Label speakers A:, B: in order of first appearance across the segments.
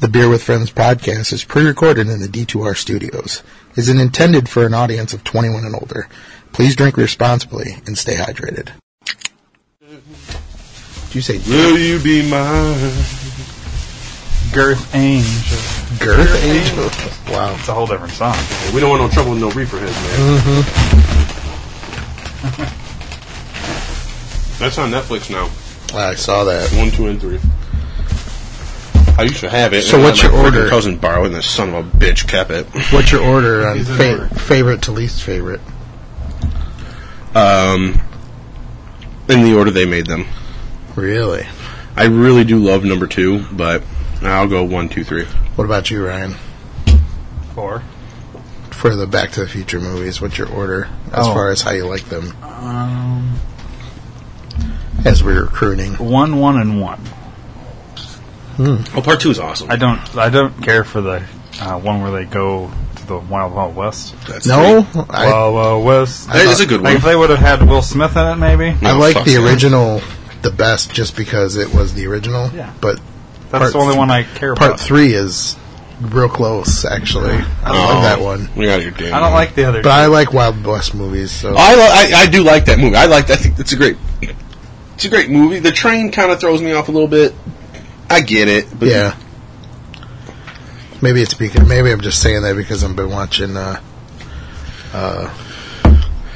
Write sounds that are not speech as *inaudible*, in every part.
A: The Beer with Friends podcast is pre-recorded in the D2R studios. Is intended for an audience of 21 and older. Please drink responsibly and stay hydrated. Did you say
B: Will you be mine?
C: Girth Angel.
A: girth angel? Wow.
C: It's a whole different song.
B: We don't want no trouble with no reefer heads, man.
A: Mm-hmm.
B: That's on Netflix now.
A: I saw that.
B: One, two, and three. I used to have it.
A: So
B: and I
A: what's
B: let my
A: your
B: freaking
A: order?
B: Cousin borrowed, it, and the son of a bitch kept it.
A: What's your order on
C: He's in
A: fa-
C: order.
A: favorite to least favorite?
B: Um, in the order they made them.
A: Really?
B: I really do love number two, but I'll go one, two, three.
A: What about you, Ryan?
C: Four.
A: For the Back to the Future movies, what's your order as
C: Oh.
A: far as how you like them
C: Um,
A: as we're recruiting?
C: one, one, and one.
B: Oh, part two is awesome.
C: I don't. I don't care for the uh, one where they go to the Wild Wild West.
B: That's
A: No?
B: great.
A: I,
C: Wild Wild West.
B: That is a good
C: Like if
B: one.
C: they would have had Will Smith in it, maybe.
A: I
B: No,
A: like
B: fuck
A: the
B: that.
A: original the best just because it was the original.
C: Yeah.
A: But
C: That's
A: Part
C: the only
A: th-
C: one I care
A: part
C: about.
A: three is real close, actually. I
B: Oh.
A: love that one.
B: We got your damn.
C: I don't like the other.
A: But I like Wild West movies, so
B: I, li- I I do like that movie. I like that. I think it's a great. It's a great movie. The train kind of throws me off a little bit. I get it. But
A: yeah. Maybe it's because maybe I'm just saying that because I've been watching uh, uh,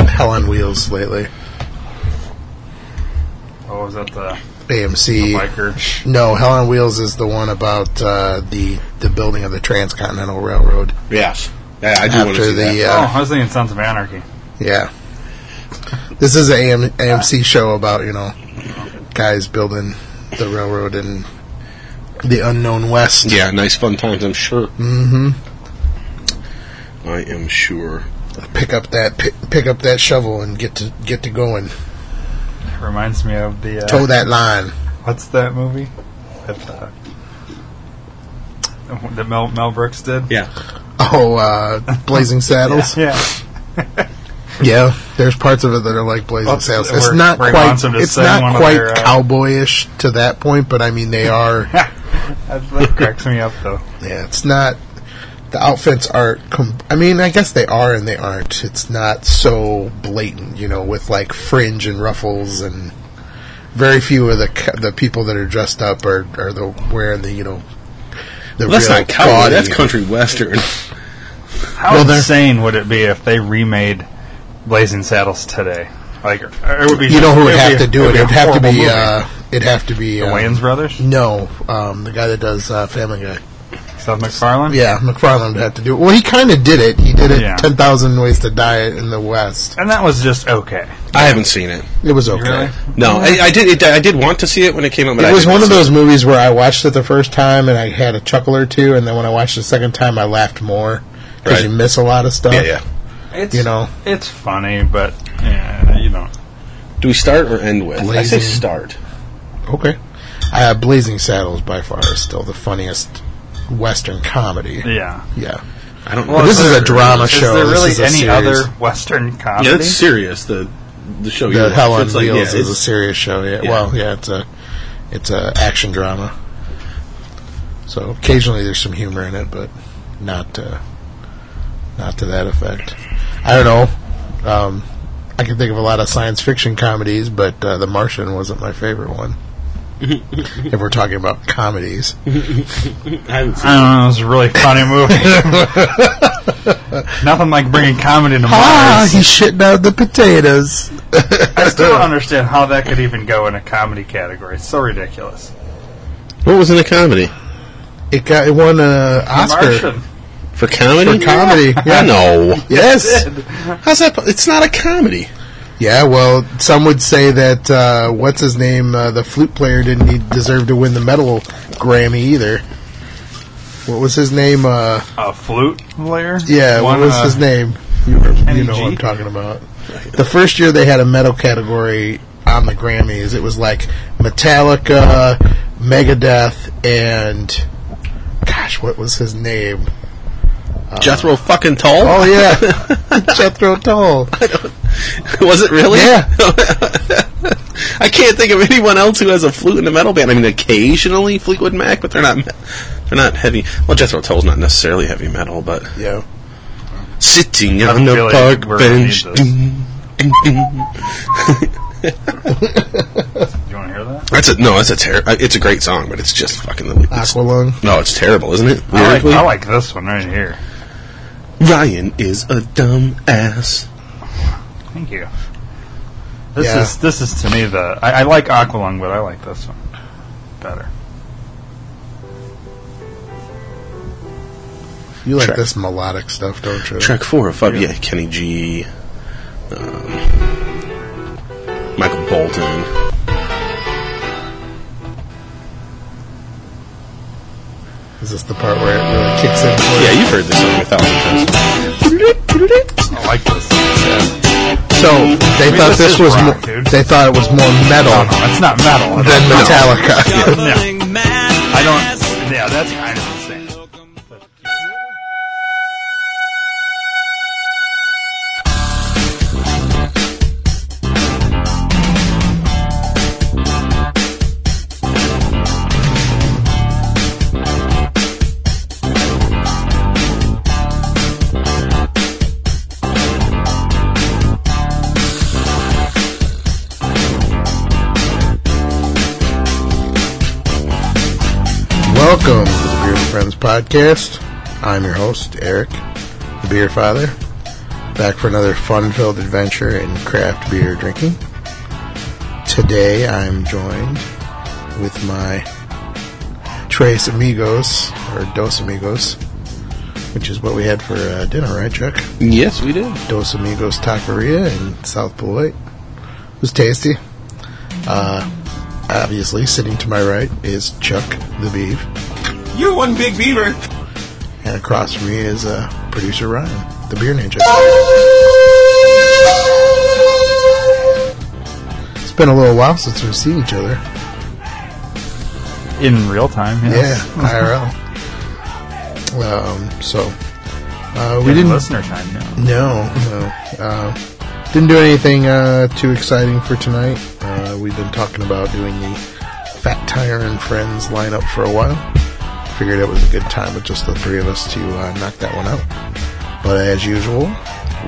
A: Hell on Wheels lately.
C: two. Oh, is that the
B: Oh
A: AMC.
C: biker?
A: No, Hell on Wheels is the one about uh, the the building of the Transcontinental Railroad
B: Yes. Yeah, I do want to
A: after
B: see
A: the
B: that.
A: uh,
C: Oh, I was thinking Sons of Anarchy.
A: Yeah. This is a AM, AMC show about, you know, guys building the railroad in the unknown west.
B: Yeah, nice fun times. I'm sure.
A: Mhm.
B: I am sure.
A: Pick up that pick, pick up that shovel and get to get to going.
C: It reminds me of the. Uh,
A: Toe that line.
C: What's that movie? That, uh, that Mel, Mel Brooks did?
B: Yeah.
A: Oh, uh, Blazing Saddles. yeah.
C: *laughs* Yeah.
A: there's parts of it that are like Blazing
C: Well,
A: Saddles.
C: where-
A: It's not
C: where he
A: quite
C: wants him to
A: it's
C: sing one
A: not
C: of
A: quite
C: their, uh,
A: cowboyish to that point, but I mean they are
C: that, that cracks me up, though.
A: Yeah, it's not. The outfits aren't. Com- I mean, I guess they are and they aren't. It's not so blatant, you know, with like fringe and ruffles and very few of the ca- the people that are dressed up are are the wearing the you know the
B: Well, that's
A: real
B: not cowboy.
A: gaudy-
B: That's country western.
C: How
A: Well, they're-
C: insane would it be if they remade Blazing Saddles today? Like, it would be.
A: You know who would
C: it'd
A: have
C: be-
A: to do it?
C: be a
A: It'd have to
C: horrible
A: be.
C: movie.
A: uh It'd have to be.
C: the
A: um,
C: Wayans brothers,
A: No, um, the guy that does uh, Family Guy.
C: Seth MacFarlane.
A: Yeah, McFarland would have to do it. Well, he kind of did it. He did it
C: Yeah.
A: 10,000 Ways to Die in the West.
C: and that was just okay.
B: I haven't seen it.
A: It was okay.
C: Really?
B: No, I, I did. It, I did want to see it when it came out. But I
A: it was
B: didn't
A: one of
B: see
A: those movies where I watched it the first time and I had a chuckle or two, and then when I watched it the second time, I laughed more because
B: Right.
A: you miss a lot of stuff.
B: Yeah, yeah.
C: It's
A: You know.
C: it's funny, but yeah, you know,
B: Do we start or end with? I say
A: Blazing.
B: start.
A: Okay. Uh, Blazing Saddles by far is still the funniest Western comedy.
C: yeah.
A: Yeah.
B: I don't.
A: Well,
B: know.
A: this is a drama
C: is
A: show.
C: there
A: This
C: really
A: is a
C: any
A: series.
C: other Western comedy?
B: Yeah, it's serious. The the show. you
A: The
B: watch.
A: Hell on
B: It's like, yeah,
A: Wheels is a
B: it's-
A: serious show. Yeah.
B: Yeah.
A: Well, yeah, it's a it's a action drama. So occasionally there's some humor in it, but not uh, not to that effect. I don't know. Um, I can think of a lot of science fiction comedies, but uh, The Martian wasn't my favorite
B: *laughs*
A: one. if we're talking about comedies,
B: I haven't seen
C: I don't know. It was a really funny
A: *laughs*
C: movie. Nothing like bringing comedy to
A: *laughs* ah,
C: Mars.
A: he shitting out the potatoes.
C: I
A: *laughs*
C: still don't understand how that could even go in a comedy category. It's so ridiculous.
B: it. What was in the comedy
A: It got it won an Oscar
C: Martian.
B: for comedy?
A: for comedy.
B: I
A: Yeah.
B: know. *laughs*
A: Yes.
B: How's that? po- It's not a comedy.
A: Yeah, well, some would say that uh, what's his name, uh, the flute player, didn't he deserve to win the medal Grammy either. What was his name? Uh,
C: A flute player?
A: yeah,
C: One,
A: what was
C: uh,
A: his name? You, remember- you know
C: NEG?
A: what I'm talking about. The first year they had a medal category on the Grammys, it was like Metallica, Megadeth, and gosh, what was his name?
B: Jethro fucking Tull?
A: Uh, Oh yeah, *laughs* Jethro Tull.
B: *laughs* was it really?
A: Yeah,
B: I can't think of anyone else who has a flute in a metal band. I mean, occasionally Fleetwood Mac, but they're not. me- They're not heavy. Well, Jethro Tull's not necessarily heavy metal, but
A: Yeah.
B: sitting
C: I
B: on the
C: feel like
B: park
C: we're gonna
B: bench.
C: need this.
B: ding, ding, ding.
C: You want to hear that?
B: That's a no. That's a ter- uh, It's a great song, but it's just fucking the. It's,
A: Aqualung.
B: no, it's terrible, isn't it?
C: I like,
B: Lyrically?
C: I like this one right here.
B: Ryan is a dumb ass.
C: Thank you. This
A: Yeah.
C: is this is to me the I, I like Aqualung, but I like this one better.
A: You like
B: Track.
A: this melodic stuff, don't you?
B: Track four or five, yeah. Kenny G, um, Michael Bolton.
A: Is this the part where it really kicks in? for you?
B: Yeah, you've heard this song a thousand times.
C: I like this.
A: So they
C: mean,
A: thought this
C: this is
A: was
C: rock,
A: more,
C: dude.
A: they thought it was more metal
C: Oh, No, no, it's not metal. I
A: than
C: don't-
A: Metallica.
C: I don't. Yeah, that's kind of insane.
A: Welcome to the Beer Friends podcast. I'm your host Eric, the Beer Father, back for another fun-filled adventure in craft beer drinking. Today I'm joined with my Tres Amigos or Dos Amigos, which is what we had for uh, dinner, right, Chuck?
B: Yes, we did.
A: Dos Amigos Taqueria in South Beloit. It was tasty. Uh, obviously, sitting to my right is Chuck the Beeve,
D: You're one big beaver.
A: and across from me is uh, producer Ryan, the Beer Ninja. It's been a little while since we've seen each other.
C: In real time,
A: Yeah,
C: yes.
A: IRL. Um, so uh, we
C: In
A: didn't
C: listener time. No.
A: No, no. Uh, didn't do anything uh, too exciting for tonight. Uh, we've been talking about doing the Fat Tire and Friends lineup for a while. Figured it was a good time with just the three of us to uh, knock that one out. But as usual,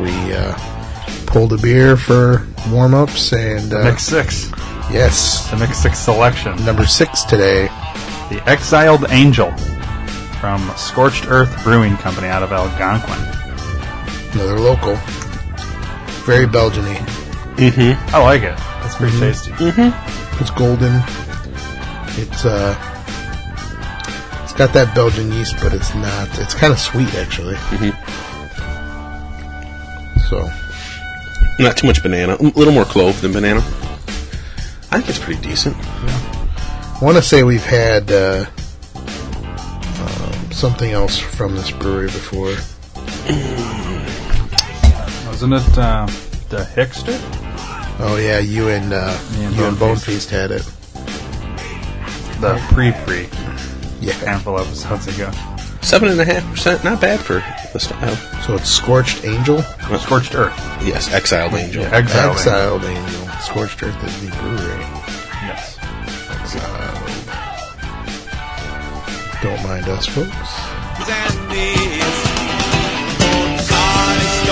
A: we uh, pulled a beer for warm ups, and uh,
C: Mix six,
A: yes,
C: the mix six selection,
A: number six today.
C: the Exiled Angel from Scorched Earth Brewing Company out of Algonquin.
A: Another local, very Belgian y.
C: I like it. It's pretty tasty.
A: It's golden. It's uh, it's got that Belgian yeast, but it's not. It's kind of sweet, actually. So
B: Not too much banana. A little more clove than banana. I think it's pretty decent.
A: I want to say we've had uh, um, something else from this brewery before.
C: Wasn't it uh, the Hickster?
A: Oh yeah, you and uh,
C: Me and
A: you and Bone
C: Bone
A: Feast had it.
C: The pre pre
A: Yeah.
C: handful episodes ago.
B: Seven and a half percent. Not bad for the style.
A: So it's Scorched Angel,
C: Scorched Earth.
B: Yes, Exiled Angel.
C: Yeah, Exiled. Angel.
A: Exiled Angel, Scorched Earth is the brewery.
C: Yes.
A: Don't mind us, folks.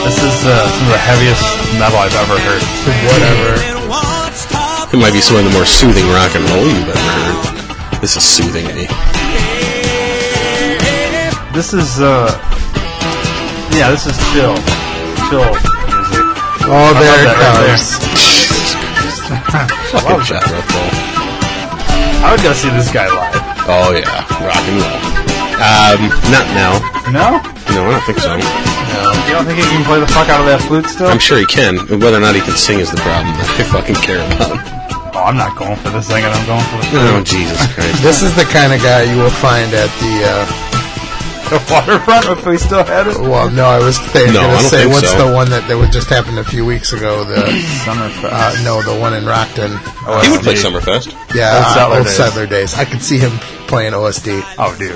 C: This is uh, some of the heaviest metal I've ever heard.
A: Whatever.
B: It might be some of the more soothing rock and roll you've ever heard. This is soothing eh? me.
C: This is uh, yeah, this is chill, chill music.
A: Oh, there
C: that
A: it
C: right
A: comes.
B: Fucking Jethro Tull.
C: I would go see this guy live.
B: Oh yeah, rock and roll. Um, not now.
C: No,
B: No, I don't think so.
C: you don't think he can play the fuck out of that flute still?
B: I'm sure he can. Whether or not he can sing is the problem. *laughs* I fucking care about.
C: oh, I'm not going for this thing, and I'm going for the,
B: Oh Jesus Christ.
A: This is the kind of guy you will find at the.
C: the *laughs* waterfront if we still had it.
A: Uh, well, no, I was th-
B: No,
A: going
B: I
A: to
B: don't
A: say
B: think
A: what's
B: so.
A: the one that that was just happened a few weeks ago. The
C: Summerfest.
A: uh, no, the one in Rockton.
C: Oh,
B: He would play
C: dude.
B: Summerfest.
A: Yeah, uh,
C: Old Settler
A: old
C: Days.
A: settler days. I could see him playing OSD.
C: Oh, dude.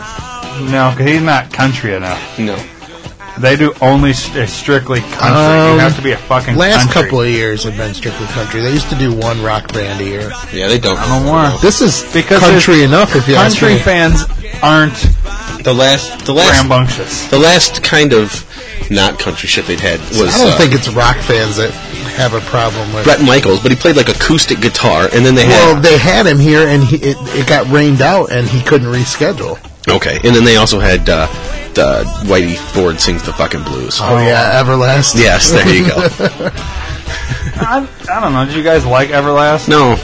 C: No, 'cause he's not country enough.
B: No.
C: They do only st- strictly country.
A: Um,
C: you have to be a fucking
A: Last
C: country.
A: couple of years have been strictly country. They used to do one rock band a year.
B: Yeah, they don't.
C: No more.
A: This is
C: Because
A: country enough if you ask
C: country
A: me.
C: fans aren't
B: the last the last
C: Rambunctious.
B: the last kind of not country shit they'd had was
A: I don't
B: uh,
A: think it's rock fans that have a problem with.
B: Brett Michaels, but he played like acoustic guitar, and then they
A: Well,
B: had
A: they had him here, and he, it, it got rained out, and he couldn't reschedule.
B: okay, and then they also had uh, the Whitey Ford sings the fucking blues.
A: Oh yeah, Everlast.
B: Yes, there you
A: *laughs*
B: go.
C: I, I don't know. Did you guys like Everlast?
B: No,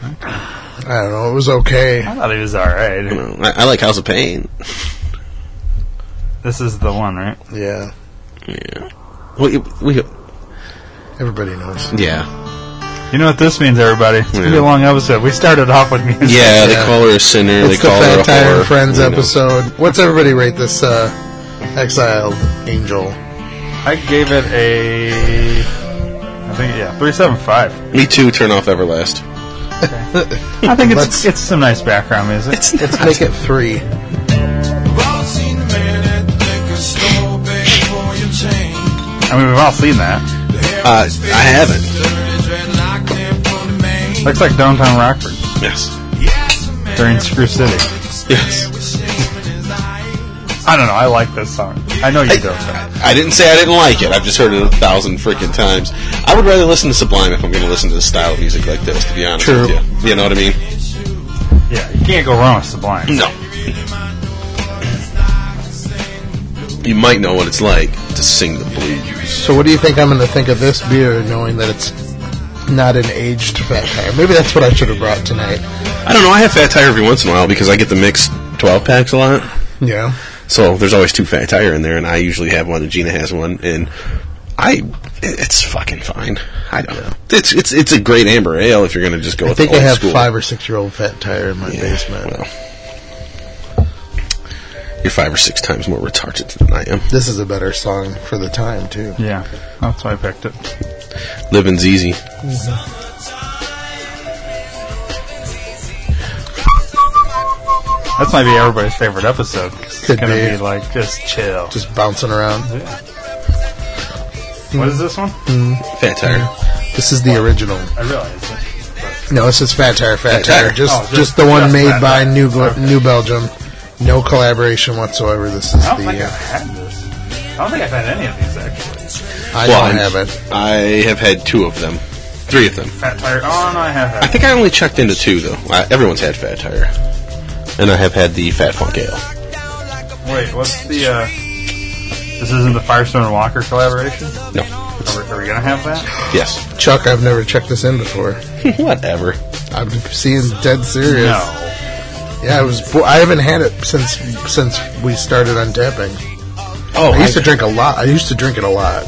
A: I don't know. It was okay.
C: I thought it was all right.
B: no, I, I like House of Pain.
C: This is the one, right?
A: Yeah,
B: Yeah, we, we
A: everybody knows.
B: yeah
C: You know what this means, everybody? It's gonna be
B: Yeah.
C: a long episode. We started off with music.
B: yeah. They
A: Yeah.
B: call her a sinner.
A: it's
B: they
A: the
B: call her
A: Fat Time
B: a whore,
A: and Friends
B: you know.
A: episode. What's everybody rate this uh, exiled angel?
C: I gave it a, I think yeah, three seven five.
B: Me too. Turn off Everlast.
C: I think it's
A: Let's-
C: it's some nice background music. It's
A: Let's make it three.
D: I've seen the man at the liquor store begging for your change.
C: I mean, we've all seen that.
D: The hair
B: Uh,
D: on his face
B: I haven't.
D: is dirty, dreadlocked and full of mange.
C: Looks like downtown Rockford.
B: Yes.
D: Yes, a man
C: They're in Screw City.
B: Yes.
D: with shame in his eyes.
C: I don't know. I like this song. I know you do.
B: I didn't say I didn't like it. I've just heard it a thousand freaking times. I would rather listen to Sublime if I'm going to listen to the style of music like this. To be honest
A: True.
B: with you, you know what I mean?
C: Yeah, you can't go wrong with Sublime.
B: No. You might know what it's like to sing the blues.
A: So, what do you think I'm going to think of this beer, knowing that it's not an aged Fat Tire? Maybe that's what I should have brought tonight.
B: I don't know. I have fat tire every once in a while because I get the mixed twelve packs a lot.
A: Yeah,
B: So there's always two fat tire in there, and I usually have one, and Gina has one, and I. It's fucking fine. I don't know. It's it's it's a great amber ale if you're going to just go
A: I
B: with
A: think
B: the
A: I
B: old
A: have
B: school.
A: five or six year old Fat Tire in my
B: Yeah,
A: basement.
B: well, you're five or six times more retarded than I am.
A: This is a better song for the time too.
C: Yeah, that's why I picked it.
B: Living's easy.
C: That's might be everybody's favorite episode. 'cause It's
A: Could
C: gonna
A: be.
C: be like just chill.
A: Just bouncing around.
C: What is this one?
B: Fat tire.
A: This is the original.
C: I realize. it.
A: No, this is Fat Tire. Fat
B: Fat
A: Tire.
B: Tire.
A: Just,
C: Oh, just-
A: just the one
C: just
A: made
C: Fat
A: by
C: Tire.
A: New Gl-
C: Okay.
A: New Belgium. No collaboration whatsoever. This is
C: I don't think
A: the.
C: I've
A: Uh,
C: had this. I don't think I've had any of these actually.
A: I
B: Well,
A: don't
B: I'm-
A: have it.
B: I have had two of them, three of them.
C: Fat Tire. Oh no, I have
B: I
C: had.
B: think I only checked into two though. I, everyone's had fat tire, and I have had the fat funk ale.
C: Wait, what's the? uh This isn't the Firestone and Walker collaboration.
B: No.
C: Are we, are we gonna have that?
B: Yes.
A: *laughs* Chuck, I've never checked this in before.
B: Whatever.
A: I'm seeing dead serious.
C: No.
A: Yeah, I was. bo- I haven't had it since since we started untapping.
B: Oh,
A: I used to drink a lot. I used to drink it a lot.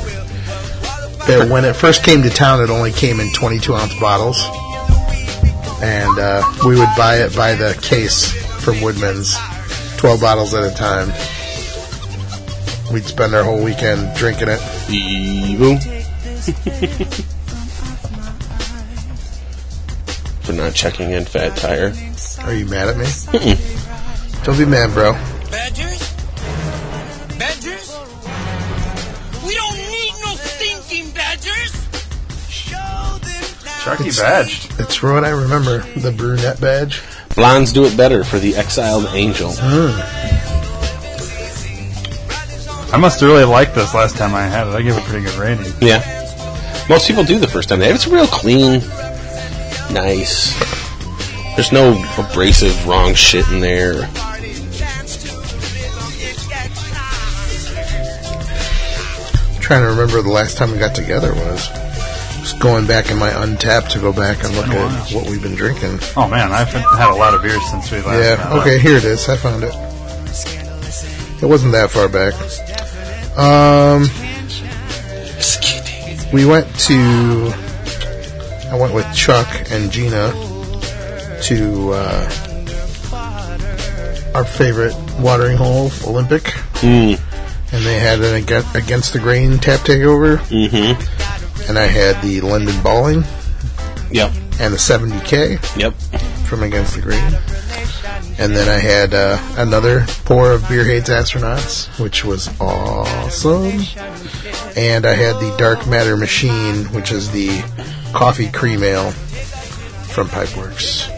A: But when it first came to town, it only came in 22 ounce bottles, and uh, we would buy it by the case from Woodman's, 12 bottles at a time. We'd spend our whole weekend drinking it.
B: Evil.
A: *laughs*
B: For not checking in fat tire.
A: Are you mad at me? Don't be mad, bro.
E: Badgers? Badgers? We don't need no stinking badgers!
C: Chucky badged.
A: That's what I remember. The brunette badge.
B: Blondes do it better for the exiled angel.
C: I must have really liked this last time I had it. I gave it a pretty good rating.
B: Yeah. Most people do the first time they have it. It's real clean, nice. There's no abrasive, wrong shit in there.
A: trying to remember the last time we got together was. Just going back in my untapped to go back and look at what we've been drinking.
C: Oh man, I've had a lot of beers since we last.
A: Yeah,
C: met.
A: okay, here it is. I found it. It wasn't that far back. Um, we went to. I went with Chuck and Gina to uh, our favorite watering hole, Olympic. And they had an ag- against the grain tap takeover. Mm-hmm. And I had the London Balling
B: Yep.
A: and the 70K
B: Yep.
A: from Against the Grain. And then I had uh, another pour of Beer Hates Astronauts, which was awesome. And I had the Dark Matter Machine, which is the coffee cream ale from Pipeworks.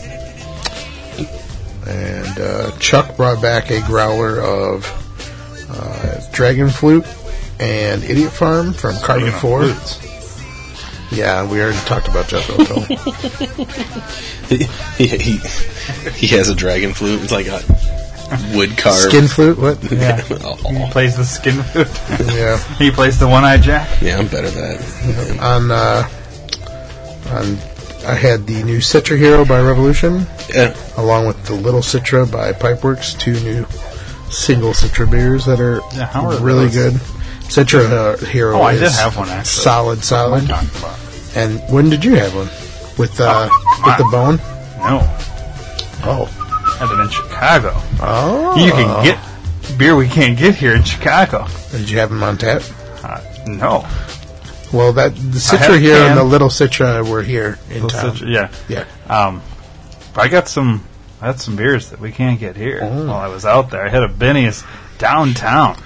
A: And uh, Chuck brought back a growler of uh, Dragon Flute and Idiot Farm from Carbon
C: Speaking of
A: 4.
C: flutes.
A: Yeah, we already talked about Jethro Tull.
B: *laughs* He, he, he, he has a dragon flute. It's like a wood carved. Oh,
A: Skin Flute? What?
C: Yeah.
B: Aw.
C: He plays the skin flute.
A: Yeah.
C: *laughs* he plays the one-eyed jack.
B: Yeah, I'm better than that.
A: on uh, on I had the new Citra Hero by Revolution,
B: Yeah.
A: along with the Little Citra by Pipeworks, two new single Citra beers that are,
C: Yeah, how are
A: really good.
C: those?
A: Citra uh, Hero.
C: Oh, I
A: is
C: did have one, actually.
A: Solid, solid.
C: What am I talking about?
A: And when did you have one? With
C: Ah.
A: uh, with the bone?
C: No.
A: Oh,
C: Had it in Chicago.
A: oh.
C: You can get beer we can't get here in Chicago.
A: Did you have them on tap?
C: Uh, no.
A: Well, that the
C: I had
A: Citra
C: a
A: Hero
C: can.
A: and the Little Citra were here in
C: Well,
A: town.
C: such- yeah.
A: Yeah.
C: Um, but I got some. I had some beers that we can't get here.
A: Oh.
C: While I was out there, I had a Benny's downtown.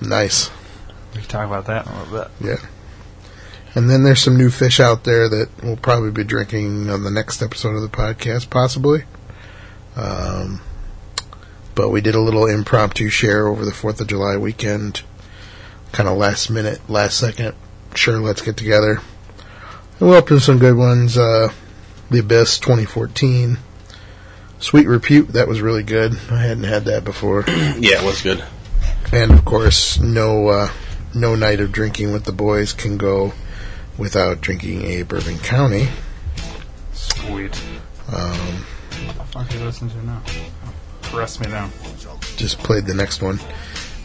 A: Nice.
C: We can talk about that in a little bit.
A: Yeah. And then there's some new fish out there that we'll probably be drinking on the next episode of the podcast, possibly. Um, but we did a little impromptu share over the 4th of July weekend, kind of last minute, last second. Sure, let's get together. And we're up to some good ones. Uh, the Abyss 2014. Sweet Repute, that was really good. I hadn't had that before.
B: Yeah, it was good.
A: And of course, no uh, no night of drinking with the boys can go without drinking a Bourbon County.
C: Sweet.
A: Um,
C: What do you listen to now? Press me down.
A: just played the next one.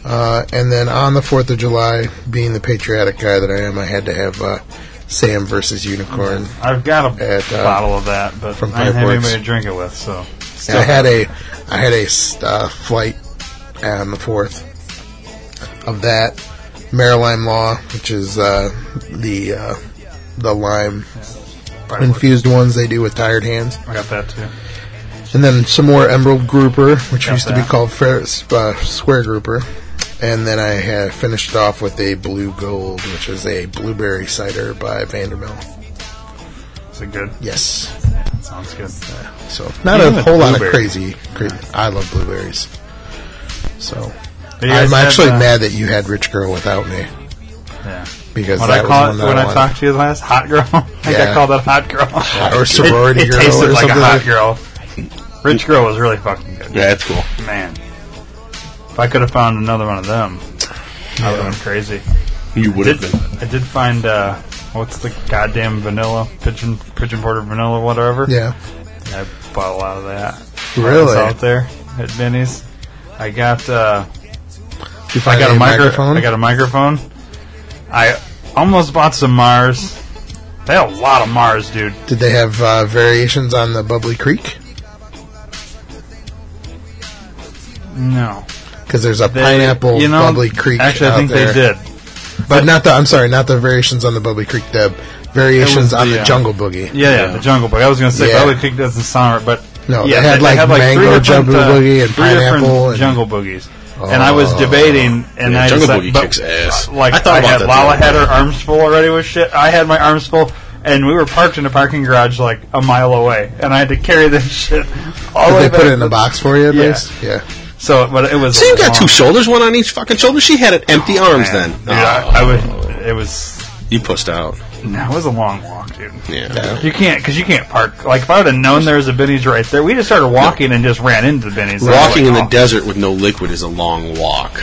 A: Uh, and then on the 4th of July, being the patriotic guy that I am, I had to have uh, Sam versus Unicorn.
C: I've got a
A: At, uh,
C: bottle of that, but
A: from
C: I didn't have
A: Pipeworks.
C: anybody to drink it with, so
A: And *laughs* I had a I had a uh, flight on the 4th of that. Marilime Law, which is uh, the uh, the lime
C: probably worth
A: infused ones they do with tired hands.
C: it. I got that too.
A: And then some more Emerald Grouper, which
C: Got
A: used to
C: that.
A: be called Fair, uh, Square Grouper. And then I had finished it off with a Blue Gold, which is a blueberry cider by Vanderbilt.
C: Is it good?
A: Yes.
C: Sounds good.
A: So, not
C: Even
A: a
C: with
A: whole lot of
C: blueberry.
A: crazy, crazy. I love blueberries. So,
C: But you guys
A: I'm
C: had,
A: actually
C: uh,
A: mad that you had Rich Girl without me.
C: Yeah.
A: Because
C: What
A: that
C: I call
A: was
C: it
A: the one
C: when
A: that wanted.
C: I talked to you last, hot girl. *laughs* I think I
A: Yeah.
C: called that
A: *laughs*
C: hot girl.
A: or
C: It-
A: sorority
C: it,
A: girl or
C: tasted like
A: something
C: a hot
A: like-
C: girl. Rich girl was really fucking good.
B: Yeah, that's cool.
C: Man, if I could have found another one of them, I would have been crazy.
B: You would
C: Did,
B: have been.
C: I did find uh, what's the goddamn vanilla pigeon pigeon porter vanilla whatever.
A: Yeah.
C: I bought a lot of that.
A: Really?
C: It's out there at Benny's. I got uh,
A: You
C: I
A: find
C: got a micro-
A: microphone?
C: I got a microphone. I almost bought some Mars. They had a lot of Mars, dude.
A: Did they have uh, variations on the Bubbly Creek?
C: No,
A: Because there's a
C: They-
A: pineapple
C: you know,
A: Bubbly Creek.
C: Actually,
A: out
C: I think
A: there.
C: they did.
A: But not the. I'm sorry, not the variations on the Bubbly Creek. The variations
C: It was
A: on the
C: the, uh,
A: Jungle Boogie.
C: Yeah, yeah, the Jungle Book. I was gonna say
A: Yeah.
C: Bubbly Creek doesn't sound right, but
A: No,
C: yeah,
A: they had, like,
C: three
A: mango
C: different, uh,
A: Jungle Boogie and
C: three different
A: pineapple and-
C: Jungle Boogies. And I was
A: Oh.
C: debating, and
B: Yeah,
C: I
B: Jungle
C: decided-
B: Boogie
C: but, uh,
B: kicks ass.
C: Like
B: I thought about
C: had
B: that
C: Lala
B: the
C: had
B: other
C: her arms full already with shit. I had my arms full, and we were parked in a parking garage like a mile away, and I had to carry this shit all the
A: Did
C: way
A: they
C: back
A: put it in
C: to
A: a box for you, at
C: Oh, Yeah.
A: least? Yeah.
C: So, but it was.
B: So you got
C: long-
B: two shoulders, one on each fucking shoulder. She had an empty arms
C: Man,
B: then.
C: dude, I, I would. It was.
B: Oh. You pushed out.
C: No, it was a long walk, dude.
B: Yeah.
A: Yeah.
C: You can't, because you can't park. Like, if I would have known there was a Benny's right there, we just started walking and just ran into the Benny's.
B: Walking in the
C: desert.
B: desert with no liquid is a long walk.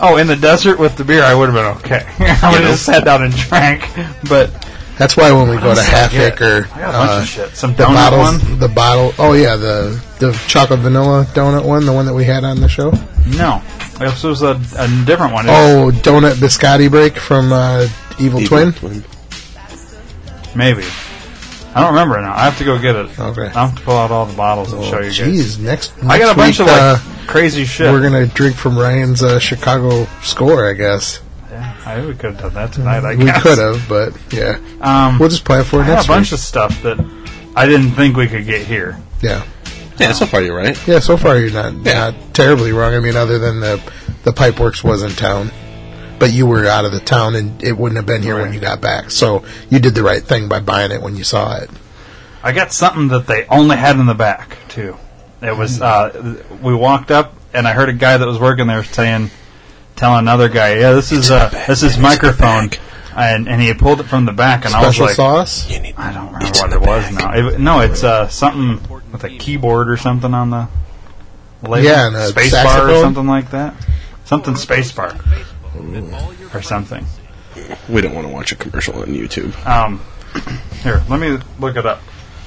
C: Oh, in the desert with the beer, I would have been okay. *laughs* I would have just sat down and drank. But
A: That's why when we go to
C: I
A: Half
C: got-
A: Acre,
C: I got a bunch
A: uh,
C: of shit. Some
A: the
C: donut
A: bottles,
C: one.
A: the bottle. Oh yeah, the the chocolate vanilla donut one, the one that we had on the show.
C: No, this was a, a different one. It
A: Oh, donut biscotti break from uh, Evil, Twin.
C: was- maybe. I don't remember now. I have to go get it.
A: Okay.
C: I have to pull out all the bottles and
A: Oh,
C: show you guys.
A: Jeez, next,
C: I got a
A: next
C: bunch
A: week,
C: of like
A: uh,
C: crazy shit.
A: we're gonna drink from Ryan's uh, Chicago score, I guess.
C: yeah, I we could have done that tonight. I
A: we
C: guess *laughs*
A: could have, but yeah,
C: Um,
A: we'll just plan for it
C: I had
A: next
C: a bunch
A: week.
C: of stuff that I didn't think we could get here.
A: yeah.
B: Yeah, that's so far you're right.
A: Yeah, so far you're not
B: Yeah.
A: not terribly wrong. I mean, other than the the pipeworks was in town, but you were out of the town and it wouldn't have been here when
C: Right.
A: you got back. So you did the right thing by buying it when you saw it.
C: I got something that they only had in the back too. It was
A: Hmm.
C: uh, we walked up and I heard a guy that was working there saying, telling another guy, "Yeah, this is uh, this is microphone," and and he pulled it from the back, and I was
A: Special
C: like,
A: sauce?
B: You need-
C: I don't remember
B: It's in
C: what
B: the
C: it was
B: back.
C: now. It, no, it's uh, something with a keyboard or something on the label.
A: Yeah, and a
C: space bar or
A: saxophone?
C: something like that. Something space bar
B: Mm.
C: or something.
B: We don't want to watch a commercial on YouTube.
C: Um, *clears throat* here, let me look it up.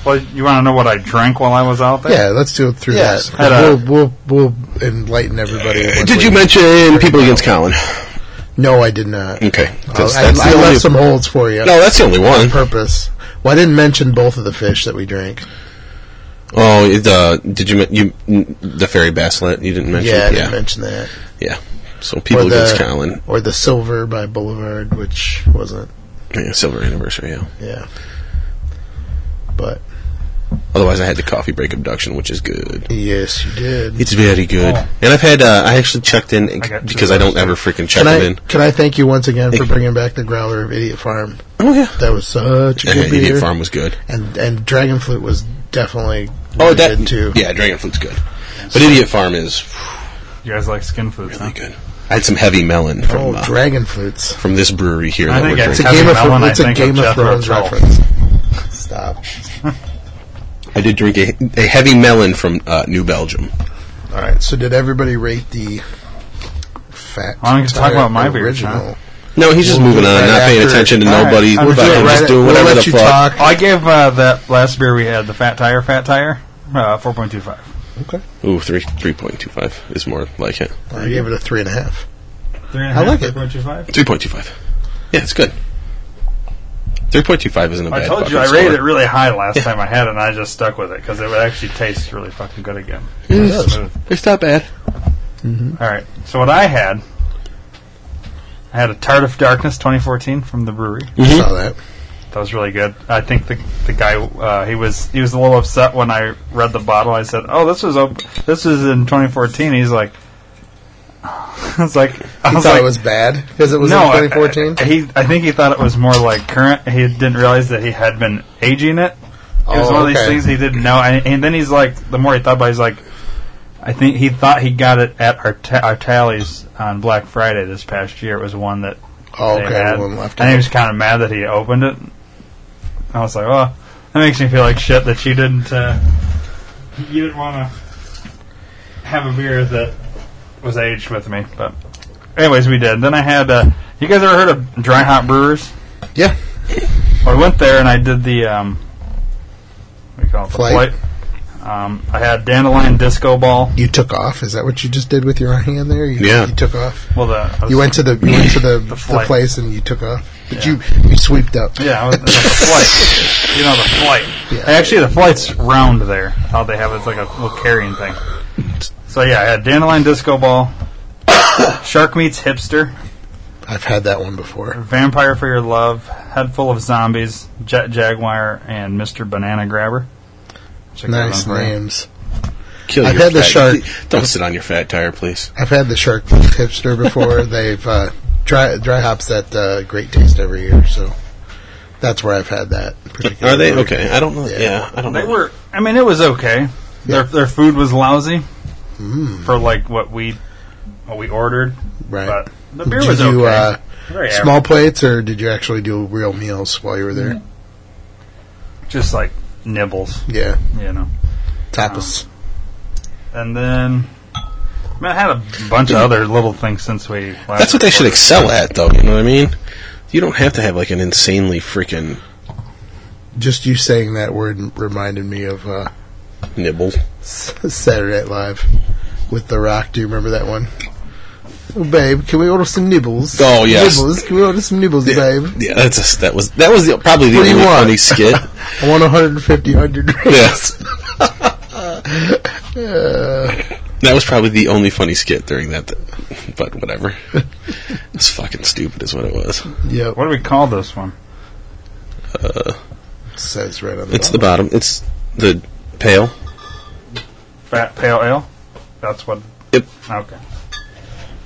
C: Well, you want to know what I drank while I was out there?
A: Yeah, let's do it through
B: Yeah,
A: this. 'cause
C: had a-
A: we'll, we'll we'll enlighten everybody. what
B: Did
A: we-
B: you mention People Against Colin?
A: No, I did not.
B: Okay.
A: I'll-
B: That's-
A: I,
B: that's the
A: I
B: only-
A: left some holds for you.
B: No, that's the only one.
A: purpose. Well, I didn't mention both of the fish that we drank.
B: Oh, it, uh, did you men- you n- the fairy basslet? You didn't mention.
A: Yeah, I
B: yeah,
A: didn't mention that.
B: yeah. So people against Colin,
A: or the silver by Boulevard, which wasn't.
B: yeah, silver anniversary. Yeah.
A: Yeah, but
B: Otherwise, I had the coffee break abduction, which is good.
A: yes, you did.
B: It's very good.
C: Oh.
B: And I've had uh, I actually checked in
C: I got
B: because I don't ever freaking check
A: can I
B: them in.
A: can I thank you once again for
B: It-
A: bringing back the growler of Idiot Farm?
B: Oh yeah.
A: That was such a good
B: Uh, Idiot
A: beer.
B: Farm was good.
A: and and Dragon Flute was definitely
B: Oh,
A: really
B: that
A: good too.
B: Yeah, Dragon Fruit's good, but Idiot Farm is
C: You guys like skin foods?
B: really good. I had some heavy melon from
A: Oh,
B: uh,
A: Dragon Flutes.
B: from this brewery here.
C: I
B: that
C: think
B: we're
A: It's
C: it's
A: a
B: drinking.
C: Heavy
A: Game of
C: Melon, I
A: it's a
C: think of
A: Game of
C: Jethro
A: Thrones
C: Tull.
A: reference. Stop.
B: I did drink a, a heavy melon from uh, New Belgium.
A: All right. So did everybody rate the fat?
C: Why don't you just talk
A: Tire
C: about my beers,
A: original?
C: huh?
B: No, he's just
A: We'll do
B: moving
A: it
B: on,
A: right
B: not paying
A: after-
B: attention to
C: All right,
B: nobody.
C: I'm
B: fucking
C: doing it
B: just
A: right-
B: doing
A: we'll
B: whatever
A: let you
B: the fuck.
A: talk.
C: Oh, I gave uh, that last beer we had, the Fat Tire, Fat Tire, uh, 4.25.
A: Okay.
B: Ooh, three three point two five is more like it.
A: I gave it a three and a half.
C: Three and a
A: I
C: half,
A: like it.
C: 3.25.
B: Three point two five. Yeah, it's good. Three point two five isn't a bad.
C: I told you I
B: fucking
C: rated
B: score.
C: it really high last time I had it, and I just stuck with it because it would actually taste really fucking good again.
A: It
C: It's
A: does.
C: smooth.
B: It's not bad.
C: All right. So what I had, I had a Tart of Darkness 2014 from the brewery.
B: Mm-hmm.
A: Saw that.
C: That was really good. I think the the guy uh, he was he was a little upset when I read the bottle. I said, "Oh, this was op- this was in 2014." He's like, *laughs* "I was like, I
A: He
C: was
A: thought
C: like,
A: it was bad because it was
C: no, I-
A: in 2014.
C: I, he I think he thought it was more like current. He didn't realize that he had been aging it. It was
A: Oh,
C: one of these
A: okay.
C: things he didn't know. And, and then he's like, the more he thought about, it, he's like, I think he thought he got it at our, ta- our tallies on Black Friday this past year. It was one that
A: oh,
C: they
A: okay,
C: had.
A: one left.
C: and he
A: out.
C: was kind of mad that he opened it. I was like, well, that makes me feel like shit that you didn't, uh, you didn't want to have a beer that was aged with me. But, anyways, we did. Then I had, uh, you guys ever heard of Dry Hop Brewers?
A: yeah,
C: Well, I went there and I did the, um, what do you call it? The
A: Flight.
C: flight. Um, I had Dandelion Disco Ball.
A: you took off. Is that what you just did with your hand there? You,
B: Yeah.
A: you took off.
C: Well, the, I was-
A: You went to the you went to the, the,
C: flight.
A: place and you took off. But you you sweeped up.
C: Yeah, it was- it
A: *laughs*
C: was the flight. You know the flight.
A: Yeah.
C: Actually, the flight's round there. How they have it's like a little carrying thing. So yeah, I had dandelion disco ball, *coughs* shark meets hipster,
A: I've had that one before.
C: vampire for your love, head full of zombies, jet jaguar, and Mister Banana Grabber. Check that
A: Nice
C: one for you.
A: names.
B: Kill
A: I've
B: your
A: had the
B: fat-
A: shark.
B: Don't sit on your fat tire, please.
A: I've had the shark tooth hipster before. They've uh, dry dry hops that uh, great taste every year, so that's where I've had that. particular
B: Are they
A: beer.
B: okay? I don't know. Yeah,
A: Yeah.
B: I don't
C: They
B: know.
C: were. I mean, it was okay. Their their food was lousy
A: Mm.
C: for like what we what we ordered,
A: Right.
C: but the beer
A: Did
C: was
A: you,
C: okay.
A: uh,
C: Very average.
A: Small plates, or did you actually do real meals while you were there?
C: Mm-hmm. just like nibbles,
A: Yeah,
C: you know.
A: tapas.
C: And then, I mean, I had a bunch of other little things since we. Last
B: That's what they should
C: recorded.
B: excel at, though. You know what I mean? You don't have to have like an insanely freaking
A: Just you saying that word reminded me of uh,
B: nibble.
A: *laughs* Saturday Night Live with The Rock. Do you remember that one? Oh, babe, can we order some nibbles?
B: Oh, yes.
A: nibbles. Can we order some nibbles, babe?
B: Yeah, that's a, that was that was the, probably the
A: What do
B: only
A: you want? *laughs*
B: funny skit.
A: I want 150, 100
B: Yes. that was probably the only funny skit during that, th- but whatever.
A: *laughs*
B: it's fucking stupid, is what it was.
A: Yep,
C: What do we call this one?
A: it says right on the.
B: It's the bottom. It's the pail.
C: Fat Pale Ale? That's what.
B: Yep.
C: Okay. *laughs*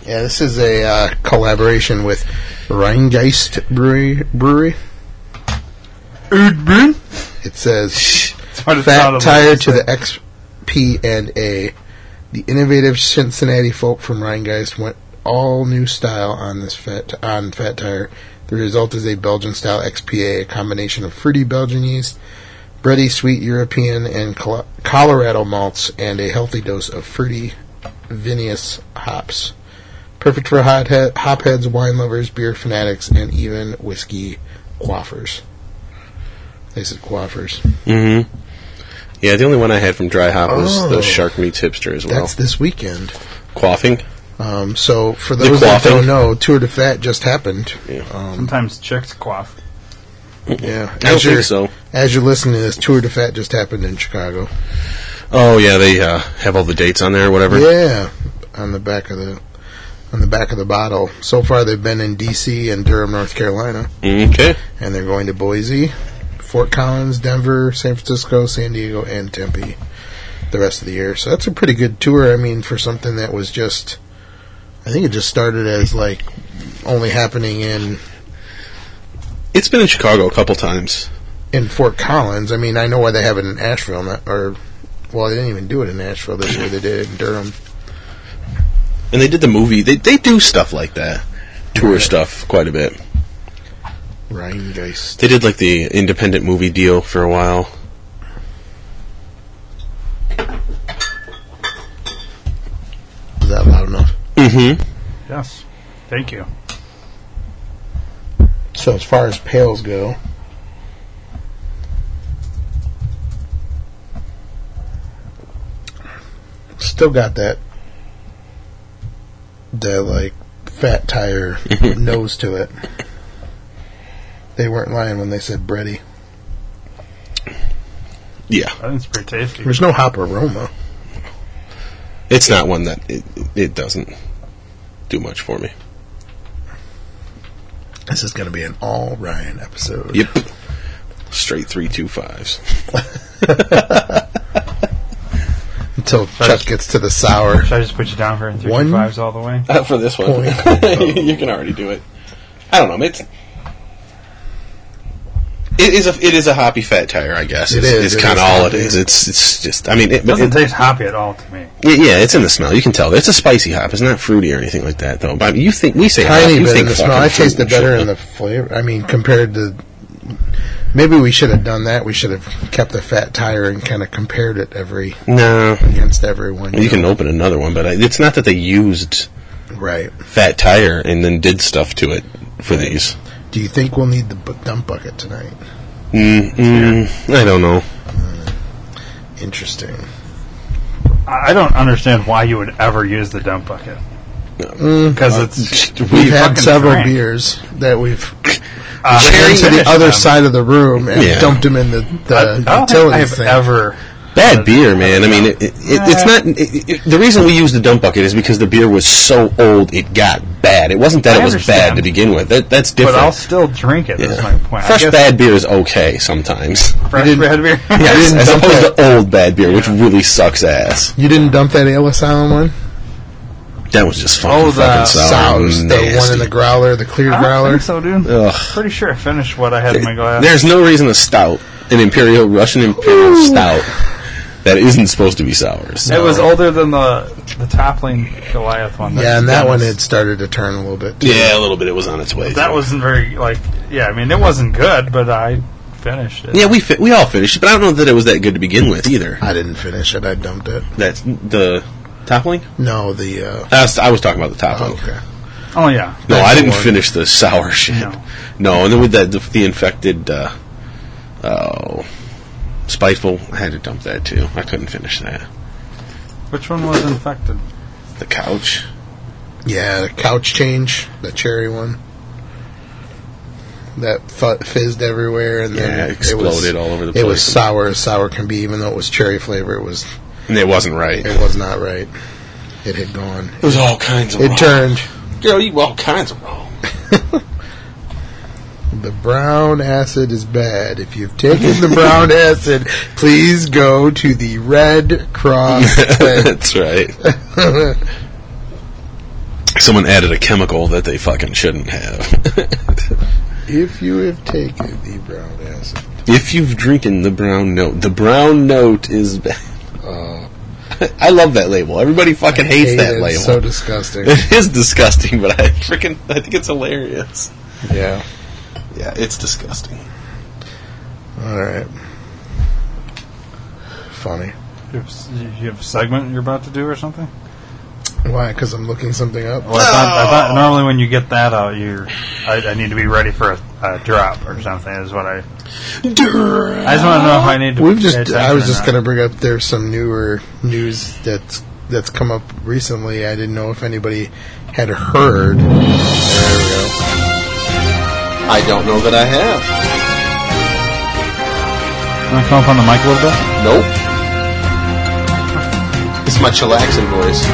A: Yeah, this is a uh, collaboration with Rheingeist Brewery. Brewery.
C: Udbrun?
A: It says
C: That's what it
A: fat
C: sounded
A: tire
C: like.
A: to the ex PNA. The innovative Cincinnati folk from Rheingeist went all new style on this fat on Fat Tire. The result is a Belgian style XPA, a combination of fruity Belgian yeast, bready sweet European and Col- Colorado malts, and a healthy dose of fruity vinous hops. Perfect for hot he- hop heads, wine lovers, beer fanatics, and even whiskey quaffers. They said quaffers.
B: hmm Yeah, the only one I had from Dry Hop was
A: Mm-hmm. Oh.
B: the Shark Meats Hipster as well.
A: That's this weekend.
B: Quaffing.
A: Um, so for
B: The
A: those that
B: quaffing.
A: don't know, Tour de Fat just happened.
B: Yeah. *laughs*
A: Um,
C: Sometimes chicks quaff.
A: yeah.
B: I don't
A: As you're,
B: think so.
A: as you're listening to this, Tour de Fat just happened in Chicago.
B: Oh yeah, they uh, have all the dates on there or whatever.
A: Yeah, on the back of the on the back of the bottle. So far, they've been in D.C. and Durham, North Carolina,
B: Mm-hmm. Okay.
A: and they're going to Boise, Fort Collins, Denver, San Francisco, San Diego, and Tempe the rest of the year. So that's a pretty good tour. I mean, for something that was just, I think it just started as like only happening in
B: It's been in Chicago a couple times.
A: in Fort Collins. I mean, I know why they have it in Asheville, not, or well, they didn't even do it in Nashville this year. They did it in Durham.
B: And they did the movie. They they do stuff like that. Tour stuff quite a bit.
A: Rheingeist.
B: They did like the independent movie deal for a while.
A: Is that loud enough?
B: Mm-hmm.
C: Yes. Thank you.
A: So as far as pails go, still got that that like fat *laughs* tire nose to it. They weren't lying when they said bready.
B: Yeah.
C: I think it's pretty tasty.
A: There's no hop aroma.
B: It's not one that it, it doesn't do much for me.
A: This is going to be an all Ryan episode.
B: Yep. *laughs* Straight three two fives.
A: Until Chuck gets to the sour.
C: Should I just put you down for three
A: One-
C: fives all the way?
B: Not Uh, for this one. *laughs* you can already do it. I don't know. It's it is a it is a hoppy fat tire, I guess.
A: It
B: it's,
A: is,
B: It's
A: it
B: kind
A: is
B: of all it
A: hoppy.
B: is. It's it's just. I mean, it,
C: It doesn't
B: it,
C: taste hoppy at all to me.
B: yeah, it's in the smell. You can tell. It's a spicy hop. It's not fruity or anything like that, though. But you think we say hop,
A: tiny
B: you
A: bit in
B: think
A: the smell.
B: fucking
A: I
B: fruit
A: tasted
B: and
A: better
B: shit,
A: in the flavor. I mean, compared to maybe we should have done that. We should have kept the fat tire and kind of compared it every
B: but- No,
A: against everyone.
B: you can open another one, but I, it's not that they used
A: right.
B: fat tire and then did stuff to it for these.
A: Do you think we'll need the bu- dump bucket tonight?
B: Mm, mm, I don't know.
A: Interesting.
C: I I don't understand why you would ever use the dump bucket. Because it's
A: Mm. Uh, We've had
C: fucking
A: several
C: drank.
A: beers that
B: *laughs*
A: we've
C: Uh,
A: carried to the
C: finished
A: other
C: them.
A: side of the room and
B: Yeah.
A: dumped them in the,
C: I, I
A: the
C: don't think
A: utilities
C: I've
A: thing.
C: ever.
B: Bad beer, man. I mean, it, it, it,
C: Uh,
B: it's not. It, it, the reason we used the dump bucket is because the beer was so old it got bad. It wasn't that
C: I
B: it was bad
C: understand.
B: to begin with. That, that's
C: But
B: different.
C: I'll still drink it. That's
B: Yeah.
C: my point.
B: Fresh
C: I guess
B: bad beer is okay sometimes.
C: fresh red
A: *laughs*
C: beer. *laughs*
B: Yes, as
A: dump
B: opposed to old bad beer, which really sucks ass.
A: You didn't dump that Ale Asylum one?
B: That was just fucking,
C: Oh, the
B: fucking sour.
A: uh, Sours, the one in the growler, the clear
C: I don't
A: growler.
C: think so, dude.
B: Ugh.
C: Pretty sure I finished what I had in oh my glass.
B: There's no reason a stout, an imperial Russian imperial stout, that isn't supposed to be sour.
C: It was older than the the toppling Goliath one.
A: Yeah, and that one
C: was-
A: had started to turn a little bit. too.
B: yeah, a little bit. It was on its way.
C: That wasn't very like. Yeah, I mean it wasn't good, but I finished it.
B: Yeah, we fi- we all finished, it, but I don't know that it was that good to begin with either.
A: I didn't finish it. I dumped it.
B: That's the toppling.
A: No, the uh, oh,
B: I was, I was talking about the toppling.
A: okay.
C: Oh yeah.
B: No, I didn't
A: That's the one.
B: finish the sour shit.
C: No.
B: No, and then with the the, the infected, uh, oh, spiteful, I had to dump that too. I couldn't finish that.
C: Which one was infected?
B: The couch.
A: Yeah, the couch change, the cherry one that f- fizzed everywhere and then
B: Yeah, it
A: was-
B: exploded all over the
A: It was
B: place.
A: sour as sour can be, even though it was cherry flavor. It was
B: And it wasn't right.
A: it was not right. It had gone.
B: It was all kinds of.
A: It turned
B: Girl, you all kinds of wrong.
A: the brown acid is bad. If you've taken the
B: *laughs*
A: brown acid, please go to the Red
B: *laughs*
A: Cross. clinic.
B: *laughs* That's right. Someone added a chemical that they fucking shouldn't have. *laughs*
A: if you have taken the brown acid.
B: if you've drinking the brown note, the brown note is bad.
A: Uh,
B: *laughs* I love that label. Everybody fucking hates
A: Hate
B: that
A: it.
B: label.
A: It's so
B: *laughs*
A: disgusting.
B: it is disgusting, but I freaking I think it's hilarious.
A: yeah.
B: Yeah, it's disgusting.
A: All right. Funny.
C: You have, you have a segment you're about to do or something?
A: Why? Because I'm looking something up.
C: Well, I, thought, I thought normally when you get that out, you I, I need to be ready for a, a drop or something. Is what I. I just want to know if I need to.
A: We've
C: pay
A: just.
C: attention
A: I was
C: or
A: just
C: not.
A: gonna bring up. There's some newer news that's that's come up recently. I didn't know if anybody had heard. There we go.
B: I don't know that I have.
C: Wanna come up on the mic a little bit.
B: Nope. It's my chillaxing voice.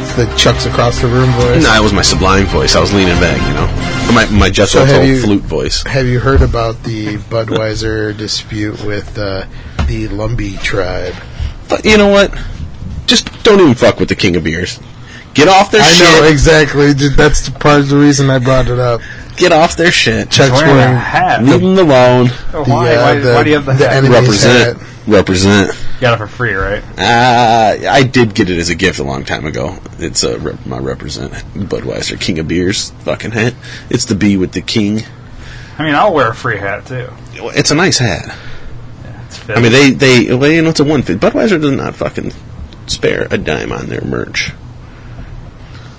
A: It's the Chucks across the room voice.
B: No, it was my sublime voice. I was leaning back, you know, my my Jethro
A: So have
B: Tull
A: you-
B: flute voice.
A: Have you heard about the Budweiser dispute with uh, the Lumbee tribe?
B: But you know what? Just don't even fuck with the king of beers. Get off their
A: I
B: shit.
A: know exactly. Dude, That's the part of the reason I brought it up.
B: Get off their shit.
A: Chuck's
C: Wearing
A: wearing,
C: a hat.
B: Leave them alone.
C: Oh,
A: the,
C: why?
A: uh,
C: why,
A: the-
C: why do you have the,
A: the
C: hat?
A: enemy-
B: Represent.
A: Nice
B: Represent.
C: You got it for free, right?
B: Uh, I did get it as a gift a long time ago. It's a rep- my represent Budweiser King of Beers fucking hat. It's the B with the king.
C: I mean, I'll wear a free hat too.
B: It's a nice hat.
C: It's
B: I mean, they they well, you know it's a one fit. Budweiser does not fucking spare a dime on their merch.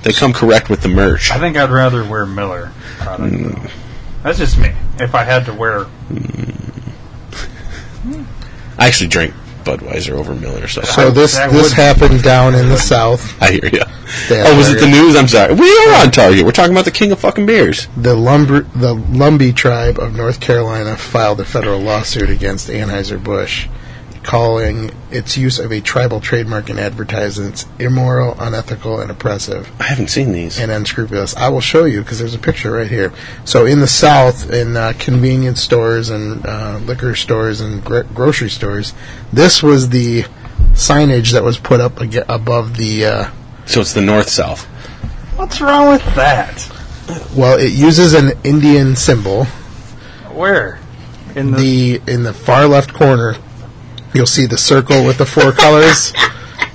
B: They come correct with the merch.
C: I think I'd rather wear Miller product. though. That's just me. If I had to wear,
B: I actually drank Budweiser over Miller, so,
A: So this
C: That
A: this
C: would-
A: happened down in the south.
B: I hear you.
A: Yeah,
B: oh, was it
A: there
B: the
A: you
B: news? I'm sorry. We are on target. We're talking about the king of fucking beers.
A: The lumber the Lumbee tribe of North Carolina filed a federal lawsuit against Anheuser Busch, calling its use of a tribal trademark in advertisements immoral, unethical, and oppressive.
B: I haven't seen these.
A: and unscrupulous. I will show you because there's a picture right here. So in the South, in uh, convenience stores and uh, liquor stores and gro- grocery stores, this was the signage that was put up ag- above the. Uh,
B: So it's the north south.
C: what's wrong with that?
A: well, it uses an Indian symbol.
C: Where? In the,
A: The in the far left corner, you'll see the circle with the four colors.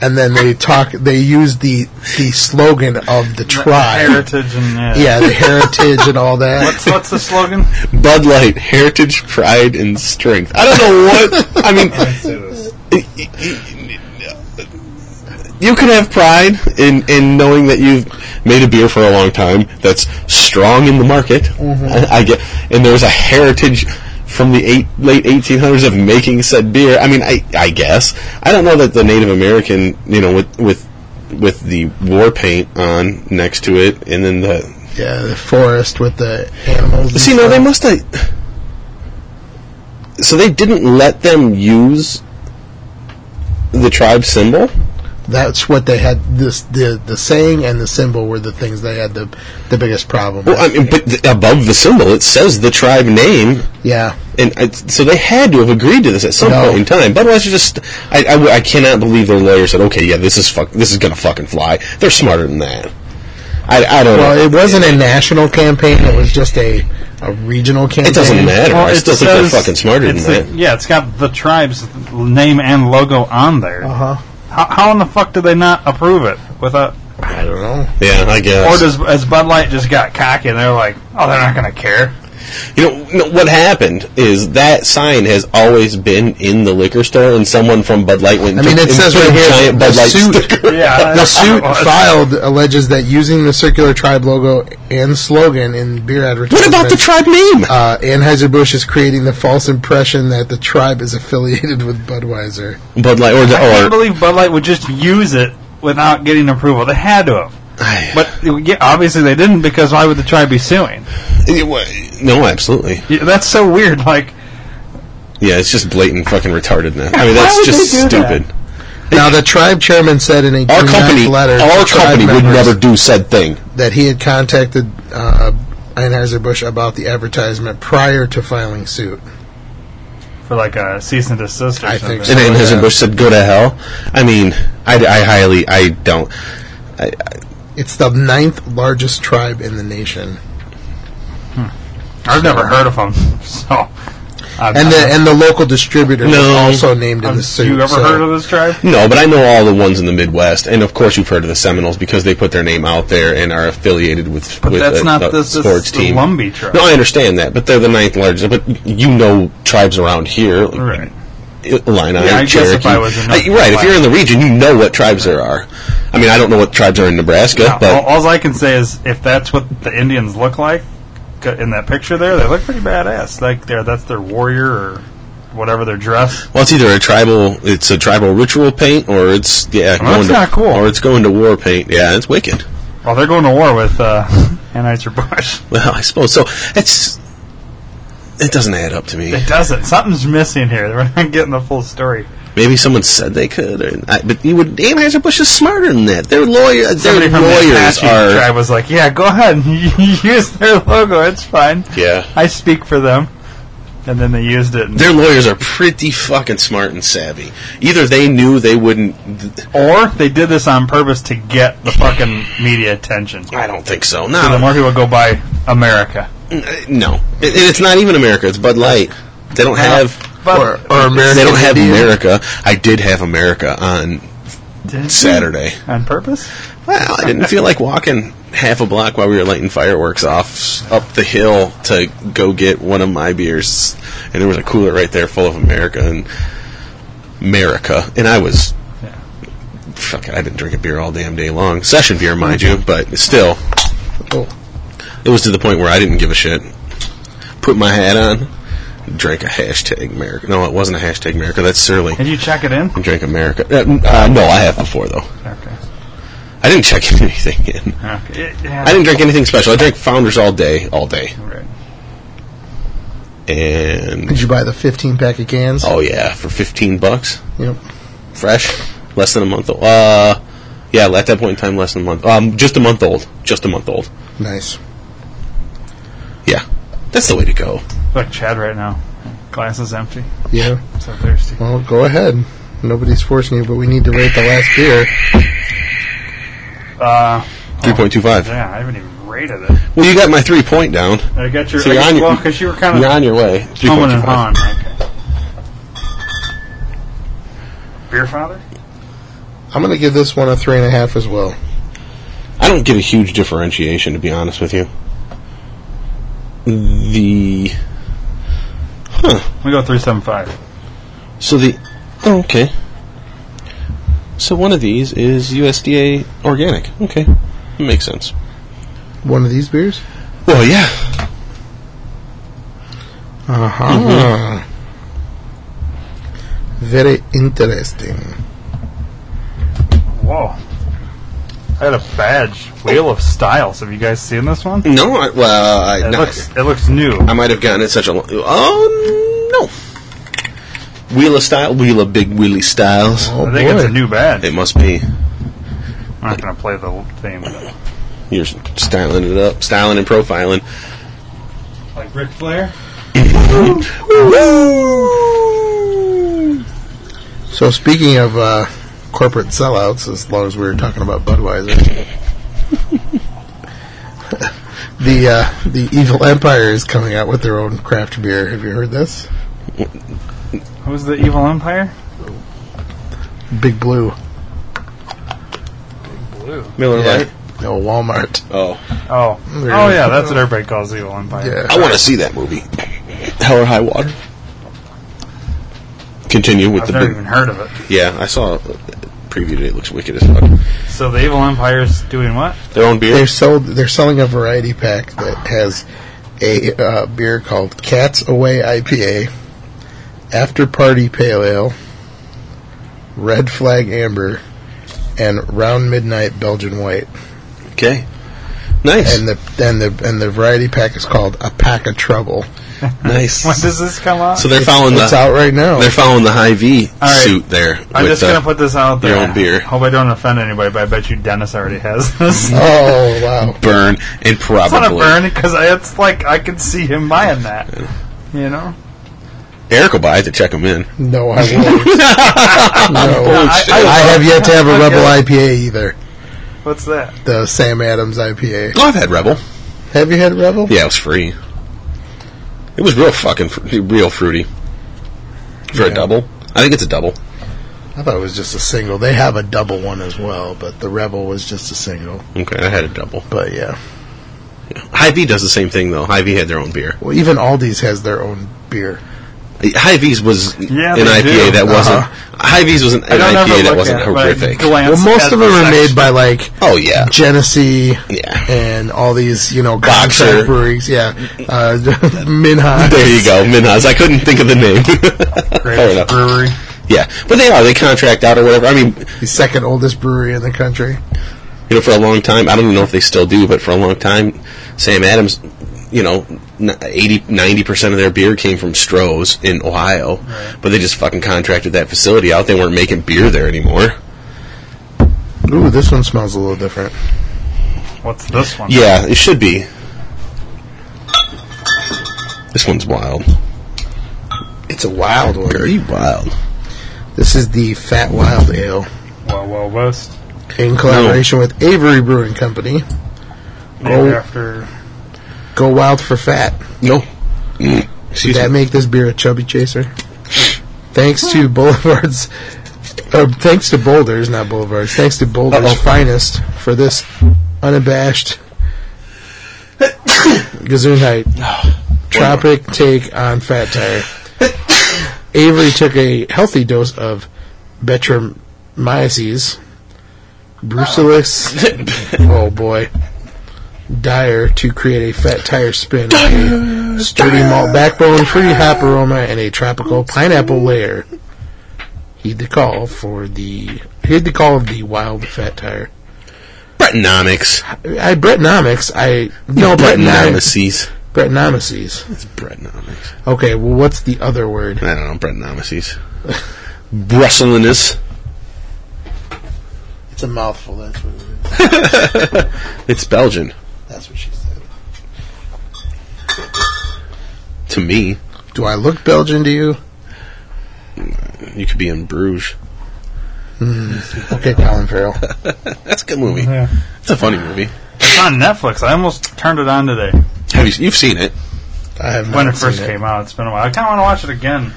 A: And then they talk. They use the the slogan of the tribe.
C: heritage and yeah.
A: Yeah, the heritage and all that.
C: What's what's the slogan?
B: Bud Light, heritage, pride, and strength. I don't know what. I mean, you can have pride in, in knowing that you've made a beer for a long time that's strong in the market. I, I get, and there's a heritage from the eight, late 1800s of making said beer. I mean, I, I guess I don't know that the Native American, you know, with with with the war paint on next to it, and then the
A: Yeah, uh, the forest with the animals. and
B: See, no, they
A: stuff.
B: must have. So they didn't let them use the tribe symbol.
A: That's what they had. This the the saying and the symbol were the things they had the the biggest problem.
B: Well, I
A: with.
B: mean, but th- above the symbol it says the tribe name,
A: yeah,
B: and I, so they had to have agreed to this at some
A: No.
B: point in time. Budweiser just, I, I w- I cannot believe their lawyer said, "Okay, yeah, this is fuck, this is gonna fucking fly." They're smarter than that. I, I don't know.
A: well, it wasn't a national campaign. It was just a a regional campaign.
B: It doesn't matter. I
C: it
B: still think they're
C: says-
B: fucking smarter than
C: it's
B: that.
C: the- Yeah, it's got the tribe's name and logo on there.
A: Uh huh.
C: How, how in the fuck do they not approve it without?
A: I don't know.
B: yeah, I guess.
C: Or does has Bud Light just got cocky and they're like, oh, they're not gonna care?
B: You know, no, what happened is that sign has always been in the liquor store, and someone from Bud Light went.
A: I mean,
B: and
A: it says
B: put a
A: right here
B: giant
A: the
B: Bud Light
A: suit. *laughs*
B: sticker. *laughs*
C: Yeah,
A: The suit filed alleges that using the circular tribe logo and slogan in beer
B: What
A: advertisements.
B: about the tribe name?
A: Uh, Anheuser-Busch is creating the false impression that the tribe is affiliated with Budweiser.
B: Bud Light, or
C: I can't
B: the or.
C: believe Bud Light would just use it without getting approval. They had to have. But yeah, obviously they didn't because why would the tribe be suing?
B: It wa- no, absolutely.
C: Yeah, That's so weird. Like,
B: Yeah, it's just blatant fucking retardedness. I mean,
C: Why
B: that's
C: would
B: just
C: they do
B: stupid.
A: Now, the tribe chairman said in a
B: Our
A: June 9th
B: company,
A: letter, to
B: our
A: tribe
B: company would
A: members
B: never do said thing.
A: that he had contacted uh, Anheuser Busch about the advertisement prior to filing suit.
C: for like a cease and desist or
A: I think
C: something.
B: And
A: so.
B: then
A: Yeah.
B: Anheuser Busch said, "Go to hell." I mean, I, I highly, I don't. I,
A: It's the ninth largest tribe in the nation.
C: I've never heard of them, *laughs* so I'm
A: and
C: not-
A: the and the local distributor was
B: No.
A: also named in
C: Um,
A: the suit.
C: you ever
A: so-
C: heard of this tribe?
B: No, but I know all the ones in the Midwest, and of course you've heard of the Seminoles because they put their name out there and are affiliated with.
C: But
B: with
C: that's
B: a,
C: not
B: a
C: the, the
B: sports
C: the
B: team. *laughs*
C: Lumbee tribe.
B: No, I understand that, but they're the ninth largest. But you know tribes around here,
C: right.
B: Illini,
C: Yeah, I guess
B: Cherokee.
C: if I was in
B: Uh,
C: North
B: right, if you're in the region, you know what tribes there are. I mean, I don't know what tribes are in Nebraska,
C: Now,
B: but
C: all, all I can say is if that's what the Indians look like c- in that picture there, they look pretty badass. Like they're that's their warrior or whatever their dress.
B: well, it's either a tribal, it's a tribal ritual paint, or it's yeah,
C: Well, that's
B: going to,
C: not cool.
B: or it's going to war paint. Yeah, it's wicked. *laughs*
C: Well, Oh, they're going to war with uh, Anheuser Busch. *laughs*
B: Well, I suppose so. It's it doesn't add up to me.
C: It doesn't. Something's missing here. *laughs* We're not getting the full story.
B: Maybe someone said they could, or, I, but you would. Anheuser Busch is smarter than that. Their lawyer,
C: Somebody
B: their
C: from
B: lawyers
C: the Apache
B: are.
C: tribe was like, "Yeah, go ahead, and *laughs* use their logo. It's fine.
B: Yeah.
C: I speak for them." And then they used it, and,
B: Their lawyers are pretty fucking smart and savvy. Either they knew they wouldn't.
C: or they did this on purpose to get the fucking media attention. So
B: I don't think so.
C: the
B: No,
C: more people go by America,
B: no. It, and it's not even America. It's Bud Light. They don't have.
C: but
A: or, or American
B: They don't have
A: Indian.
B: America. I did have America on
C: Did you?
B: Saturday.
C: on purpose.
B: Well, I didn't feel like walking half a block while we were lighting fireworks off up the hill to go get one of my beers, and there was a cooler right there full of America and America, and I was.
C: Yeah.
B: Fuck it, I didn't drink a beer all damn day long. Session beer, mind you, but still,
A: Oh.
B: it was to the point where I didn't give a shit. Put my hat on, drank a hashtag America. No, it wasn't a hashtag America. That's Surly.
C: Did you check it in?
B: Drank America. Uh, uh, no, I have before though.
C: Okay.
B: I didn't check *laughs* anything in.
C: Okay. Yeah.
B: I didn't drink anything special. I drank Founders all day, all day,
C: Right.
B: and
A: Did you buy the 15 pack of cans?
B: oh yeah, for fifteen bucks,
A: Yep.
B: fresh, less than a month old. Uh, yeah, at that point in time, less than a month. Um, just a month old, just a month old.
A: Nice.
B: Yeah, that's the way to go.
C: Look, Chad, right now, glass is empty.
A: Yeah.
C: So thirsty.
A: Well, go ahead. Nobody's forcing you, but we need to rate the last beer.
C: Uh,
B: Three point two five.
C: yeah, I haven't even rated it.
B: Well, you got my three point down.
C: I got your.
B: So you're
C: I-
B: on your
C: well, because you were kind
B: you're
C: of
B: on your way. Three point
C: humming
B: two five.
C: and hawing. Okay. Beer father?
A: I'm going to give this one a three and a half as well.
B: I don't get a huge differentiation, to be honest with you. The
C: We go three seven five.
B: So the oh, okay. So one of these is USDA organic. Okay, makes sense.
A: One of these beers?
B: Well, yeah.
A: Uh huh. Very interesting.
C: Whoa. I had a badge, Wheel of Styles. Have you guys seen this one? It
B: No, I, well, I, no,
C: looks it looks new.
B: I might have gotten it such a long. Oh no. Wheel of style, wheel of big wheelie styles.
A: Oh,
C: I think it's
A: boy.
C: a new badge.
B: It must be.
C: I'm not gonna play the theme, but
B: You're styling it up, styling and profiling.
C: like Ric Flair.
A: So, speaking of uh, corporate sellouts, as long as we were talking about Budweiser, *laughs* the uh, the Evil Empire is coming out with their own craft beer. Have you heard this?
C: Who's the Evil Empire?
A: Big Blue.
B: Miller Lite.
A: No, Walmart.
B: Oh,
C: Oh,
A: There
C: oh
A: it is.
C: yeah, that's what everybody calls the Evil Empire.
A: Yeah.
B: I want to see that movie. Hell or High Water. Continue with
C: I've
B: the
C: never
B: big.
C: even heard of it.
B: Yeah, I saw it previewed. It looks wicked as fuck.
C: So the Evil Empire's doing what? *laughs*
B: Their own
A: They're
B: beer.
A: sold. They're selling a variety pack that has a uh, beer called Cats Away IPA, After Party Pale Ale, Red Flag Amber, and Round Midnight Belgian White.
B: Okay, nice,
A: And the and the and the variety pack is called A Pack of Trouble.
C: When
B: nice.
C: does this come out?
B: So they're following
A: It's
B: Oh, the
A: out right now.
B: they're following the high V
C: All right.
B: suit there.
C: I'm
B: with
C: just
B: the-
C: gonna put this out there.
B: your own beer.
C: Hope I don't offend anybody, but I bet you Dennis already has *laughs* this. It's
A: Oh wow!
B: burn and
C: not a
B: probably
C: burn because it's like I could see him buying that. You know,
B: Eric will buy it to check them in.
A: No, I won't. no,
C: I-
A: Oh, I,
C: I-
A: have yet to have a
C: Okay.
A: Rebel IPA either.
C: what's that?
A: The Sam Adams IPA.
B: Oh, I've had Rebel.
A: Have you had Rebel?
B: Yeah, it was free. It was real fucking fr- real fruity for a double. I think it's a double.
A: I thought it was just a single. They have a double one as well, but the Rebel was just a single.
B: Okay, I had a double.
A: But yeah.
B: Hy-Vee does the same thing though. Hy-Vee had their own beer.
A: Well, even Aldi's has their own beer.
B: Hy-Vee's was
C: Yeah,
B: an
C: they
B: IPA
C: do. Uh-huh.
B: that wasn't. Hy-Vee's was an, an IPA that wasn't
C: but I
B: horrific.
A: well,
C: glance
A: most
C: at
A: of them
C: the
A: are made
C: section.
A: by like
B: Oh yeah,
A: Genesee
B: Yeah.
A: and all these, you know,
B: Boxer.
A: contract breweries. Yeah. Uh, *laughs* Minhas.
B: there you go, Minhas. I couldn't think of the name. *laughs* Fair
C: Great
B: enough.
C: brewery.
B: Yeah, but they are. They contract out or whatever. I mean,
A: The second oldest brewery in the country.
B: you know, for a long time, I don't even know if they still do, but for a long time, Sam Adams, you know, n- 80, 90% of their beer came from Stroh's in Ohio. But they just fucking contracted that facility out. They weren't making beer there anymore.
A: Ooh, this one smells a little different.
C: What's this one?
B: Yeah, it should be. This one's wild.
A: It's a wild one.
B: Very wild.
A: This is the Fat Wild Ale
C: Well, well, West.
A: in collaboration with Avery Brewing Company. Oh.
C: Named after
A: Go wild for fat.
B: No. Mm. Excuse
A: Did that
B: me.
A: make this beer a chubby chaser? thanks to Boulevard's, uh, thanks to Boulders, not Boulevard's. Thanks to Boulders
B: Uh-oh.
A: finest for this unabashed Gesundheit tropic take on Fat Tire. Avery took a healthy dose of Betramyces, Brucellus. oh boy. Dyer to create a fat tire spin, with a sturdy malt backbone, fruity hop aroma, and a tropical pineapple layer. Heed the call for the heed the call of the wild fat tire.
B: Bretonomics.
A: I Bretonomics. I no Bretonomics.
B: *laughs* Bretonomics.
A: Bretonomics.
B: It's Bretonomics.
A: Okay, well, what's the other word?
B: I don't know. Bretonomics. Brusselinus.
A: It's a mouthful. That's what it is.
B: It's Belgian.
A: That's what she said.
B: To me,
A: Do I look Belgian to you?
B: you could be in Bruges.
A: Okay, Colin
B: *laughs*
A: Farrell.
B: That's a good movie.
C: Yeah.
B: It's a funny movie.
C: It's on Netflix. I almost turned it on today
B: Have you? You've seen it?
A: I have not
C: when it
A: seen
C: first came out. It's been a while. I kind of want to watch it again.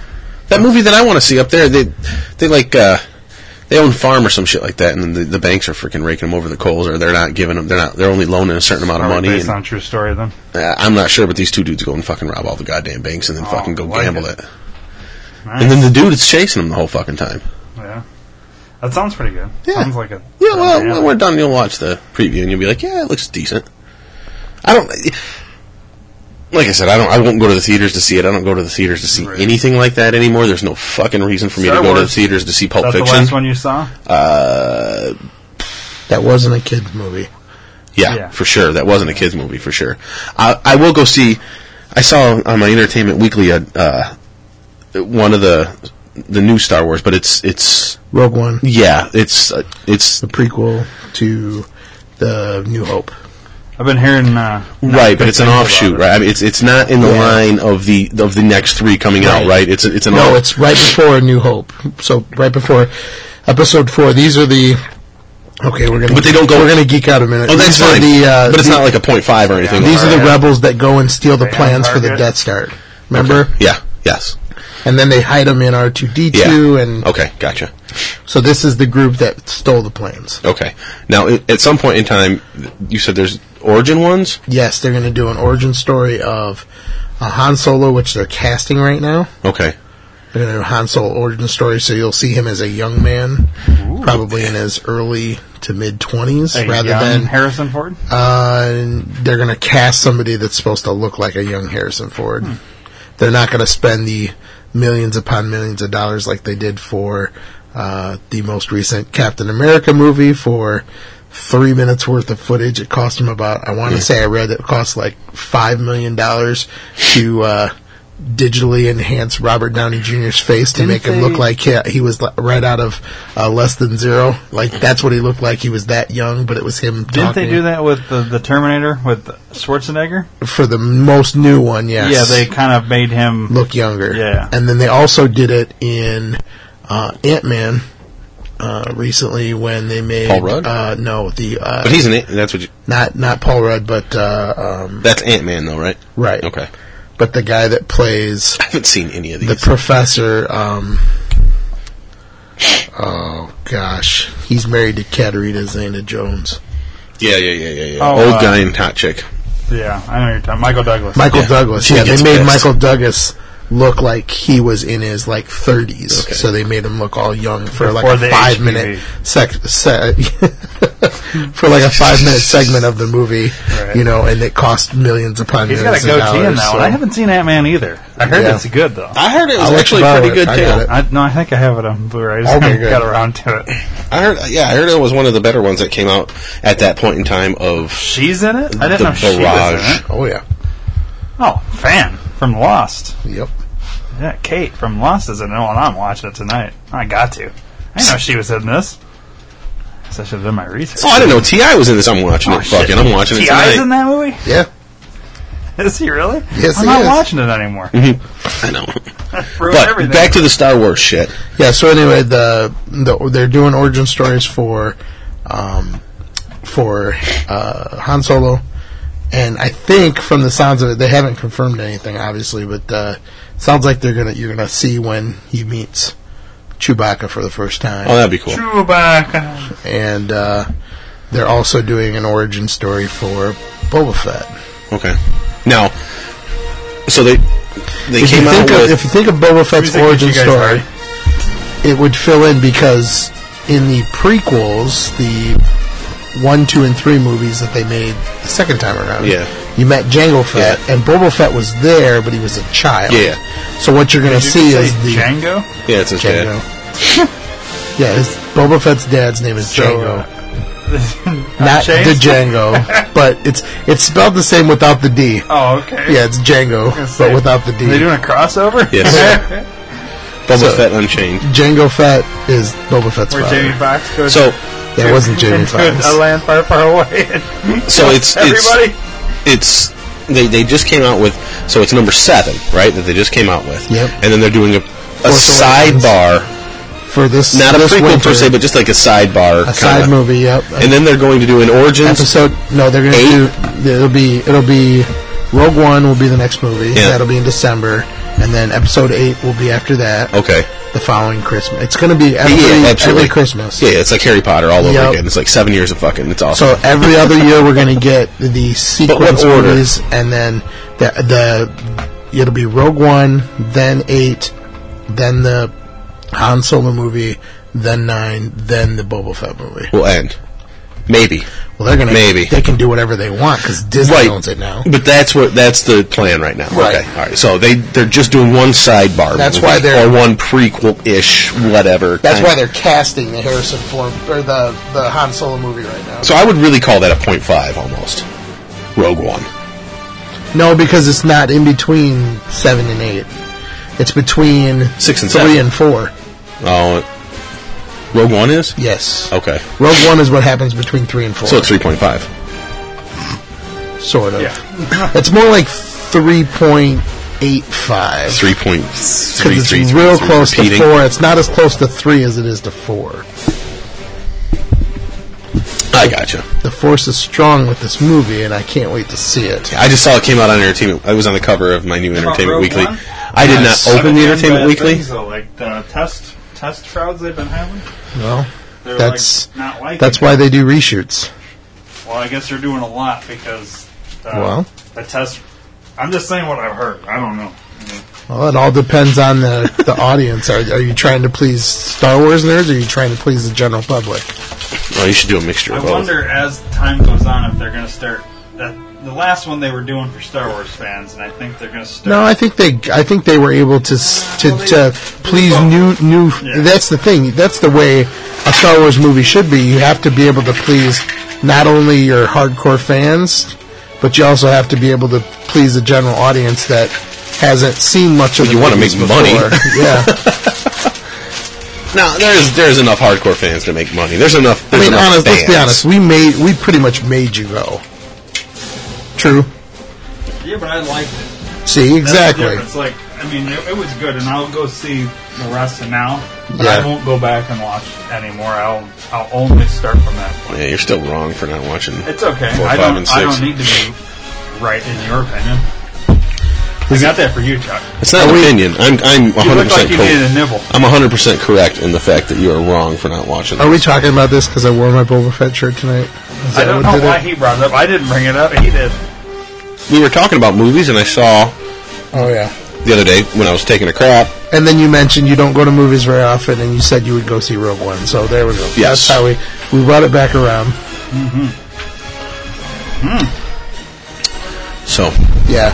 B: That movie that I want to see up there. They, they like, uh, they own farm or some shit like that, and then the, the banks are freaking raking them over the coals, or they're not giving them. They're not. They're only loaning a certain amount of
C: Probably
B: money.
C: based
B: And,
C: on Oh, true story. Then
B: uh, I'm not sure, but these two dudes go and fucking rob all the goddamn banks and then fucking go
C: I like
B: gamble
C: it.
B: it.
C: Nice.
B: And then the dude is chasing them the whole fucking time.
C: yeah, that sounds pretty good.
B: Yeah.
C: Sounds like a
B: Yeah, well,
C: Yeah.
B: when we're done, you'll watch the preview and you'll be like, yeah, it looks decent. I don't. Like I said, I don't. I won't go to the theaters to see it. I don't go to the theaters to see
C: Right.
B: anything like that anymore. There's no fucking reason for me
C: Star
B: to go to the
C: Wars.
B: theaters to see Pulp
C: That's the
B: Fiction.
C: last one you saw.
B: Uh,
A: That wasn't a kid's movie.
B: yeah,
C: Yeah.
B: for sure. That wasn't a kids movie for sure. I, I will go see. I saw on my Entertainment Weekly a, uh, one of the the new Star Wars, but it's it's
A: Rogue One,
B: yeah, it's uh, it's
A: the prequel to the New Hope.
C: I've been hearing uh, not
B: right, but
C: good
B: it's an
C: things about
B: offshoot,
C: it.
B: right? I mean, it's it's not in the
A: Yeah.
B: line of the of the next three coming out,
A: Right.
B: right? It's a, it's an
A: No,
B: off-
A: it's right before New Hope. So right before episode four. These are the okay. We're gonna
B: But they don't go-
A: We're gonna geek out a minute.
B: oh, that's
A: these are
B: fine,
A: The, uh,
B: but it's
A: the-
B: not like a point five or anything.
A: These
B: like
A: are the
B: that.
A: rebels that go and steal the
C: They on
A: plans for the
C: target.
A: Death Star. Remember?
B: yeah, yes,
A: And then they hide them in R two D two,
B: Yeah.
A: and
B: okay, gotcha.
A: so this is the group that stole the plans.
B: Okay, now i- at some point in time, you said there's origin ones.
A: Yes, they're gonna do an origin story of a Han Solo, which they're casting right now.
B: Okay,
A: They're gonna do a Han Solo origin story, so you'll see him as a young man, probably in his early to mid twenties,
C: A
A: rather
C: young
A: than
C: Harrison Ford.
A: uh, and they're going to cast somebody that's supposed to look like a young Harrison Ford.
C: Hmm.
A: They're not going to spend the millions upon millions of dollars like they did for uh, the most recent Captain America movie for three minutes worth of footage. It cost them about, I
C: Hmm.
A: want to say I read it cost like $5 million to. Uh, digitally enhance Robert Downey Jr.'s face to make him look like he, he was li- right out of uh, less than zero. Like that's what he looked like. He was that young, but it was him.
C: Didn't they
A: talking
C: do that with the, the Terminator with Schwarzenegger?
A: for the most new one, yes.
C: Yeah, they kind of made him.
A: look younger.
C: Yeah.
A: and then they also did it in uh, Ant Man uh, recently when they made
B: Paul Rudd?
A: Uh, no, the uh,
B: but he's an. a- That's what you.
A: not not Paul Rudd, but uh, um,
B: That's Ant Man though, right?
A: right.
B: Okay.
A: but the guy that plays
B: I haven't seen any of
A: the
B: these.
A: professor. Um, oh gosh, he's married to Katerina Zeta Jones.
B: yeah, yeah, yeah, yeah, yeah.
C: Oh,
B: Old
C: uh,
B: guy and hot chick.
C: Yeah, I know you're talking Michael Douglas.
A: Michael
B: Yeah.
A: Douglas.
B: He
A: Yeah, they
B: gets
A: made
B: pissed.
A: Michael Douglas look like he was in his like 30s.
B: Okay.
A: So they made him look all young for
C: Before
A: like a
C: the
A: 5
C: HPV.
A: minute sec- se- *laughs* for like a 5
C: *laughs*
A: minute segment of the movie,
C: Right.
A: you know, and it cost millions upon
C: He's
A: millions
C: got a goatee
A: of
C: in
A: dollars.
C: that
A: so-
C: one. I haven't seen Ant Man either. I heard
A: Yeah.
C: it's good though.
B: I heard it was
A: I'll let
B: actually
A: you borrow
B: pretty
A: it.
B: good
A: I
B: too.
A: got it.
C: I, no, I think I have it on Blu-ray. *laughs* I just
A: Okay,
C: haven't
A: good.
C: got around to it.
B: I heard, yeah, I heard it was one of the better ones that came out at that point in time of
C: She's in it. I didn't
B: The
C: know she was in
B: Barrage.
C: it.
A: Oh yeah.
C: Oh, fan from Lost.
A: Yep.
C: Yeah, Kate from Lost is in it, and I'm watching it tonight. I got to. I didn't know she was in this. Guess I should have done my research.
B: Oh, I didn't know Ti was in this. I'm watching
C: Oh,
B: it.
C: shit.
B: Fucking, I'm watching it
C: T.I.'s in
B: tonight.
C: that movie? *laughs*
A: Yeah.
C: Is he really?
A: Yes,
C: I'm
A: he
C: not
A: is.
C: watching it anymore.
B: I know.
C: *laughs* Ruined
B: Mm-hmm. But
C: everything.
B: back to the Star Wars shit.
A: Yeah, so anyway, the, the they're doing origin stories for um, for uh, Han Solo, and I think from the sounds of it, they haven't confirmed anything, obviously, but uh, it sounds like they're gonna you're gonna see when he meets Chewbacca for the first time,
B: Oh, that'd be cool.
C: Chewbacca.
A: and uh, they're also doing an origin story for Boba Fett.
B: Okay. Now, so they they
A: If you,
B: came out
A: think of,
B: with
A: if you think of Boba Fett's
C: Music, what
A: origin
C: you guys
A: story,
C: heard.
A: it would fill in because in the prequels, the one, two, and three movies that they made the second time around,
B: Yeah.
A: you met Jango Fett,
B: Yeah.
A: and Boba Fett was there, but he was a child.
B: Yeah.
A: So what you're going to
C: Did you
A: see
C: say
A: is the
C: Django.
B: yeah, it's his
A: Jango.
C: *laughs*
B: dad.
A: yeah, his, Boba Fett's dad's name is
C: So,
A: Jango, *laughs*
C: uh,
A: not
C: Shane?
A: the
C: *laughs*
A: Django, but it's it's spelled the same without the D.
C: Oh, okay.
A: Yeah, it's Django,
C: Let's see.
A: but without the D.
C: They doing a crossover?
B: Yes. *laughs* Boba
A: So-
B: Fett Unchained.
A: Jango Fett is Boba Fett's
C: *laughs* Where
A: father.
C: Jamie Foxx goes. *laughs*
B: So,
A: yeah, it wasn't Jamie
C: into
A: Foxx.
C: a land far, far away. and
B: so it's it's
C: *laughs* Everybody.
B: it's they they just came out with so it's number seven right that they just came out with.
A: Yep.
B: And then they're doing a a
A: Force Awakens.
B: sidebar,
A: for this
B: not a
A: this
B: prequel
A: winter,
B: per se, but just like a sidebar
A: a side
B: kinda.
A: movie. Yep.
B: And then they're going to do an origins.
A: episode. No, they're gonna
B: Eight?
A: do. It'll be. It'll be. Rogue One will be the next movie.
B: Yeah.
A: That'll be in December, and then Episode Eight will be after that.
B: Okay.
A: The following Christmas. It's gonna be every,
B: Oh. Yeah, absolutely.
A: every Christmas.
B: Yeah, it's like Harry Potter all over
A: Yep.
B: again. It's like seven years of fucking. It's awesome.
A: So every other year we're gonna get the sequence
B: order?
A: movies, and then the the it'll be Rogue One, then Eight, then the Han Solo movie, then Nine, then the Boba Fett movie.
B: we'll end. Maybe.
A: Well, they're gonna
B: Maybe.
A: they can do whatever they want because Disney
B: Right.
A: owns it now.
B: But that's what that's the plan right now.
A: Right.
B: Okay. All right. So they they're just doing one sidebar.
A: That's
B: movie,
A: why they're-
B: or one prequel ish whatever.
A: That's
B: kind-
A: why they're casting the Harrison Ford or the the Han Solo movie right now.
B: So I would really call that a point five almost. Rogue One.
A: No, because it's not in between seven and eight. It's between
B: Six and
A: three
B: seven.
A: and four.
B: Oh, Rogue One is
A: Yes.
B: okay.
A: Rogue One is what happens between three and four.
B: So it's three point five.
A: sort of.
C: Yeah.
A: *laughs* it's more like three point eight five.
B: Three point
A: Because
B: three
A: it's
B: three.
A: real
B: three,
A: close
B: repeating.
A: to four. It's not as close to three as it is to four.
B: I gotcha.
A: The force is strong with this movie, and I can't wait to see it.
B: I just saw it came out on Entertainment. I was on the cover of my new
C: about
B: Entertainment
C: Rogue
B: Weekly.
C: One?
B: I did not
C: I've
B: open
C: been
B: the
C: hearing
B: Entertainment
C: bad
B: Weekly.
C: things, though, like the test test frauds they've been having.
A: Well,
C: They're
A: That's-
C: like not liking
A: that's
C: it.
A: why they do reshoots.
C: Well, I guess they're doing a lot because uh,
A: Well.
C: the test. I'm just saying what I've heard. I don't know.
A: Well, it all depends on the, the *laughs* audience. Are, are you trying to please Star Wars nerds or are you trying to please the general public?
B: Oh, you should do a mixture
C: I
B: of both.
C: wonder as time goes on if they're going to start that the last one they were doing for Star Wars fans, and I think they're going to start.
A: No, I think they I think they were able to s- to, to please new new
C: Yeah.
A: That's the thing. That's the way a Star Wars movie should be. You have to be able to please not only your hardcore fans, but you also have to be able to please the general audience that hasn't seen much of
B: Well,
A: the
B: you wanna
A: movies
B: make money. *laughs*
A: before. yeah.
B: No, there's there's enough hardcore fans to make money. There's enough.
A: I
B: There's
A: mean,
B: enough
A: honest, let's be
B: fans.
A: honest. We made, we pretty much made you go. True.
C: Yeah, but I liked it.
A: See,
C: That's
A: exactly.
C: It's like I mean, it, it was good, and I'll go see the rest of now. But
A: Yeah.
C: I won't go back and watch anymore. I'll I'll only start from that point.
B: Yeah, you're still wrong for not watching.
C: It's okay.
B: Four, five,
C: I don't
B: and
C: I
B: six.
C: don't need to be right in your opinion. I got that for you, Chuck.
B: It's not an opinion. I'm I'm 100
C: You look
B: percent
C: like you needed a
B: correct.
C: nibble.
B: I'm 100 percent correct in the fact that you are wrong for not watching.
A: Are we talking about this because I wore my Boba Fett shirt tonight? Is that
C: I
A: what
C: don't know
A: did it?
C: why he brought it up. I didn't bring it up. He did. Oh,
B: We were talking about movies, and I saw
A: Oh yeah.
B: the other day when I was taking a crap.
A: And then you mentioned you don't go to movies very often, and you said you would go see Rogue One. So there we go. That's
B: Yes.
A: how we we brought it back around.
B: So
A: Yeah,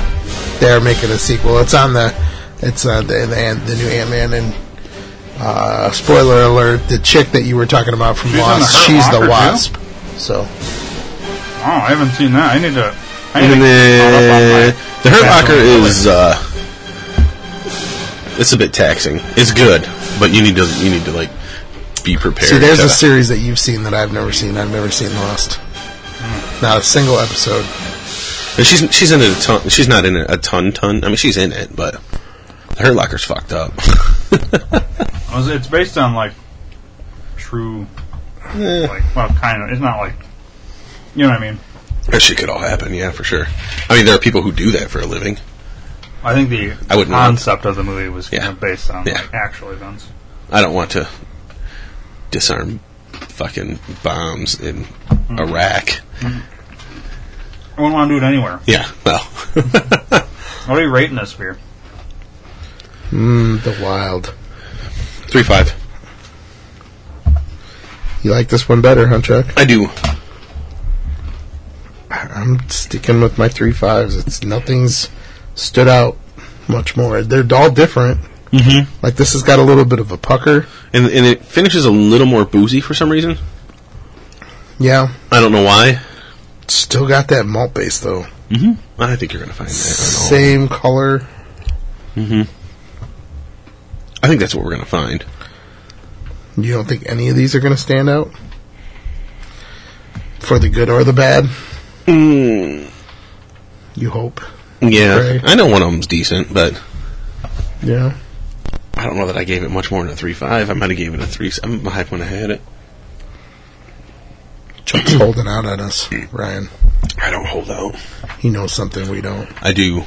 A: they're making a sequel. It's on the it's uh, the, the Ant- the new Ant Man and uh, spoiler alert: the chick that you were talking about from
C: She's on the
A: Lost,
C: Hurt
A: she's the
C: Locker,
A: Wasp. So
C: Oh, I haven't seen that. I need to. I need
B: and
C: to
B: then the Hurt Locker
C: Definitely.
B: is uh, it's a bit taxing. It's good, but you need to you need to like be prepared.
A: see, there's
B: to-
A: a series that you've seen that I've never seen. I've never seen Lost.
C: Hmm.
A: Not a single episode.
B: And she's she's in it a ton. She's not in it a ton ton. I mean, she's in it, but the Hurt Locker's fucked up. *laughs*
C: Was- It's based on like true,
B: Eh.
C: like well, kind of. It's not like you know what I mean.
B: that shit could all happen. Yeah, for sure. I mean, there are people who do that for a living.
C: I think the
B: I wouldn't want-
C: concept of the movie was
B: Yeah.
C: kind of based on
B: Yeah.
C: like, actual events.
B: I don't want to disarm fucking bombs in Iraq.
C: I wouldn't want to do it anywhere.
B: Yeah, well, *laughs*
C: What are you rating this beer?
A: Mm, the Wild.
B: three five.
A: You like this one better, huh, Chuck?
B: I do.
A: I'm sticking with my three fives. It's nothing's stood out much more. They're all different.
B: Mm-hmm.
A: Like this has got a little bit of a pucker.
B: And and it finishes a little more boozy for some reason.
A: Yeah,
B: I don't know why.
A: still got that malt base though.
B: Mm-hmm. I think you're gonna find that. on all-
A: Same color.
B: I think that's what we're gonna find.
A: You don't think any of these are going to stand out for the good or the bad?
B: Mm,
A: You hope.
B: yeah,
A: Right.
B: I know one of them's decent, but
A: Yeah.
B: I don't know that I gave it much more than a three five. I might have gave it a three seven five when I had it. *clears throat*
A: Chuck's holding out on us, Ryan.
B: I don't hold out.
A: He knows something we don't.
B: I do.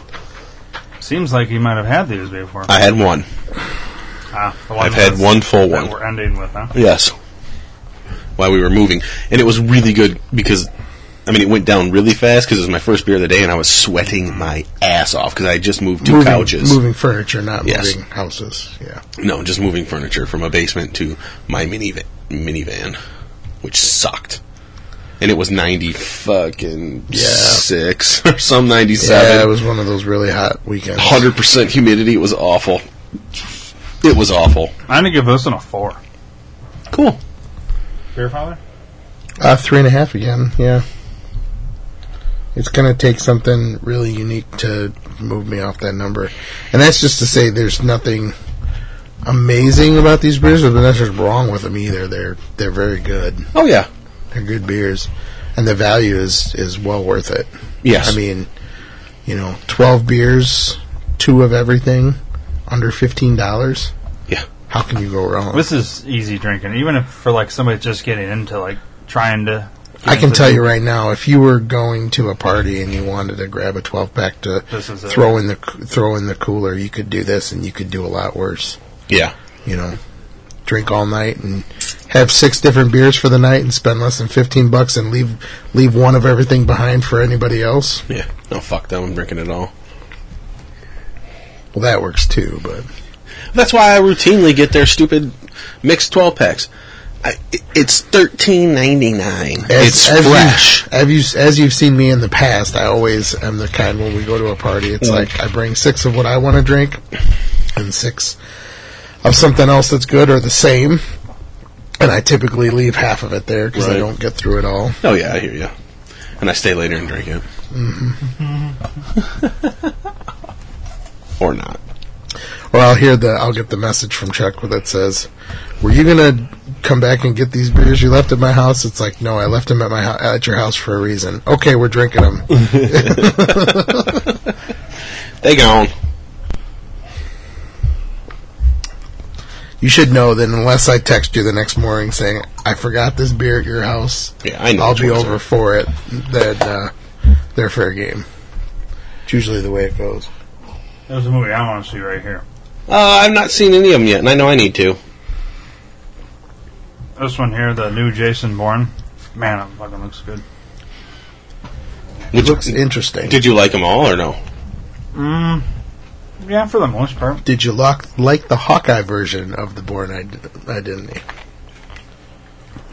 C: Seems like you might have had these before.
B: I had one.
C: ah, the
B: I've had
C: that's-
B: one full
C: that
B: one.
C: We're ending with, huh?
B: Yes. While we were moving, and it was really good because, I mean, it went down really fast because it was my first beer of the day, and I was sweating my ass off because I had just moved two
A: moving,
B: couches.
A: moving furniture, not
B: Yes.
A: moving houses. Yeah.
B: No, just moving furniture from a basement to my minivan, minivan, which sucked. And it was ninety fucking
A: Yeah.
B: six *laughs* or some ninety
A: Yeah, it
B: seven.
A: was one of those really hot weekends.
B: Hundred percent humidity. It was awful. It was awful.
C: I'm gonna give this one a four.
B: Cool.
C: Beer father?
A: Uh, three and a half again. Yeah. It's gonna take something really unique to move me off that number, and that's just to say there's nothing amazing about these beers, but that's just wrong with them either. They're they're very good.
B: Oh yeah.
A: They're good beers, and the value is is well worth it.
B: Yes.
A: I mean, you know, twelve beers, two of everything, under fifteen dollars.
B: Yeah.
A: How can you go wrong?
C: This is easy drinking, even if for like somebody just getting into like trying to. get
A: I can
C: into
A: tell
C: the-
A: you right now, if you were going to a party and you wanted to grab a 12 pack to
C: This is it.
A: throw in the c- throw in the cooler, you could do this, and you could do a lot worse.
B: Yeah.
A: You know, drink all night and have six different beers for the night, and spend less than 15 bucks, and leave leave one of everything behind for anybody else.
B: Yeah. No fuck that. I'm drinking it all.
A: Well, that works too, but
B: That's why I routinely get their stupid mixed twelve packs. I, it- it's thirteen ninety nine. It's
A: you-
B: fresh.
A: as you, as you've seen me in the past, I always am the kind when we go to a party. It's
B: Mm.
A: like I bring six of what I want to drink and six of something else that's good or the same, and I typically leave half of it there because
B: Right.
A: I don't get through it all.
B: Oh yeah, I hear you. And I stay later and drink
C: *laughs*
B: it, or not.
A: Or I'll hear the I'll get the message from Chuck that says, "Were you gonna come back and get these beers you left at my house?" It's like, no, I left them at my hou- at your house for a reason. Okay, we're drinking them.
B: They gone.
A: You should know that unless I text you the next morning saying I forgot this beer at your house,
B: Yeah, I know
A: I'll
B: which
A: be
B: ones
A: over
B: are.
A: for it. That uh, they're fair game. It's usually the way it goes.
C: It was a movie I want to see right here.
B: Uh, I've not seen any of them yet, and I know I need to.
C: This one here, the new Jason Bourne. Man, that fucking looks good.
B: Which,
A: Looks interesting. Did,
B: did you like them all or no?
C: Mm, yeah, for the most part.
A: you lock, like the Hawkeye version of the Born Id- Identity?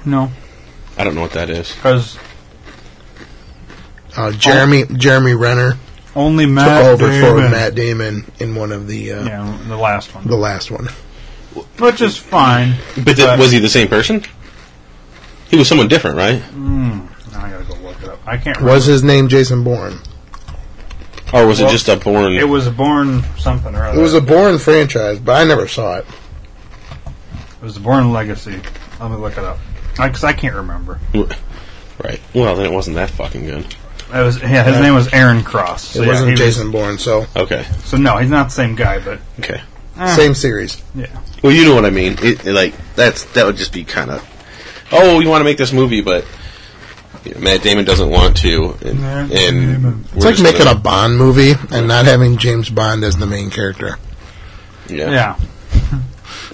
C: No,
B: I don't know what that is.
C: because
A: Uh, Jeremy Jeremy Renner
C: only
A: took
C: Oh. Matt
A: over for
C: Damon-
A: Matt Damon in one of the uh,
C: Yeah, the last one,
A: the last one.
C: which is fine.
B: But th- was he the same person? He was someone different, right?
C: Now I gotta go look it up. I can't.
A: Was his name Jason Bourne?
B: Or was
C: Well,
B: it just a born?
C: remember. It was a Bourne something or
A: It
C: other.
A: was a Bourne franchise, but I never saw it.
C: It was the Bourne Legacy. Let me look it up. Because I can't remember.
B: right. Well, then it wasn't that fucking good.
C: It was yeah. His name was Aaron Cross. So
A: It
C: yeah,
A: wasn't
C: he was-
A: Jason Bourne, so
B: Okay.
C: so no, he's not the same guy. But
B: Okay.
C: Ah.
A: same series.
C: yeah,
B: Well, you know what I mean. It, it, like that's that would just be kind of. Oh, you want to make this movie, but you know, Matt Damon doesn't want to, and,
C: Matt
B: and
C: Damon.
A: It's like making a Bond movie and not having James Bond as the main character.
B: a yeah.
A: *laughs*
C: yeah.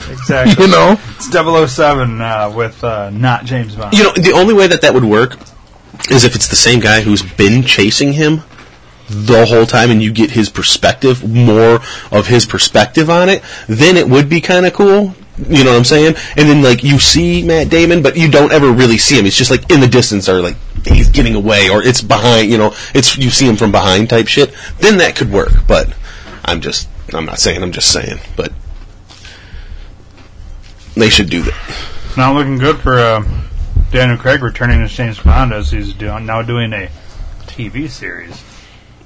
C: exactly.
A: You know,
C: It's 007 uh, with uh, not James Bond.
B: You know, the only way that that would work is if it's the same guy who's been chasing him the whole time and you get his perspective, more of his perspective on it, then it would be kind of cool. You know what I'm saying? And then, like, you see Matt Damon, but you don't ever really see him. It's just, like, in the distance or, like, he's getting away or it's behind, you know, it's, you see him from behind type shit. Then that could work, but I'm just, I'm not saying, I'm just saying, but they should do that.
C: It's not looking good for uh, Daniel Craig returning as James Bond as he's doing now doing a TV series.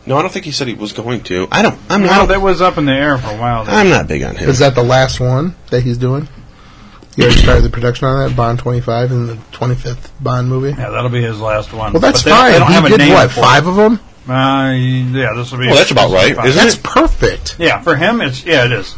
B: No, I don't think he said he was going to. I don't. I'm
C: Well,
B: not.
C: that was up in the air for a while. There.
B: I'm not big on him.
A: is that the last one that he's doing? You already started the production on that Bond twenty five and the twenty fifth Bond movie.
C: Yeah, that'll be his last one.
A: Well, that's
C: But they don't-
A: fine.
C: They don't, have
A: he
C: a
A: did
C: name
A: what
C: for it.
A: five of them?
C: Uh, yeah, this will be.
B: Well, that's about
C: this will be
B: right,
C: fine.
B: isn't it?
A: That's perfect.
C: Yeah, for him, it's yeah, it is.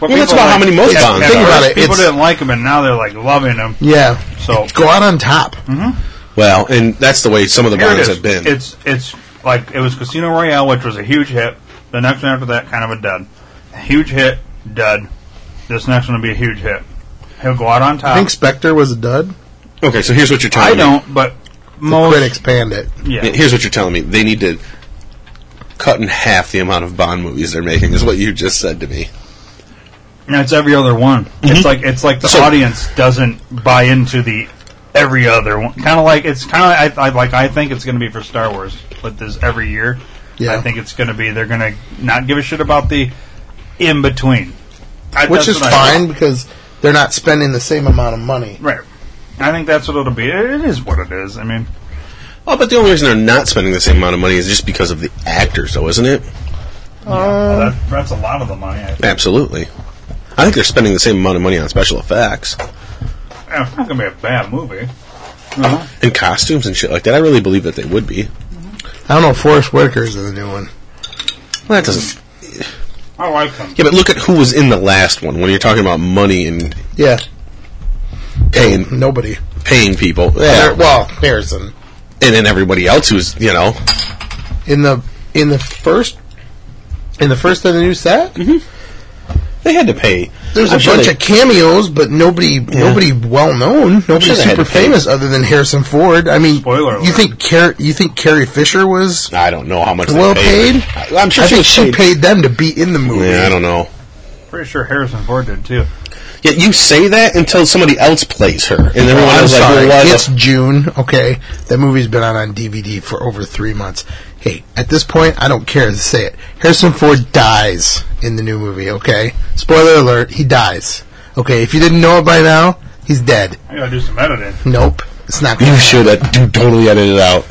C: But
B: Well, that's
C: people
B: about how many most
C: yeah,
B: Bonds
C: yeah,
B: there
A: are. Think
C: first
A: about it,
C: People
A: it's-
C: didn't like him, and now they're like loving him.
A: Yeah,
C: So
A: go out on top.
C: Mm-hmm.
B: Well, and that's the way some of the
C: here it
B: bonds
C: is.
B: have been.
C: It's it's like it was Casino Royale, which was a huge hit. The next one after that, kind of a dud. A huge hit, dud. This next one will be a huge hit. He'll go out on top.
A: I think Spectre was a dud.
B: okay, so here's what you're
C: I
B: telling me.
C: don't, but most
A: Critics panned it.
C: Yeah,
B: Yeah, Here's what you're telling me. They need to cut in half the amount of Bond movies they're making. Is what you just said to me.
C: No, it's every other one.
A: Mm-hmm.
C: It's like it's like the
B: So-
C: audience doesn't buy into the every other one. Kind of like it's kind of I, I like I think it's going to be for Star Wars with this every year.
A: Yeah.
C: I think it's going to be they're going to not give a shit about the in between,
A: which is fine because they're not spending the same amount of money.
C: right? I think that's what it'll be. It it is what it is. I mean,
B: Oh, but the only reason they're not spending the same amount of money is just because of the actors, though, isn't it?
A: Uh.
C: that, that's a lot of the money. I think.
B: Absolutely. I think they're spending the same amount of money on special effects
C: It's not going to be a bad movie.
A: Uh-huh.
B: and costumes and shit like that. I really believe that they would be.
A: I don't know. Forrest Whitaker's in the new one.
B: Well, that doesn't.
C: I like them.
B: Yeah, but look at who was in the last one. When you're talking about money and
A: Yeah,
B: paying
A: nobody.
B: paying people, yeah,
A: Har- well, Harrison
B: and then everybody else who's you know
A: in the in the first in the first of the new set.
B: They had to pay.
A: There's
B: Mm-hmm. I'm
A: a
B: sure
A: bunch
B: they-
A: of cameos, but nobody nobody well known, nobody
B: sure they had
A: super
B: to pay.
A: famous other than Harrison Ford. I mean,
C: Spoiler
A: you
C: alert.
A: think Car- you think Carrie Fisher was?
B: I don't know how much
A: Well
B: they paid.
A: paid?
B: I, am sure
A: I think
B: was
A: she paid them to be in the movie.
B: Yeah, I don't know.
C: Pretty sure Harrison Ford did too.
B: Yeah, you say that until somebody else plays her, and then
A: Oh,
B: everyone
A: I'm
B: else is
A: sorry.
B: like, well, why
A: it's
B: the-
A: June. Okay, that movie's been out on DVD for over three months. Hey, at this point, I don't care to say it. Harrison Ford dies in the new movie. Okay, spoiler alert: he dies. Okay, if you didn't know it by now, he's dead.
C: I got to do some editing.
A: Nope, it's not.
B: you
A: Gonna
B: should have dude, totally edit
A: *laughs*
B: it out.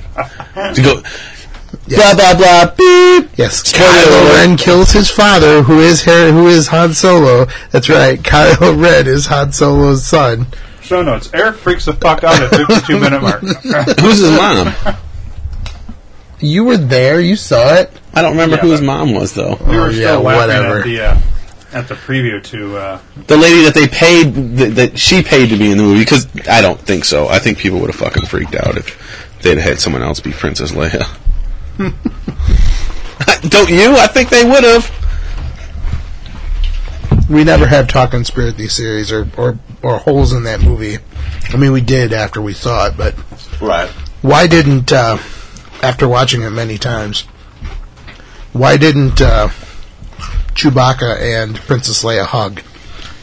B: To go, blah blah blah beep.
A: Yes,
B: Spoiler
A: Kylo
B: alert.
A: Ren kills his father, who is Har- who is Han Solo. That's right, *laughs* Kylo Ren is Han Solo's son.
C: Show notes. Eric freaks the fuck out
A: *laughs*
C: at 52 minute
A: Oh,
C: mark.
B: Who's his mom?
A: You were there, you saw it.
B: I don't remember
C: Yeah,
B: who his
C: but-
B: mom was though.
C: We were
A: Oh, yeah,
C: still laughing
A: whatever.
C: at the uh, at the preview to uh,
B: The lady that they paid that, that she paid to be in the movie because I don't think so. I think people would have fucking freaked out if they'd had someone else be *laughs* Princess Leia. don't you? I think they would have.
A: we never have talking spirit these series or, or or holes in that movie. I mean, we did after we saw it, but
B: Right.
A: why didn't uh, after watching it many times? Why didn't uh, Chewbacca and Princess Leia hug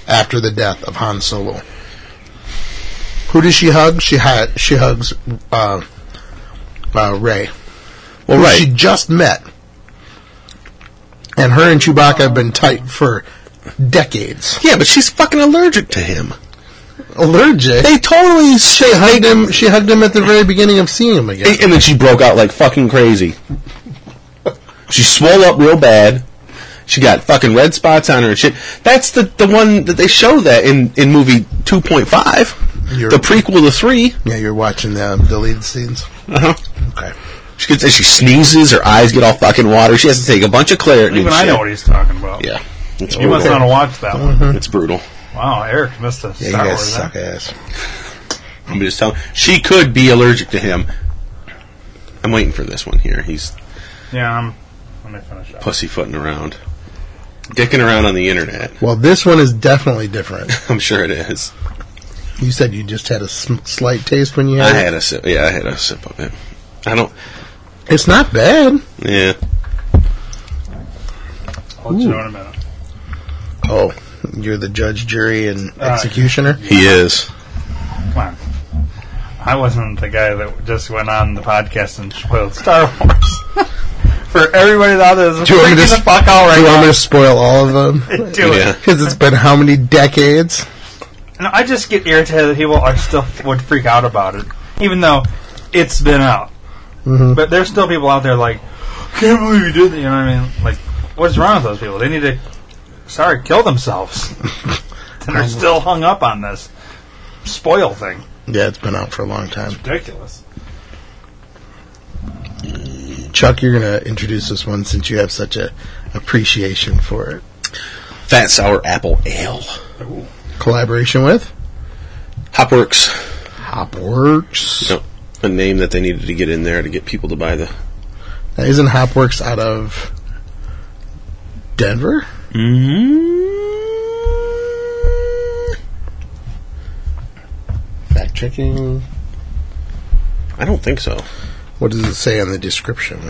A: after the death of Han Solo? Who does she hug? She hi- she hugs uh, uh, Ray.
B: Well,
A: who
B: right.
A: She just met, and her and Chewbacca have been tight for decades.
B: yeah, but she's fucking allergic to him.
A: Allergic.
B: They totally shit.
A: She hugged him. She hugged him at the very beginning of seeing him again.
B: And then she broke out like fucking crazy. She swelled up real bad. She got fucking red spots on her and shit. That's the, the one that they show that in, in movie 2.5.
A: You're-
B: the prequel to 3.
A: Yeah, you're watching the deleted scenes.
B: Uh-huh.
A: Okay.
B: She, gets, she sneezes, her eyes get all fucking water. She has to take a bunch of Claritin and
C: Even I
B: shit.
C: know what he's talking about.
B: Yeah. It's
C: You must not have watched that one.
B: It's brutal.
C: Wow, Eric missed a
A: Mm-hmm. Yeah,
C: Star
A: you
C: Wars.
A: guys
C: huh?
A: suck ass.
B: I'm just telling. She could be allergic to him. I'm waiting for this one here. He's
C: Yeah, I'm. Let me finish up.
B: pussyfooting around, dicking around on the internet. *laughs*
A: Well, this one is definitely *laughs* different.
B: I'm sure it is.
A: You said you just had a sm- slight taste when you
B: I
A: had,
B: had a sip. Yeah, I had a sip of it. I don't.
A: it. It's not bad.
B: Yeah.
C: I'll let you know in a minute.
A: Oh, you're the judge, jury, and executioner.
B: He is.
C: Come on. I wasn't the guy that just went on the podcast and spoiled Star Wars. *laughs* For everybody out there that's
A: Do you want me
C: freaking
A: to
C: the
A: s-
C: fuck out
A: Do
C: right
A: you want me
C: now,
A: to spoil all *laughs* of them?
C: do it.
B: Yeah.
A: Because it's been how many decades?
C: No, I just get irritated that people are still would freak out about it, even though it's been out. But there's still people out there like, can't believe you did that. You know what I mean? Like, what's wrong with those people? They need to, sorry, kill themselves. *laughs* and they're still hung up on this spoil thing.
A: Yeah, it's been out for a long time.
C: Ridiculous.
A: Chuck, you're going to introduce this one since you have such a appreciation for it.
B: Fat sour apple ale.
A: Collaboration with
B: Hopworks.
A: Hopworks.
B: No, a name that they needed to get in there to get people to buy the.
A: Now, isn't Hopworks out of Denver? Fact checking.
B: I don't think so.
A: What does it say on the description?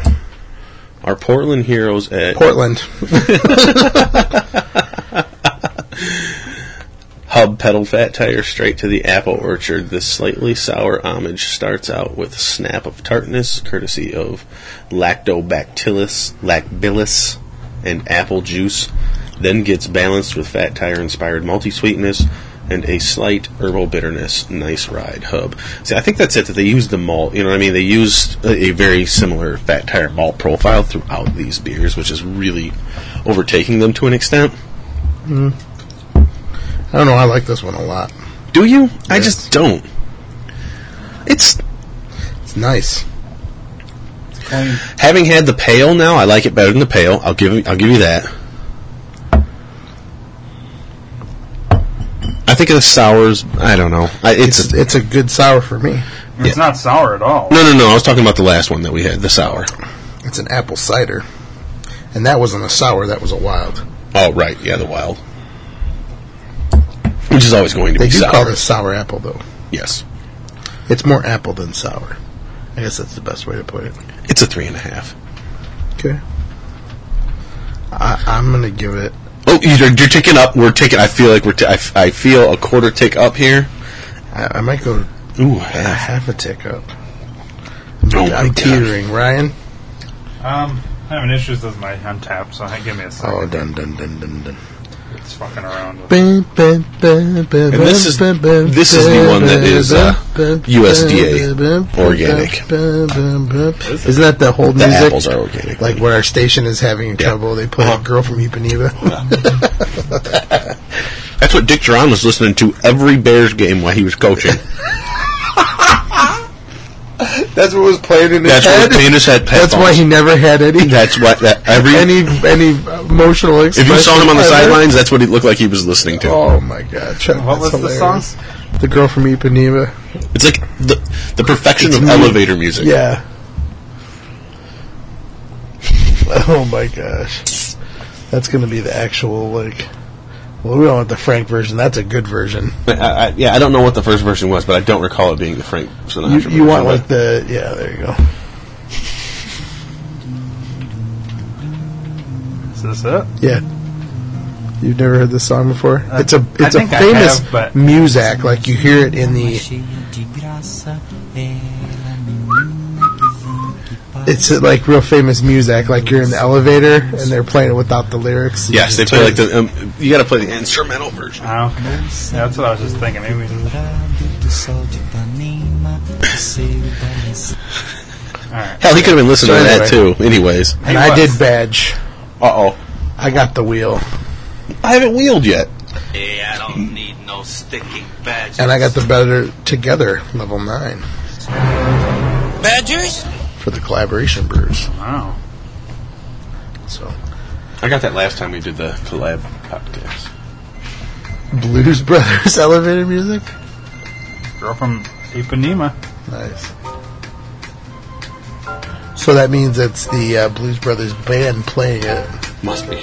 B: Our Portland heroes at
A: Portland.
B: Hub pedal fat tire straight to the apple orchard. This slightly sour homage starts out with a snap of tartness, courtesy of Lactobacillus lactobacillus and apple juice, then gets balanced with fat tire inspired multi sweetness and a slight herbal bitterness. Nice ride, Hub. See, I think that's it. That they used the malt. You know what I mean? They used a, a very similar fat tire malt profile throughout these beers, which is really overtaking them to an extent.
A: I don't know. I like this one a lot.
B: Do you? I just don't. It's
A: It's nice.
B: having had the pale now, I like it better than the pale. I'll give I'll give you that. I think of the sours. I don't know. I, it's,
A: It's it's a good sour for me.
C: It's not sour at all.
B: no, no, no. I was talking about the last one that we had, the sour.
A: It's an apple cider, and that wasn't a sour. That was a wild.
B: Oh, right, yeah, the wild, which is always going to
A: They
B: be
A: do
B: sour.
A: call this sour apple though.
B: Yes,
A: It's more apple than sour. I guess that's the best way to put it.
B: it's a three and a half.
A: Okay. I, I'm gonna give it.
B: Oh, you're, you're ticking up. We're ticking. I feel like we're. T- I, f- I feel a quarter tick up here.
A: I, I might go
B: Ooh,
A: a
B: half.
A: half a tick up.
B: Oh my
A: I'm
B: God.
A: teetering, Ryan.
C: Um, I'm having issues with my untapped, so give me a second.
A: Oh, dun dun dun dun dun.
C: It's fucking around. With
A: And this
B: is- this is the one that is, uh, USDA organic.
A: Isn't that the whole
B: The
A: music?
B: apples are organic.
A: Like when our station is having trouble, they
B: Uh-huh.
A: play a girl from Ipanema.
B: That's what Dick Duran was listening to every Bears game while he was
A: *laughs*
B: coaching.
A: That's what was playing in
B: *laughs* That's what Panis had.
A: That's why he never had any
B: *laughs* That's what that every.
A: any any emotional
B: if
A: expression.
B: you saw him on the
A: ever.
B: sidelines, that's what he looked like he was listening to.
A: oh my god! Chuck,
C: What
A: that's
C: was the
A: hilarious. The girl from Ipanema.
B: It's like the the perfection
A: It's
B: of
A: me.
B: elevator music.
A: *laughs* Yeah. Oh my gosh. That's going to be the actual, like, Well, we don't want the Frank version. That's a good version.
B: But I, I, yeah, I don't know what the first version was, but I don't recall it being the Frank Sinatra
A: You,
B: version.
A: you want
B: but-
A: like the yeah? There you go.
C: Is this it?
A: Yeah. You've never heard this song before?
C: Uh,
A: it's a
C: I
A: it's a
C: think I
A: famous
C: have, but-
A: music. Like you hear it in the it's uh, like real famous music. Like you're in the elevator and they're playing it without the lyrics.
B: Yes, they play like the. Um, you got to play the instrumental version.
C: Oh, okay. Yeah, that's what I was just thinking. Maybe. Alright.
B: Hell, he could have been listening
A: So
B: to that
A: anyway.
B: too. Anyways,
A: And
C: He
A: I
C: was.
A: did badge.
B: uh oh,
A: I got the wheel
B: I haven't wheeled yet.
F: Yeah, I don't need no sticking badges.
A: and I got the better together level nine
E: Badgers?
A: for the collaboration brewers.
C: Wow.
A: So
B: I got that last time we did the collab cocktails.
A: Blues Brothers *laughs* elevator music.
C: Girl from Ipanema.
A: Nice. So that means it's the uh, Blues Brothers band playing it.
B: Must be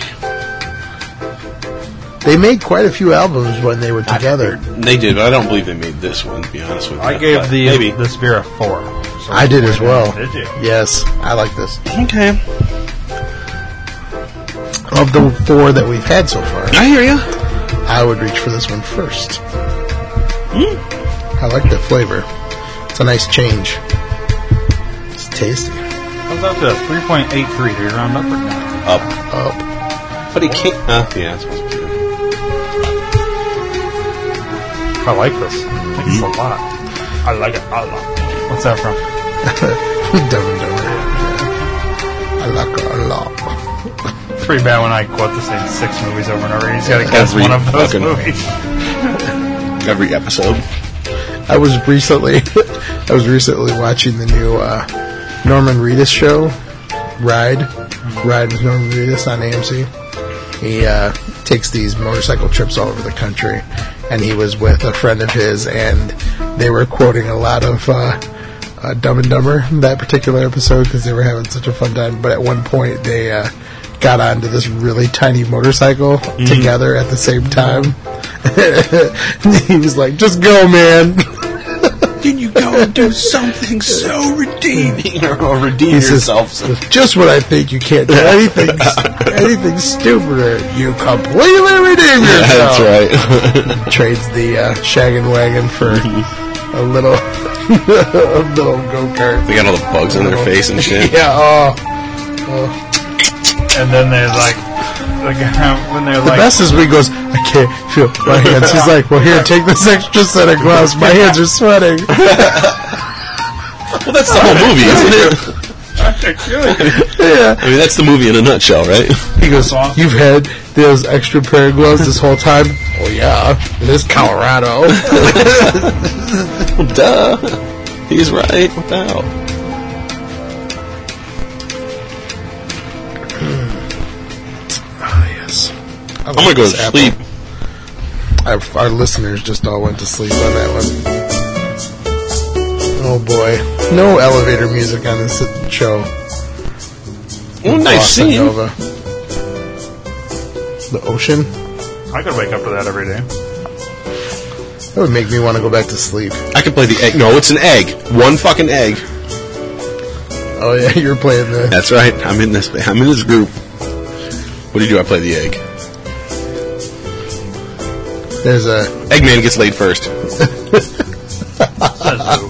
A: They made quite a few albums when they were together.
B: They did, but I don't believe they made this one. To be honest with you,
C: I gave
B: But
C: the
B: maybe.
C: this beer a four. So
A: I did as well.
C: Did you?
A: Yes, I like this.
B: okay,
A: Of the four that we've had so far,
B: I hear you.
A: I would reach for this one first.
B: Hmm.
A: I like the flavor. It's a nice change. It's tasty.
C: Comes out to three point eight three. Do you round up or not?
B: Up,
A: Oh, *laughs*
B: but he can't. Uh, yeah, it's supposed to be.
C: I like this. I think it's
A: Mm-hmm.
C: a lot. I like it a lot. What's that from?
A: dumb and dumber. I like it a lot.
C: It's pretty bad when I quote the same six movies over and over. You just gotta guess
B: Every
C: one of those
B: fucking-
C: movies.
B: Every episode.
A: I was recently, *laughs* I was recently watching the new uh, Norman Reedus show, Ride. Ride with Norman Reedus on AMC. He uh, takes these motorcycle trips all over the country, and he was with a friend of his, and they were quoting a lot of uh, uh, Dumb and Dumber in that particular episode because they were having such a fun time. But at one point, they uh, got onto this really tiny motorcycle together at the same time. *laughs* And he was like, "Just go, man."
B: Did you go and do something so *laughs* redeeming or redeem
A: He says,
B: yourself?
A: Just when I think you can't
B: *laughs*
A: do anything, anything stupider, you completely redeem yourself.
B: That's right.
A: Trades the uh, shaggin' wagon for a little, *laughs* a little go kart.
B: *laughs* they got all the bugs on their face and shit.
A: Yeah. Oh,
C: And then there's like, like when they're
A: the
C: like,
A: best is when he goes, I can't feel my hands. He's like, Well, here, take this extra set of gloves. My hands are sweating.
B: Well, that's the whole movie, isn't it?
A: *laughs*
B: I mean, that's the movie in a nutshell, right? *laughs*
A: He goes, You've had those extra pair of gloves this whole time? Oh yeah, it is
B: *laughs*
A: Colorado.
B: Well, duh. He's right. What the hell?
A: Ah, yes. I
B: I'm gonna go to sleep.
A: Our, our listeners just all went to sleep on that one. Oh boy, no elevator music on this show.
B: Well,
A: Bossa
B: nice scene.
A: Nova. The ocean.
C: I could wake up to that every day.
A: That would make me want to go back to sleep.
B: I could play the egg. No, it's an egg. One fucking egg.
A: Oh yeah, *laughs* you're playing the.
B: That's right. I'm in this. I'm in this group. What do you do? I play the egg.
A: There's a.
B: Eggman gets laid first.
C: Says who?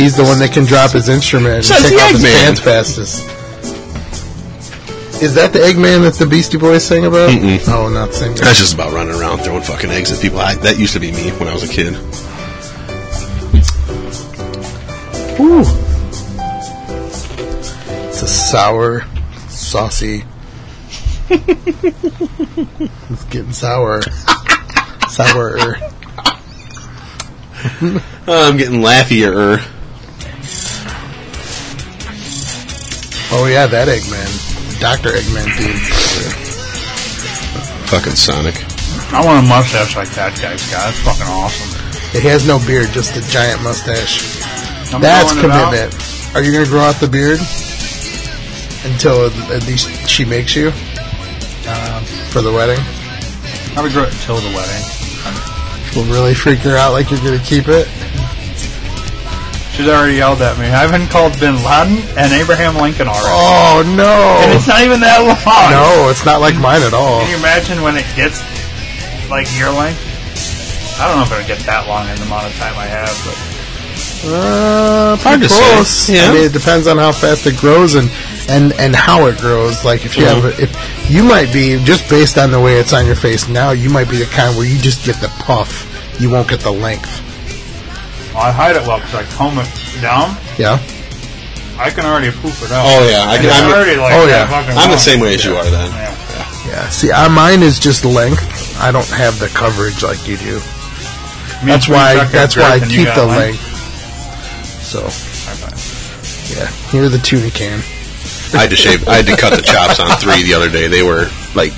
A: He's the one that can drop his instrument and
B: Says
A: take
B: the
A: off his
B: Eggman.
A: pants fastest. Is that the Eggman that the Beastie Boys sang about?
B: Mm-mm.
A: Oh, not singing.
B: That's just about running around throwing fucking eggs at people. I, that used to be me when I was a kid.
A: Ooh. It's a sour, saucy. it's getting sour. Sour.
B: Oh, I'm getting laughier.
A: Oh yeah, that Eggman. Dr. Eggman theme.
B: Fucking Sonic.
C: I want a mustache like that guy's got. That's fucking awesome.
A: It has no beard, just a giant mustache.
C: I'm
A: That's
C: growing it out.
A: commitment. Are you gonna grow out the beard? Uh, Until at least she makes you? For the wedding?
C: I regret it till the wedding.
A: Will really freak her out like you're going to keep it?
C: She's already yelled at me. I've been called Bin Laden and Abraham Lincoln already.
A: Oh, no.
C: And it's not even that long.
A: no, it's not like mine at all.
C: Can you imagine when it gets like your length? I don't know if it'll get that long in the amount of time I have, but
A: Uh,
B: Hard
A: pretty
B: to say.
A: close.
B: Yeah.
A: I mean, it depends on how fast it grows and and and how it grows. Like if you
B: Mhm.
A: have, a- if you might be just based on the way it's on your face now, you might be the kind where you just get the puff. You won't get the length.
C: well, I hide it well because I comb it down.
A: Yeah.
C: I can already poof it out.
B: Oh, yeah, I
C: And
B: can-
C: it's
B: I'm-
C: already like
A: oh,
C: that
A: yeah.
C: fucking
B: I'm the
C: long.
B: same way as you are then.
C: Yeah.
A: Yeah. See, I, mine is just length. I don't have the coverage like you do.
C: Me
A: That's
C: and Queen
A: why.
C: Chuck got
A: That's why I
C: girth and you
A: keep
C: got
A: the
C: length.
A: length. So. Yeah, you're the tuna can.
B: I had to shave. I had to cut the chops on three the other day. They were like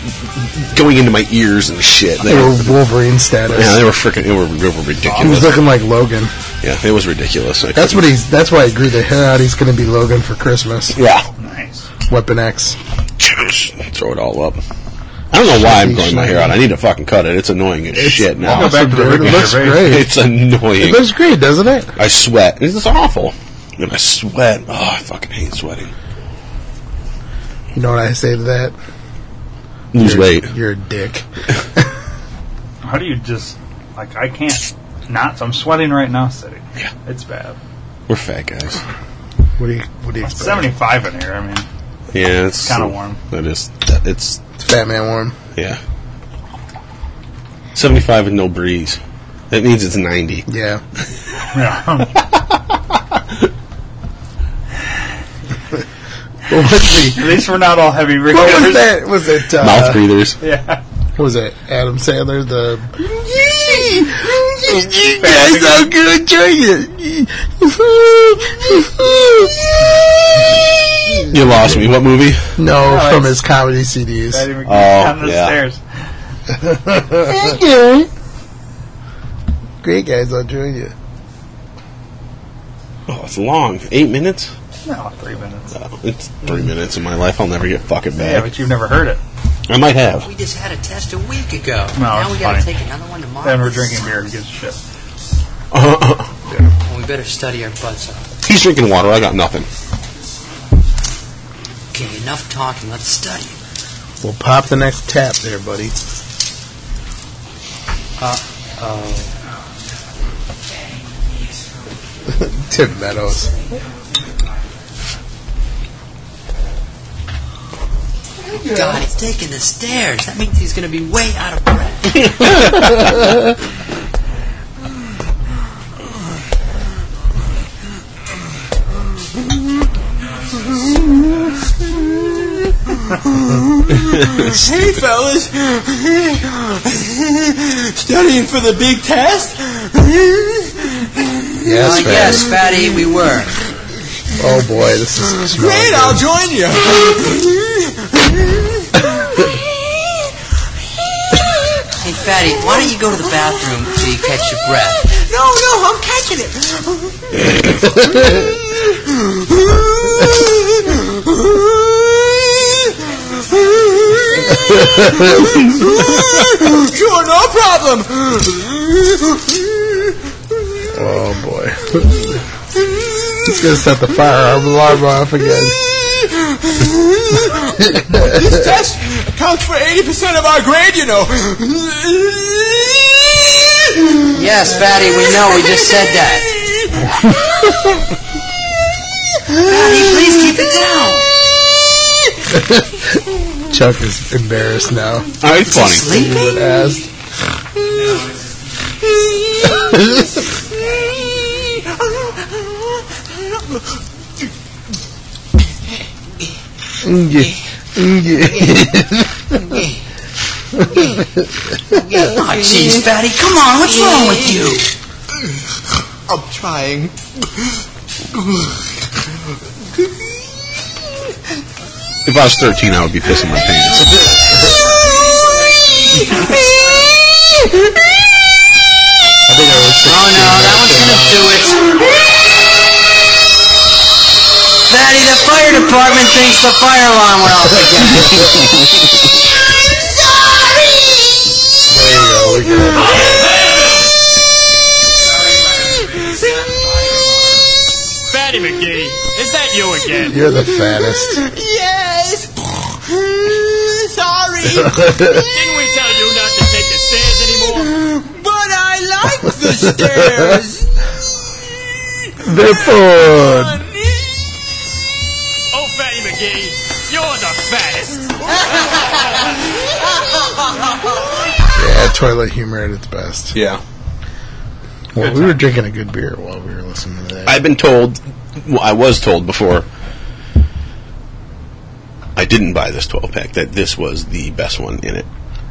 B: going into my ears and shit. They
A: They
B: were,
A: were Wolverine status.
B: yeah, they were freaking. They were, they were
A: he was
B: ridiculous.
A: looking like Logan.
B: Yeah, it was ridiculous. I
A: That's
B: couldn't-
A: what he's. That's why I grew the hair out. He's going to be Logan for Christmas.
B: Yeah,
C: Nice.
A: Weapon X.
B: throw it all up. I don't know why I'm growing my hair out. I need to fucking cut it. It's annoying as shit now.
C: Go back to the
A: Dude,
C: Ricky
A: it looks
C: Gervais.
A: great.
B: *laughs* It's
A: It
B: annoying.
A: looks great, doesn't it?
B: I sweat. This is awful. And I sweat. Oh, I fucking hate sweating.
A: You know what I say to that?
B: Lose weight.
A: You're a dick.
C: How do you just like? I can't. Not. I'm sweating right now, sitting.
B: Yeah.
C: It's bad.
B: We're fat guys.
A: What do you? What do you
C: It's
A: expect?
C: 75 in here. I mean, *laughs*
B: Yeah, it's
C: Kinda warm.
B: It is. It's
A: It's Fat man warm.
B: yeah. Seventy-five and no breeze. That means it's ninety.
C: *laughs*
A: Yeah.
C: yeah.
A: What was
C: at
A: the?
C: least we're not all heavy riggers.
A: What was that? Was it? Uh,
B: Mouth *laughs* breathers.
C: *laughs* Yeah.
A: what was it Adam Sandler? The. you
C: guys are
A: gonna enjoy it.
B: You lost me. What movie?
A: No,
C: No,
A: from
C: it's-
A: his comedy CDs.
C: Not even
B: Oh,
C: down the
B: yeah.
C: stairs.
A: Great guys, I'll join you.
B: Oh, it's long. Eight minutes.
C: No, three minutes.
B: Oh, it's three minutes of my life. I'll never get fucking
C: Yeah,
B: back.
C: but you've never heard it.
B: I might have. *laughs*
G: We just had a test a week ago.
C: No,
G: now
C: it's
G: we gotta
C: funny.
G: take another one tomorrow.
C: Then we're drinking beer. Who gives a shit?
G: And we better study our butts off.
B: He's drinking water. I got nothing.
G: Okay, enough talking. Let's study.
A: We'll pop the next tap there, buddy. Uh,
G: Oh,
A: Tim Meadows.
G: God, he's taking the stairs. That means he's gonna be way out of breath.
H: Hey, fellas! Studying for the big test?
A: Yes,
G: Uh,
A: man.
G: yes, fatty, we were.
A: Oh boy, this is smelling
H: Great,
A: good.
H: I'll join you!
G: Hey, fatty, why don't you go to the bathroom till you catch your breath?
H: No, no, I'm catching it! sure, no problem!
A: Oh boy. He's gonna set the firearm alarm off again.
H: This test accounts for 80% of our grade, you know!
G: Yes, fatty, we know. We just said that. fatty, please keep it down.
A: Chuck is embarrassed now.
B: All right, Uh, funny.
G: Sleeping?
A: Asked. Nge, nge.
G: Oh, jeez, fatty, come on. What's wrong with you?
H: I'm trying.
B: If I was thirteen, I would be pissing my pants.
G: Oh no, that one's gonna do it. Fatty, the fire department thinks the fire alarm went off again.
C: you again.
A: You're the fattest.
H: Yes! Sorry,
I: Didn't we tell you not to take the stairs anymore?
H: but I like the stairs.
A: They're fun.
I: Oh, Fatty McGee, you're the fattest.
A: Yeah, toilet humor at its best.
B: Yeah.
A: Well, we were drinking a good beer while we were listening to that.
B: I've been told, well, I was told before, I didn't buy this 12 pack, that this was the best one in it.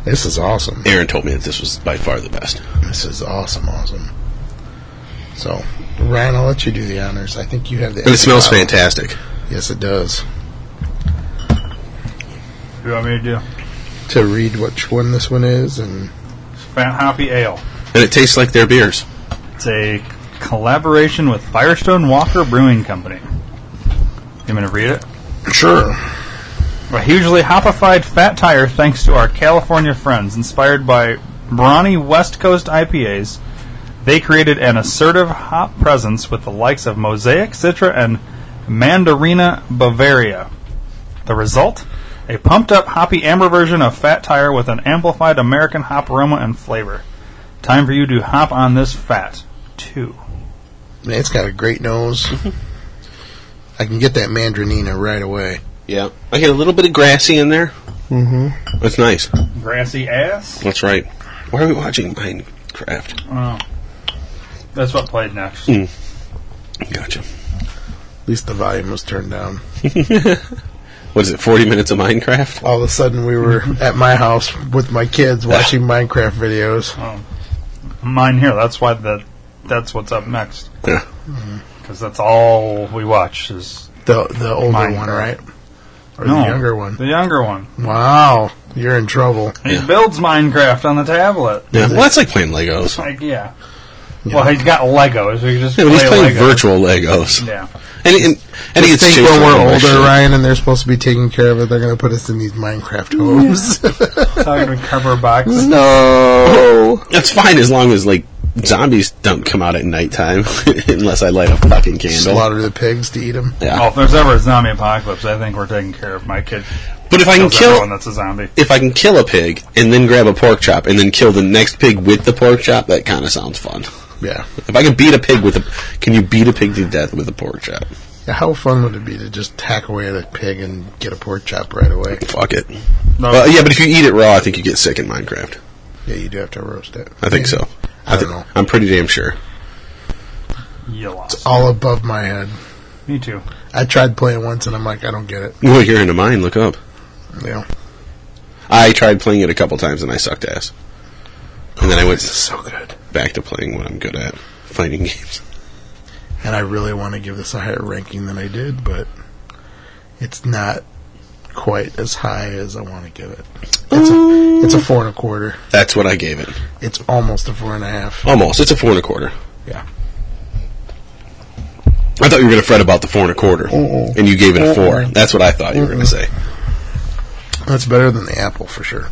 A: this is awesome.
B: Aaron told me that this was by far the best.
A: This is awesome, awesome. So, Ryan, I'll let you do the honors. I think you have the.
B: And it smells
A: bottle.
B: fantastic.
A: Yes, it does.
C: What do you want me to do?
A: To read which one this one is, and
C: Fat Hoppy Ale.
B: And it tastes like their beers.
C: It's a collaboration with Firestone Walker Brewing Company. You want me to read it?
A: sure,
C: A hugely hopified fat tire thanks to our California friends. Inspired by brawny West Coast IPAs, they created an assertive hop presence with the likes of Mosaic, Citra, and Mandarina Bavaria. The result? A pumped up hoppy amber version of Fat Tire with an amplified American hop aroma and flavor. Time for you to hop on this fat, too.
A: man, it's got a great *laughs* nose. I can get that mandarinina right away.
B: Yeah. I get a little bit of grassy in there. Mm-hmm. That's nice.
C: Grassy ass?
B: That's right. Why are we watching Minecraft?
C: Oh. That's what played next.
B: Hmm. Gotcha.
A: At least the volume was turned down.
B: What is it, 40 minutes of Minecraft?
A: All of a sudden, we *laughs* were at my house with my kids *laughs* watching Minecraft videos.
C: mine here. That's why the that's what's up next
B: Yeah.
C: because that's all we watch is
A: The the older
C: Minecraft.
A: one, right? Or
C: No.
A: the younger one?
C: the younger one.
A: Wow, you're in trouble.
C: He builds Minecraft on the tablet.
B: yeah. Well, that's like playing Legos.
C: Like yeah. Well, he's got Legos. We can just
B: Yeah,
C: play
B: but he's playing
C: Legos.
B: virtual Legos.
C: Yeah.
B: And, and, and he
A: I
B: gets
A: think
B: chased
A: when
B: around
A: we're
B: by
A: older,
B: shit.
A: Ryan, and they're supposed to be taking care of it, they're going to put us in these Minecraft homes.
C: Talking to cover
A: *laughs*
C: box.
A: no.
B: Oh. That's fine as long as like zombies don't come out at nighttime, *laughs* unless I light a fucking candle.
A: Slaughter the pigs to eat them.
B: *laughs*
A: *laughs*
B: Yeah.
C: Well, Oh, if there's ever a zombie apocalypse, I think we're taking care of my kid.
B: But if I can
C: Kills everyone
B: kill,
C: that's a zombie.
B: if I can kill a pig and then grab a pork chop and then kill the next pig with the pork chop, that kind of sounds fun.
A: Yeah.
B: If I can beat a pig with a, can you beat a pig to death with a pork chop?
A: Yeah, How fun would it be to just tack away at a pig and get a pork chop right away?
B: Fuck it.
C: No.
B: Well, yeah, but if you eat it raw, I think you get sick in Minecraft.
A: Yeah, you do have to roast it.
B: I think so.
A: I don't
B: thi-
A: know.
B: I'm pretty damn sure.
C: You lost.
A: All above my head.
C: Me too.
A: I tried playing once and I'm like, I don't get it.
B: Well, you're into mine. Look up.
A: Yeah.
B: I tried playing it a couple times and I sucked ass. And then I went
A: This is so good.
B: back to playing what I'm good at, fighting *laughs* games.
A: And I really want to give this a higher ranking than I did, but it's not quite as high as I want to give it. It's a, it's a four and a quarter.
B: That's what I gave it.
A: It's almost a four and a half.
B: Almost. It's a four and a quarter.
A: Yeah.
B: I thought you were going to fret about the four and a quarter, and you gave it a 4 That's what I thought you were going to say.
A: That's better than the apple for sure.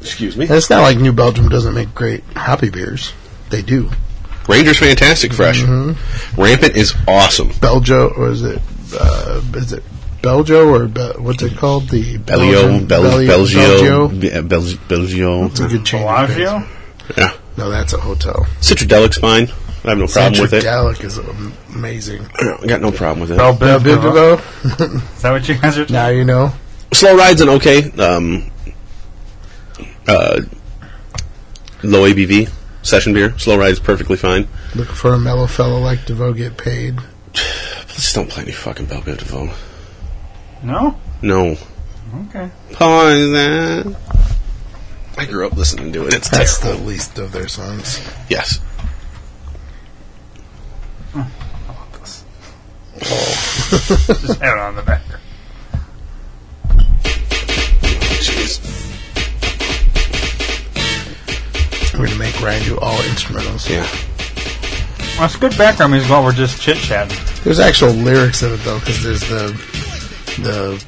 B: Excuse me.
A: And it's not like New Belgium doesn't make great hoppy beers. They do.
B: Ranger's fantastic fresh.
A: Mm-hmm.
B: Rampant is awesome.
A: Belgio, or is it, uh, is it Belgio or Be- what's it called? The Belgian-
B: Belio, Bel-
A: Belli-
B: Belgio,
A: Belgio?
B: Be- uh, Belgi-
A: It's a
B: Belgio.
A: good chain. of
C: Bellagio?
A: things.
B: Yeah,
A: No, that's a hotel.
B: Citradelic's fine. I have no problem with it.
A: Delic is am- amazing.
B: I got no problem with it.
C: Bell Biv Biv-
A: Bibibo,
C: Is that what you guys are talking
A: now you know.
B: Slow rides and okay. Um, uh, low ABV session beer. Slow rides perfectly fine.
A: Looking for a mellow fellow like DeVoe get paid.
B: Please don't play any fucking Bell Biv DeVoe.
C: No?
B: No.
C: Okay.
B: Poison. I grew up listening to it. It's
A: That's
B: terrible.
A: the least of their songs.
B: Yes.
C: Just have it on the back.
B: Jeez.
A: We're going to make Ryan do all instrumentals.
B: Yeah.
C: Well, it's good background music while we're just chit chatting.
A: There's actual lyrics in it, though, because there's the, the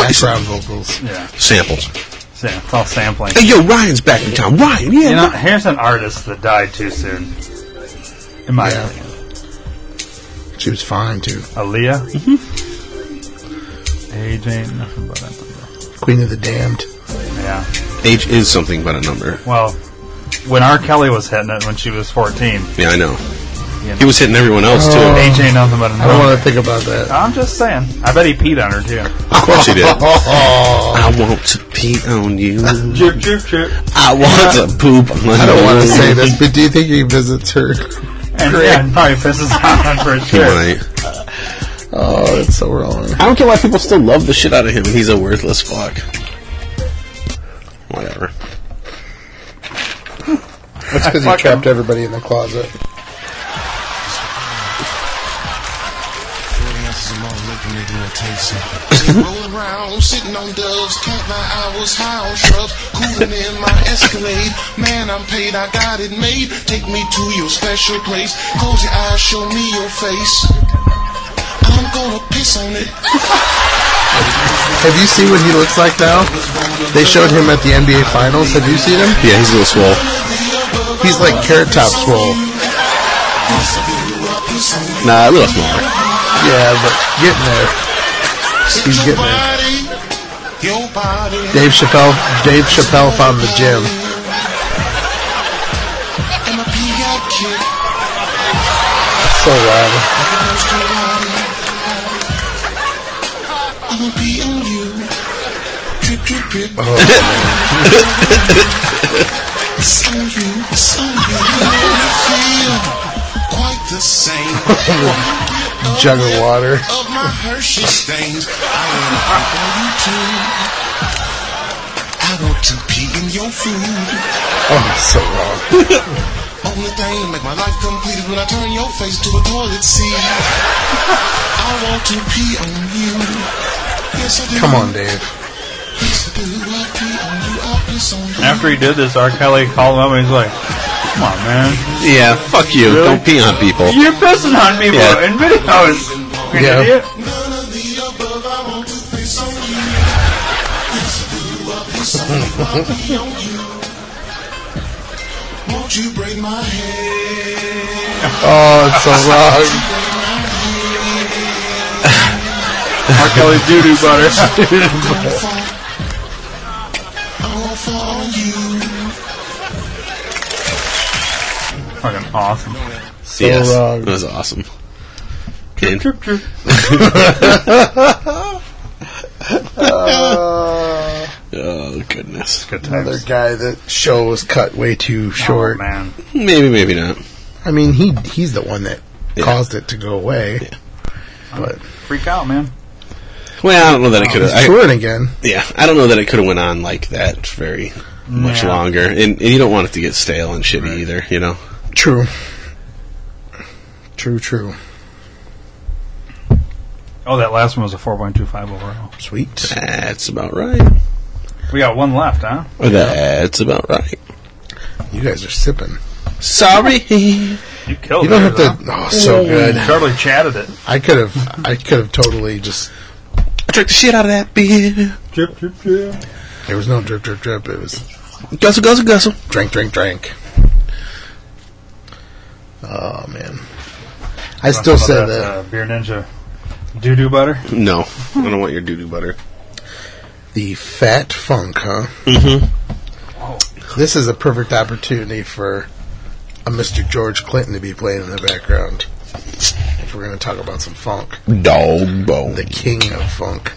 A: background vocals.
C: Yeah.
B: Samples.
C: So, it's all sampling.
B: Hey, yo, Ryan's back in town. Ryan, yeah.
C: You know,
B: Ry-
C: here's an artist that died too soon. In my
A: Yeah.
C: opinion.
A: She was fine too.
C: Aaliyah. Age ain't nothing but a number.
A: Queen of the Damned.
C: Yeah.
B: Age is something but a number.
C: Well, when R. Kelly was hitting it when she was 14,
B: Yeah, I know.
C: Yeah. Oh.
B: He was hitting everyone else too.
C: age ain't nothing but a
A: I don't
C: number.
A: want to think about that.
C: I'm just saying. I bet he peed on her too.
B: Of course
A: *laughs*
B: he did.
A: Oh,
B: I want to pee on you.
C: Chirp, chirp, chirp.
B: I want to poop on
A: I don't want to
B: you.
A: say this, but do you think he visits her?
C: And, yeah, and probably pisses on her for a
B: He
C: sure.
B: might.
A: Oh, that's so wrong.
B: I don't get why people still love the shit out of him. He's a worthless fuck. Whatever.
A: That's because he trapped everybody in the closet.
D: Forty ounces of malt liquor make me a taste of. Rolling around, sitting on doves, counting my hours high on shrubs, cooling in my Escalade. Man, I'm paid, I got it made. Take me to your special place. Close your eyes, show me your face. I'm gonna piss on it.
A: Have you seen what he looks like now? They showed him at the NBA Finals. Have you seen him?
B: Yeah, he's a little swole.
A: He's like carrot top swole.
B: Nah, a little smaller.
A: Yeah, but getting there. He's
D: Your
A: getting there.
D: body, your body.
A: Dave Chappelle. Dave Chappelle found the gym.
D: I'm a pee-out kid.
A: So wild.
D: I'm gonna pee on you. Drip, drip, drip. so you, so you never feel quite the same.
A: *laughs* Jug of water.
D: Of my Hershey stains, I am up on you too. I want to pee in your food.
A: Oh, so wrong.
D: Only thing make my life complete is when I turn your face to a toilet seat. I want to pee on you. Yes, I do.
A: Come on, Dave.
D: Yes, I do. I pee on you. I piss on you.
C: After he did this, R. Kelly called him up and he's like, Come on, man.
B: Yeah, fuck you.
C: Really?
B: Don't pee on people.
C: You're pissing on people
B: Yeah.
C: in videos. You
A: Yeah.
C: idiot.
D: None of the above. I want to piss on you. Yes, I do. I piss on you. I pee on you. Won't you break my head?
A: Oh, it's so wrong.
C: R. Kelly's doo doo butter.
D: I'm fall. I'm fall on you.
C: Fucking awesome.
B: So
A: wrong.
B: That was awesome. And oh goodness.
C: Good
A: Another
C: times.
A: guy that show was cut way too
C: Oh,
A: short.
C: man.
B: Maybe, maybe not.
A: I mean, he he's the one that
B: Yeah.
A: caused it to go away. But
C: Freak out, man.
B: Well, I don't know that it could
A: he's
B: have.
A: touring again.
B: Yeah, I don't know that it could have went on like that very much
C: Yeah.
B: longer. And, and you don't want it to get stale and shitty either. You know.
A: True. True. True.
C: Oh, that last one was a 4.25 overall.
A: Sweet.
B: That's about right.
C: We got one left, huh?
B: Or That's about right.
A: You guys are sipping.
B: Sorry.
C: You killed
A: You don't have
C: it.
A: to. Oh, so good.
C: Totally chatted it.
A: I could have. I could have totally just.
B: I drank the shit out of that beer.
C: Drip, drip, drip.
A: There was no drip, drip, drip. It was
B: Guzzle, guzzle, guzzle.
A: drink, drink, drink. Oh man, I still
C: Some of
A: said that.
C: Uh, Beer Ninja doo doo butter.
B: No, I don't want your doo doo butter.
A: The Fat Funk, huh? Mm-hmm. This is a perfect opportunity for a Mr. George Clinton to be playing in the background. If we're going to talk about some funk,
B: Dog bone.
A: the king of funk.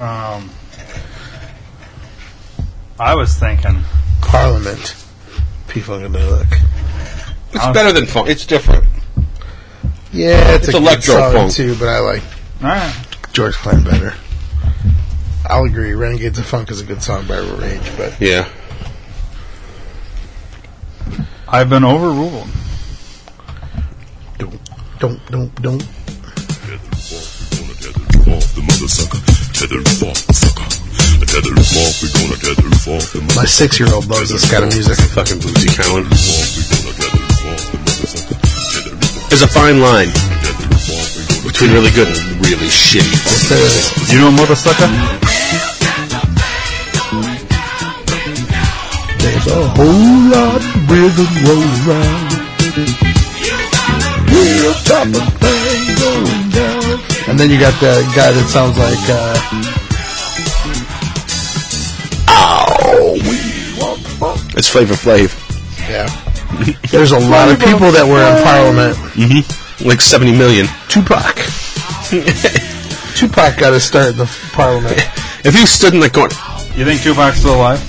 C: Um, I was thinking.
A: Parliament. P Funkadelic.
B: It's better than funk. It's different.
A: Yeah, it's,
B: It's
A: a good
B: electro
A: song
B: funk.
A: too, but I like
C: All right.
A: George Clinton better. I'll agree. Renegades of Funk is a good song by Rage, but
B: Yeah.
C: I've been overruled.
A: don't, don't, don't, don't. My six-year-old loves this kind of music.
B: Fucking boozy Collin. There's a fine line between really good and really shitty.
A: It says,
C: You know mother sucker?
A: There's a whole lot of rhythm rolling around. We're on top of things going down. And then you got the guy that sounds like, uh, Oh, we want funk.
B: It's Flavor Flav.
A: Yeah. There's a lot of people that were in Parliament.
B: Mm-hmm. Like 70 million.
A: Tupac. Tupac got to start in the
B: *laughs*
A: Parliament.
B: If you stood in the corner,
C: You think Tupac's still alive?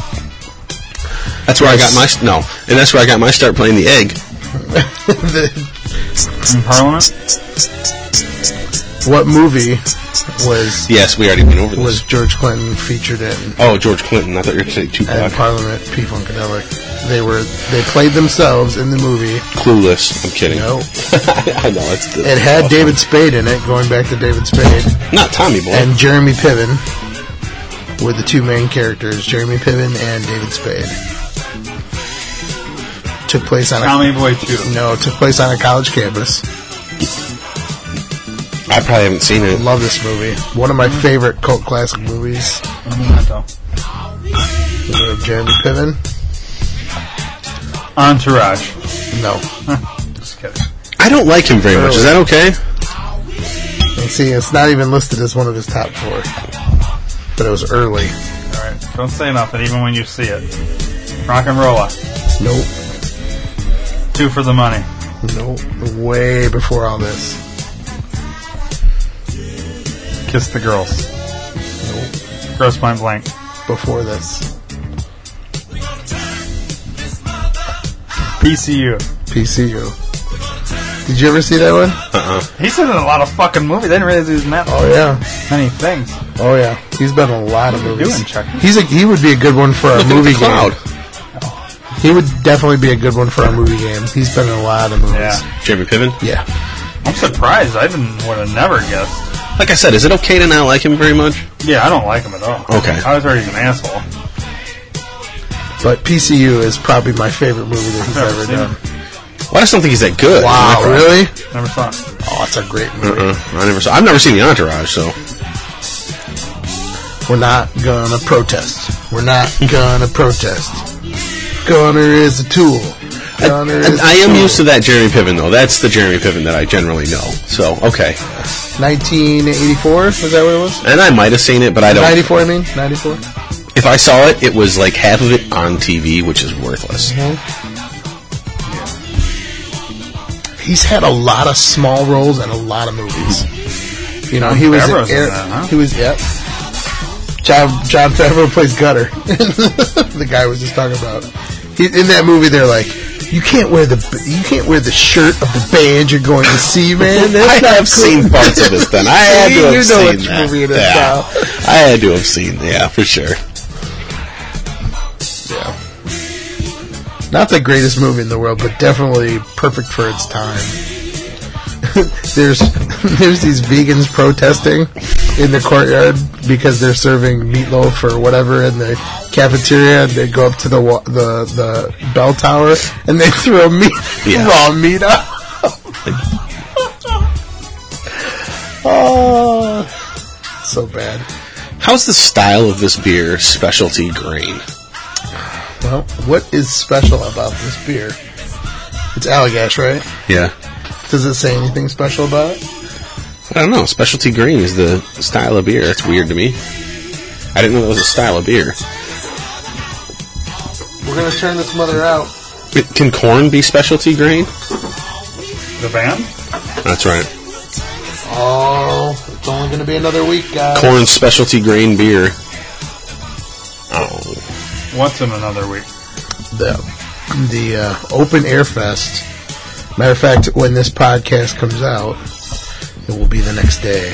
B: that's where I got my, s- no, and that's where I got my start playing the egg.
A: The-
C: In Parliament?
A: what movie was
B: Yes, we already went over this.
A: was George Clinton featured in?
B: Oh, George Clinton. I thought you were going to say Tupac.
A: and Parliament P Funkadelic. They were they played themselves in the movie.
B: Clueless. I'm kidding.
A: No,
B: *laughs* I know, it's the-
A: it had David Spade in it. Going back to David Spade
B: Not Tommy Boy.
A: and Jeremy Piven were the two main characters. Jeremy Piven and David Spade took place on a
C: Tommy Boy 2.
A: no it took place on a college campus.
B: I probably haven't seen it.
A: Love this movie. One of my favorite cult classic movies. Jeremy Piven.
C: Entourage. *laughs*
A: No,
C: Just kidding.
B: I don't like him very much. Is that okay?
A: and see, it's not even listed as one of his top four, but it was early.
C: Alright, don't say nothing even when you see it. Rock and rolla.
A: Nope.
C: Two for the money.
A: No, way before all this.
C: Kiss the girls.
A: Nope,
C: Gross point blank.
A: before this.
C: PCU.
A: PCU. Did you ever see that one?
C: He's been in a lot of fucking movies. They didn't realize he was in that
A: Oh yeah,
C: many things.
A: oh yeah. He's been in a lot of movies.
C: doing, Chuck?
A: He's a he would be a good one for our
B: Look at
A: movie
B: the
A: game.
B: cloud.
A: He would definitely be a good one for our movie games. He's been in a lot of movies.
C: Yeah.
B: Jeremy Piven.
A: Yeah,
C: I'm surprised. I didn't would have never guessed.
B: Like I said, is it okay to not like him very much?
C: Yeah, I don't like him at all.
B: Okay.
C: I was already an asshole.
A: but PCU is probably my favorite movie that he's
C: Never
A: ever
C: seen
A: done.
B: Well, I just don't think he's that good.
A: Wow, really?
C: Never saw it.
A: Oh, it's a great movie.
B: Uh, I never saw. I've never seen the Entourage, so
A: We're not gonna protest. We're not gonna protest. Gunner is a tool. Gunner
B: and
A: is
B: I
A: a
B: am
A: tool.
B: used to that Jeremy Piven though. That's the Jeremy Piven that I generally know. So okay,
A: 1984 was that what it was
B: and I might have seen it, but I don't.
A: 94 i mean 94
B: If I saw it, it was like half of it on TV, which is worthless.
A: he's had a lot of small roles and a lot of movies you know he was in
C: Favreau's in
A: Air-
C: that, huh?
A: he was yep John John Favreau plays Gutter *laughs* the guy was just talking about he, in that movie they're like you can't wear the you can't wear the shirt of the band you're going to see man That's
B: I
A: not
B: have
A: cool.
B: seen parts of this. Then
A: *laughs*
B: I had
A: You
B: to have
A: know
B: seen
A: which
B: that.
A: movie it is
B: yeah.
A: now.
B: I had to have seen. Yeah, for sure.
A: Yeah. Not the greatest movie in the world, but definitely perfect for its time. *laughs* there's *laughs* there's these vegans protesting in the courtyard because they're serving meatloaf or whatever in the cafeteria. And they go up to the wa- the the bell tower and they *laughs* throw meat
B: Yeah.
A: raw meat up. oh, so bad.
B: How's the style of this beer specialty green?
A: Well, what is special about this beer? It's Allagash, right?
B: Yeah.
A: Does it say anything special about it?
B: I don't know. Specialty green is the style of beer. That's weird to me. I didn't know that was a style of beer.
A: We're gonna turn this mother out.
B: It- can corn be specialty green?
C: The band?
B: That's right.
A: Oh, it's only gonna be another week, guys.
B: Corn specialty green beer. Oh.
C: What's in another week?
A: The the uh, open air fest. Matter of fact, when this podcast comes out, it will be the next day.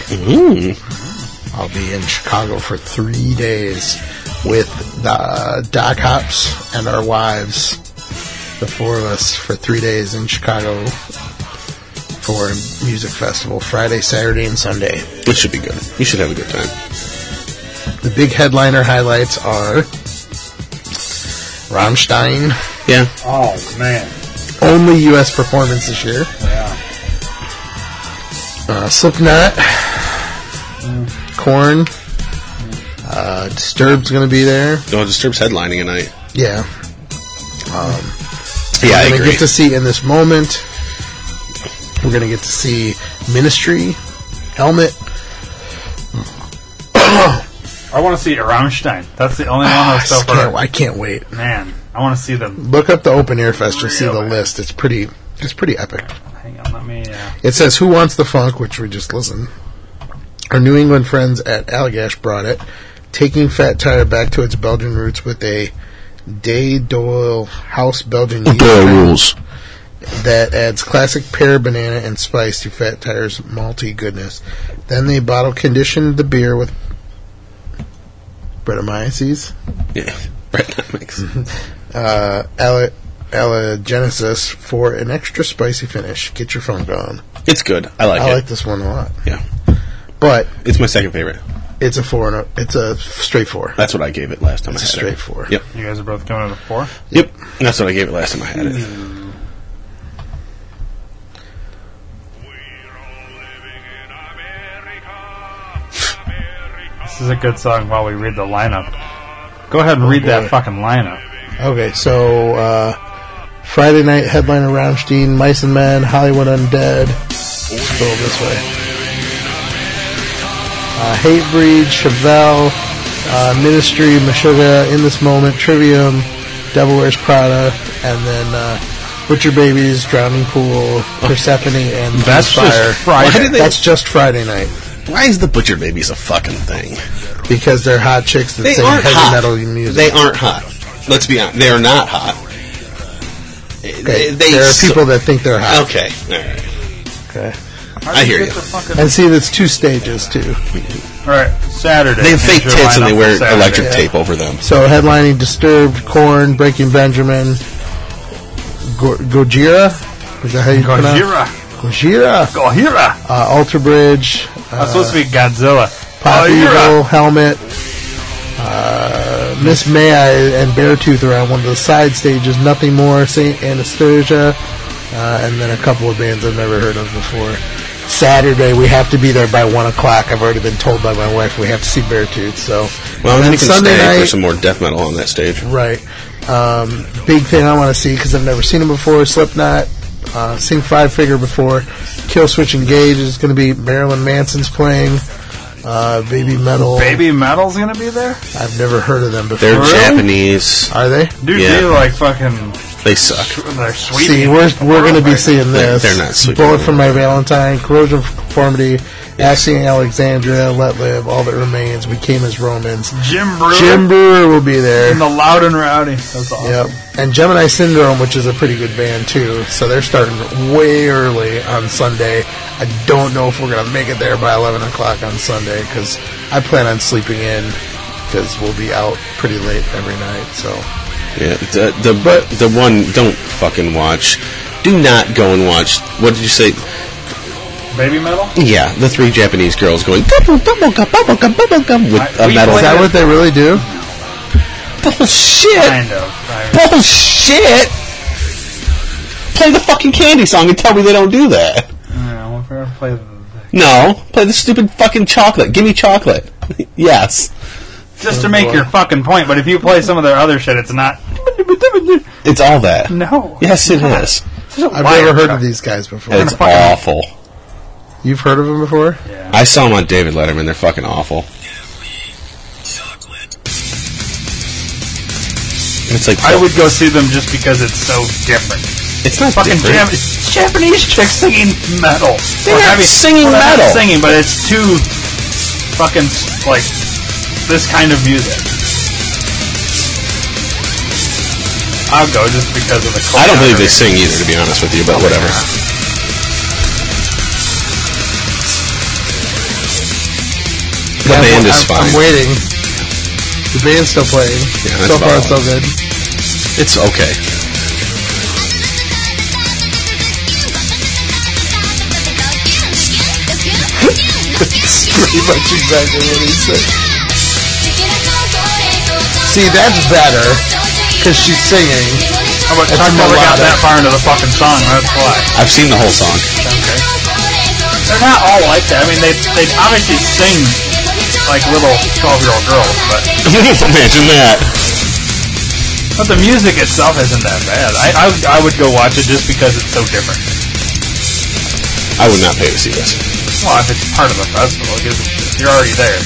A: I'll be in Chicago for three days with the uh, Doc Hops and our wives, the four of us, for three days in Chicago for a music festival Friday, Saturday, and Sunday.
B: It should be good. You should have a good time.
A: The big headliner highlights are Rammstein,
B: Yeah.
C: Oh, man.
A: only U.S. performance this year. Uh, Slipknot, Corn, uh, Disturbed's going to be there.
B: No, Disturb's headlining tonight.
A: Yeah,
B: Yeah, I
A: we're gonna
B: agree.
A: get to see in this moment. We're gonna get to see Ministry, Helmet.
C: I want to see Rammstein. That's the only one
A: Ah, I,
C: that's so
A: just
C: far.
A: can't, I can't wait.
C: Man, I want to see them.
A: Look up the Open Air Fest. You'll see the
C: Really?
A: list. It's pretty. It's pretty epic.
C: Hang on, let me. Uh,
A: It says, "Who wants the funk?" Which we just listened. Our New England friends at Allagash brought it, taking Fat Tire back to its Belgian roots with a Day Doyle House Belgian yeast
B: Doyle
A: blend
B: rules.
A: that adds classic pear, banana, and spice to Fat Tire's malty goodness. Then they bottle conditioned the beer with Brettanomyces,
B: Yeah, *laughs* right. That makes
A: uh, Alla- Allagenesis for an extra spicy finish. Get your funk on.
B: it's good. I like
A: I
B: it.
A: like this one a lot,
B: yeah,
A: but
B: it's my second favorite.
A: It's a four and a, it's a straight four.
B: That's what I gave it last time
A: It's a
B: I had
A: straight
B: it.
A: four.
B: Yep,
C: you guys are both coming out of four.
B: yep. That's what I gave it last time I had it.
A: Mm.
C: This is a good song while we read the lineup. Oh, Go ahead and read that fucking lineup.
A: *laughs* Okay, so uh, Friday night headliner Rammstein, Mice and Men, Hollywood Undead. Let's go this way. Uh, Hatebreed, Chevelle, uh, Ministry, Meshuggah, In This Moment, Trivium, Devil Wears Prada, and then uh, Butcher Babies, Drowning Pool, Persephone, and
B: *laughs* That's
A: Fire.
B: just Friday. Why did they-
A: That's just Friday night
B: Why is the butcher babies a fucking thing?
A: because they're hot chicks that
B: They
A: sing
B: aren't
A: heavy
B: hot.
A: metal music.
B: They aren't hot. Let's be honest. They are not hot.
A: Okay, there are
B: so-
A: people that think they're hot.
B: Okay. All right.
A: Okay.
B: I hear you.
A: And see, that's two stages too.
C: All right, Saturday.
B: They have
C: Here's
B: fake
C: your
B: tits and
C: lineup
B: they
C: for
B: wear
C: Saturday.
B: electric tape over them.
A: So headlining: Disturbed, Corn, Breaking Benjamin, Go- Gojira. Is that how you pronounce? Gojira.
C: Gojira, Gojira.
A: Uh, Alter Bridge, uh,
C: That's supposed to be Godzilla.
B: Oh,
A: Pop
C: Gojira.
A: Evil, Helmet, uh, Miss May I, and Beartooth are on one of the side stages. Nothing more. Saint Anastasia, uh, and then a couple of bands I've never heard of before. Saturday we have to be there by one o'clock. I've already been told by my wife we have to see Beartooth. So
B: Well,
A: And
B: then
A: then
B: you can
A: Sunday
B: stay for
A: night-
B: some more death metal on that stage.
A: Right. Um, big thing I want to see because I've never seen them before. Slipknot, uh, seen Five Figure before. Kill Switch Engage is going to be Marilyn Manson's playing. Uh, Baby Metal.
C: Baby Metal's gonna be there.
A: I've never heard of them before.
B: They're
C: Really?
B: Japanese.
A: Are they?
C: Dude,
B: Yeah.
C: they like fucking.
B: They suck.
C: They're sweet.
A: See, we're we're going to be seeing
B: They're-
A: this.
B: they're not sweet.
A: Bullet for My Valentine, Corrosion of Conformity, Axiom Alexandria, Let Live, All That Remains, We Came as Romans.
C: Jim Brewer
A: Jim Brewer will be there.
C: and the Loud and Rowdy. That's awesome.
A: Yep. And Gemini Syndrome, which is a pretty good band too. So they're starting way early on Sunday. I don't know if we're gonna make it there by eleven o'clock on Sunday because I plan on sleeping in because we'll be out pretty late every night. So
B: Yeah, the the
A: But-
B: the one don't fucking watch. Do not go and watch. What did you say?
C: Baby Metal.
B: Yeah, the three Japanese girls going double double gum double gum double gum with
C: I-
B: a
C: we
B: metal.
A: is that what they really do?
B: bullshit?
C: Kind of. I-
B: Bullshit! Play the fucking candy song and tell me they don't do that.
C: I don't know if we're gonna play. The,
B: No, play the stupid fucking chocolate. Give me chocolate. *laughs* yes,
C: just to make your fucking point, but if you play some of their other shit, it's not.
B: it's all that.
C: No.
B: Yes, it is.
A: I've never heard of these guys before.
B: It's awful.
A: You've heard of them before?
B: I saw them on David Letterman. They're fucking awful. It's like
C: I would go see them just because it's so different.
B: It's not
C: Fucking
B: different.
C: Jam- Japanese chicks singing metal.
B: They're
C: Or
B: not
C: heavy-
B: singing
C: well, they're not
B: metal.
C: Singing, but it's too fucking like this kind of music. I'll go just because of the.
B: I don't believe they
C: choreography.
B: sing either, to be honest with you. But whatever. The
A: I'm-
B: band is
A: I'm,
B: fine.
A: I'm waiting. The band's still playing.
B: Yeah, that's
A: so far,
B: about
A: so
B: all.
A: good.
B: It's okay.
A: Pretty much exactly what he said. See, that's better because she's singing.
C: Oh, but
A: It's
C: I've never got
A: melodic.
C: that far into the fucking song. That's why
B: I've seen the whole song. *laughs*
C: they're not all like that. I mean, they they obviously sing like little twelve year old girls, but
B: Imagine that.
C: But the music itself isn't that bad. I, I, I would go watch it just because it's so different.
B: I would not pay to see this.
C: Well, if it's part of a festival, it gives a shit. you're already there.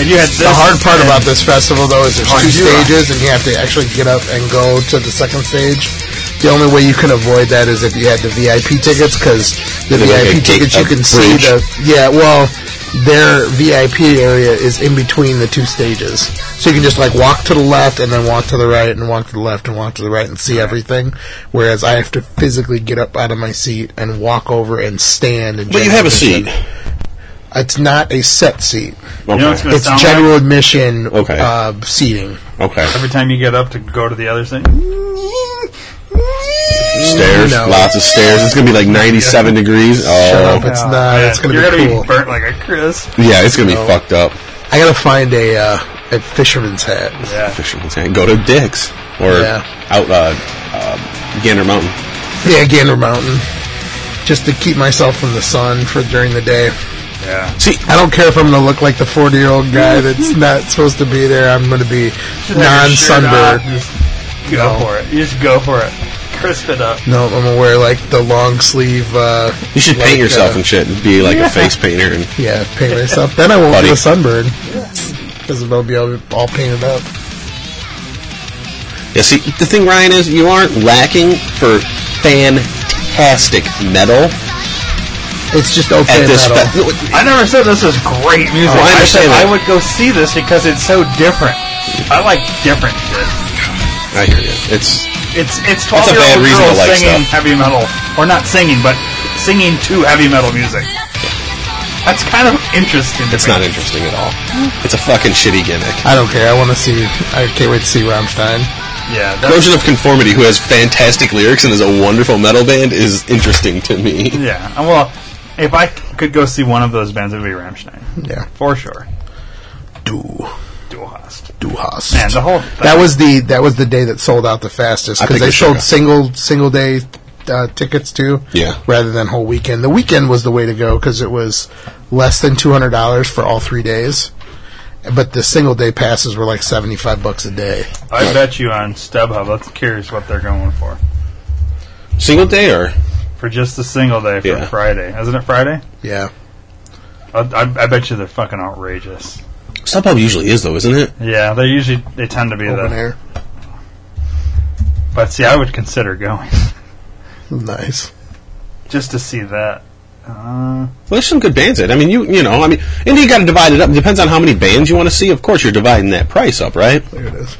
C: And you had this
A: The hard part about this festival, though, is there's
C: Oh,
A: two
C: you're right.
A: stages, and you have to actually get up and go to the second stage. The only way you can avoid that is if you had the VIP tickets, because the
B: There's like a
A: VIP
B: gate-
A: tickets you
B: a
A: can see
B: bridge.
A: the yeah. Well, their VIP area is in between the two stages, so you can just like walk to the left and then walk to the right and walk to the left and walk to the right and see everything. Whereas I have to physically get up out of my seat and walk over and stand. And
B: But you have a seat.
A: It's not a set seat.
B: Okay.
C: You know what's gonna
A: It's
C: sound
A: general admission
B: Okay.
A: uh, seating.
B: okay.
C: like every time you get up to go to the other thing.
B: Stairs.
A: No.
B: Lots of stairs. It's gonna be like 97 degrees. Oh.
A: Shut up, it's not.
C: man,
A: It's gonna
C: you're
A: be
C: gonna
A: cool.
C: be burnt like a crisp.
B: Yeah, it's gonna be fucked up.
A: I gotta find a uh, a fisherman's hat.
C: Yeah.
B: Fisherman's Hand. Go to Dick's or
A: Yeah.
B: out uh, uh, Gander Mountain.
A: Yeah, Gander Mountain, just to keep myself from the sun for during the day.
C: Yeah.
A: See, I don't care if I'm gonna look like the 40 year old guy that's not supposed to be there. I'm gonna be non sunburned.
C: Go
A: No.
C: for it. You just go for it. Crisp it up.
A: No, I'm gonna wear like the long sleeve. Uh,
B: You should
A: like,
B: paint yourself
A: uh,
B: and shit and be like a face painter. And
A: yeah, paint myself. Then I won't
B: Buddy.
A: get a sunburn because it'll be all, all painted up.
B: yeah, see the thing, Ryan, is you aren't lacking for fantastic metal
A: It's just okay
B: at this.
A: metal.
B: Fe-
C: I never said this was great music.
B: Oh, I understand
C: said
B: that.
C: I would go see this because it's so different. I like different shit.
B: I hear you. It's
C: It's it's twelve
B: That's a
C: year
B: bad
C: old
B: reason to
C: girls
B: like
C: singing
B: stuff.
C: heavy metal, or not singing, but singing to heavy metal music. That's kind of interesting. To
B: it's
C: me.
B: not interesting at all. It's a fucking shitty gimmick.
A: I don't care. I want to see. I can't wait to see Rammstein.
C: Yeah, that's,
B: Version of Conformity, who has fantastic lyrics and is a wonderful metal band, is interesting to me.
C: yeah. And Well, if I could go see one of those bands, it would be Rammstein
A: Yeah.
C: for sure.
A: Du,
C: Dual host.
A: du hast.
C: Man, the whole
A: That was the that was the day that sold out the fastest
B: I
A: because
B: think
A: they
B: it's
A: sold
B: okay.
A: single single day uh, tickets too.
B: Yeah.
A: rather than whole weekend. The weekend was the way to go because it was less than two hundred dollars for all three days, but the single day passes were like seventy five bucks a day.
C: I bet you on StubHub. I'm curious what they're going for
B: Single day or
C: for just a single day for
B: Yeah.
C: Friday, isn't it Friday?
A: Yeah,
C: I, I, I bet you they're fucking outrageous.
B: StubHub usually is though, isn't it?
C: Yeah, they usually they tend to be
A: open
C: the.
A: air,
C: But see, I would consider going *laughs*
A: nice.
C: just to see that. Uh,
B: Well, there's some good bands in. it. I mean, you you know, I mean, and you got to divide it up. It depends on how many bands you want to see. Of course, you're dividing that price up, right?
A: There it is.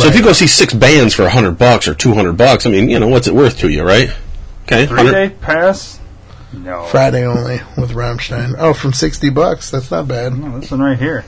B: So if you go see six bands for hundred bucks or two hundred bucks, I mean, you know, what's it worth to you, right? Okay,
C: three
B: 100
C: day pass? No.
A: Friday only with Rammstein. Oh, from sixty bucks. That's not bad. You
C: Oh, this one right here.